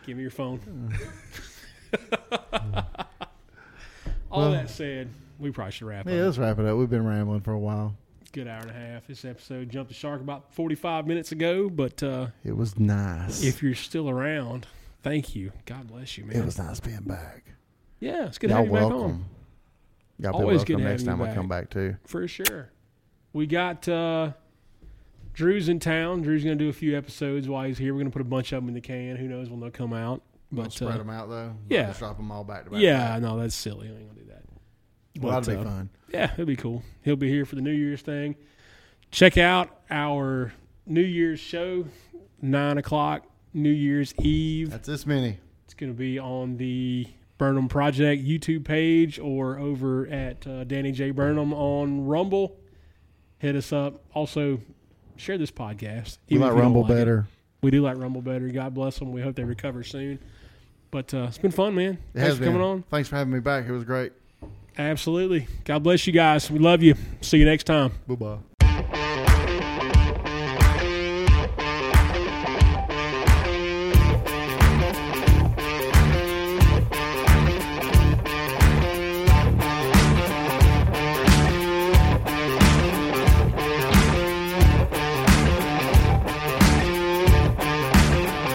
[SPEAKER 1] Give me your phone.
[SPEAKER 2] Uh.
[SPEAKER 1] All that said, we probably should wrap
[SPEAKER 2] Yeah,
[SPEAKER 1] up.
[SPEAKER 2] let's wrap it up. We've been rambling for a while.
[SPEAKER 1] Good hour and a half. This episode jumped the shark about 45 minutes ago, but uh,
[SPEAKER 2] It was nice.
[SPEAKER 1] if you're still around, thank you. God bless you,
[SPEAKER 2] it
[SPEAKER 1] man.
[SPEAKER 2] was nice being back.
[SPEAKER 1] yeah, it's good to
[SPEAKER 2] Y'all
[SPEAKER 1] have you
[SPEAKER 2] welcome.
[SPEAKER 1] back on.
[SPEAKER 2] Y'all be
[SPEAKER 1] Always good
[SPEAKER 2] welcome
[SPEAKER 1] to
[SPEAKER 2] next
[SPEAKER 1] have you
[SPEAKER 2] time I
[SPEAKER 1] back.
[SPEAKER 2] come back too.
[SPEAKER 1] For sure. We got uh, Drew's in town. Drew's going to do a few episodes while he's here. We're going to put a bunch of them in the can. Who knows when they'll come out. But
[SPEAKER 2] Don't spread
[SPEAKER 1] uh,
[SPEAKER 2] them out though.
[SPEAKER 1] yeah.
[SPEAKER 2] Just drop them all back to back.
[SPEAKER 1] Yeah, no, that's silly. I ain't gonna do that.
[SPEAKER 2] well, that'd
[SPEAKER 1] But,
[SPEAKER 2] be
[SPEAKER 1] uh,
[SPEAKER 2] fun.
[SPEAKER 1] Yeah, it'll be cool. He'll be here for the New Year's thing. Check out our New Year's show, nine o'clock New Year's Eve.
[SPEAKER 2] That's this many.
[SPEAKER 1] It's gonna be on the Burnham Project YouTube page or over at uh, Danny J Burnham on Rumble. Hit us up. Also, share this podcast.
[SPEAKER 2] We
[SPEAKER 1] even
[SPEAKER 2] like
[SPEAKER 1] if you don't
[SPEAKER 2] Rumble
[SPEAKER 1] it.
[SPEAKER 2] better.
[SPEAKER 1] We do like Rumble better. God bless them. We hope they recover soon. But uh, it's been fun, man.
[SPEAKER 2] It
[SPEAKER 1] Thanks
[SPEAKER 2] has
[SPEAKER 1] for coming
[SPEAKER 2] been.
[SPEAKER 1] on.
[SPEAKER 2] Thanks for having me back. It was great.
[SPEAKER 1] Absolutely. God bless you guys. We love you. See you next time.
[SPEAKER 2] Bye bye.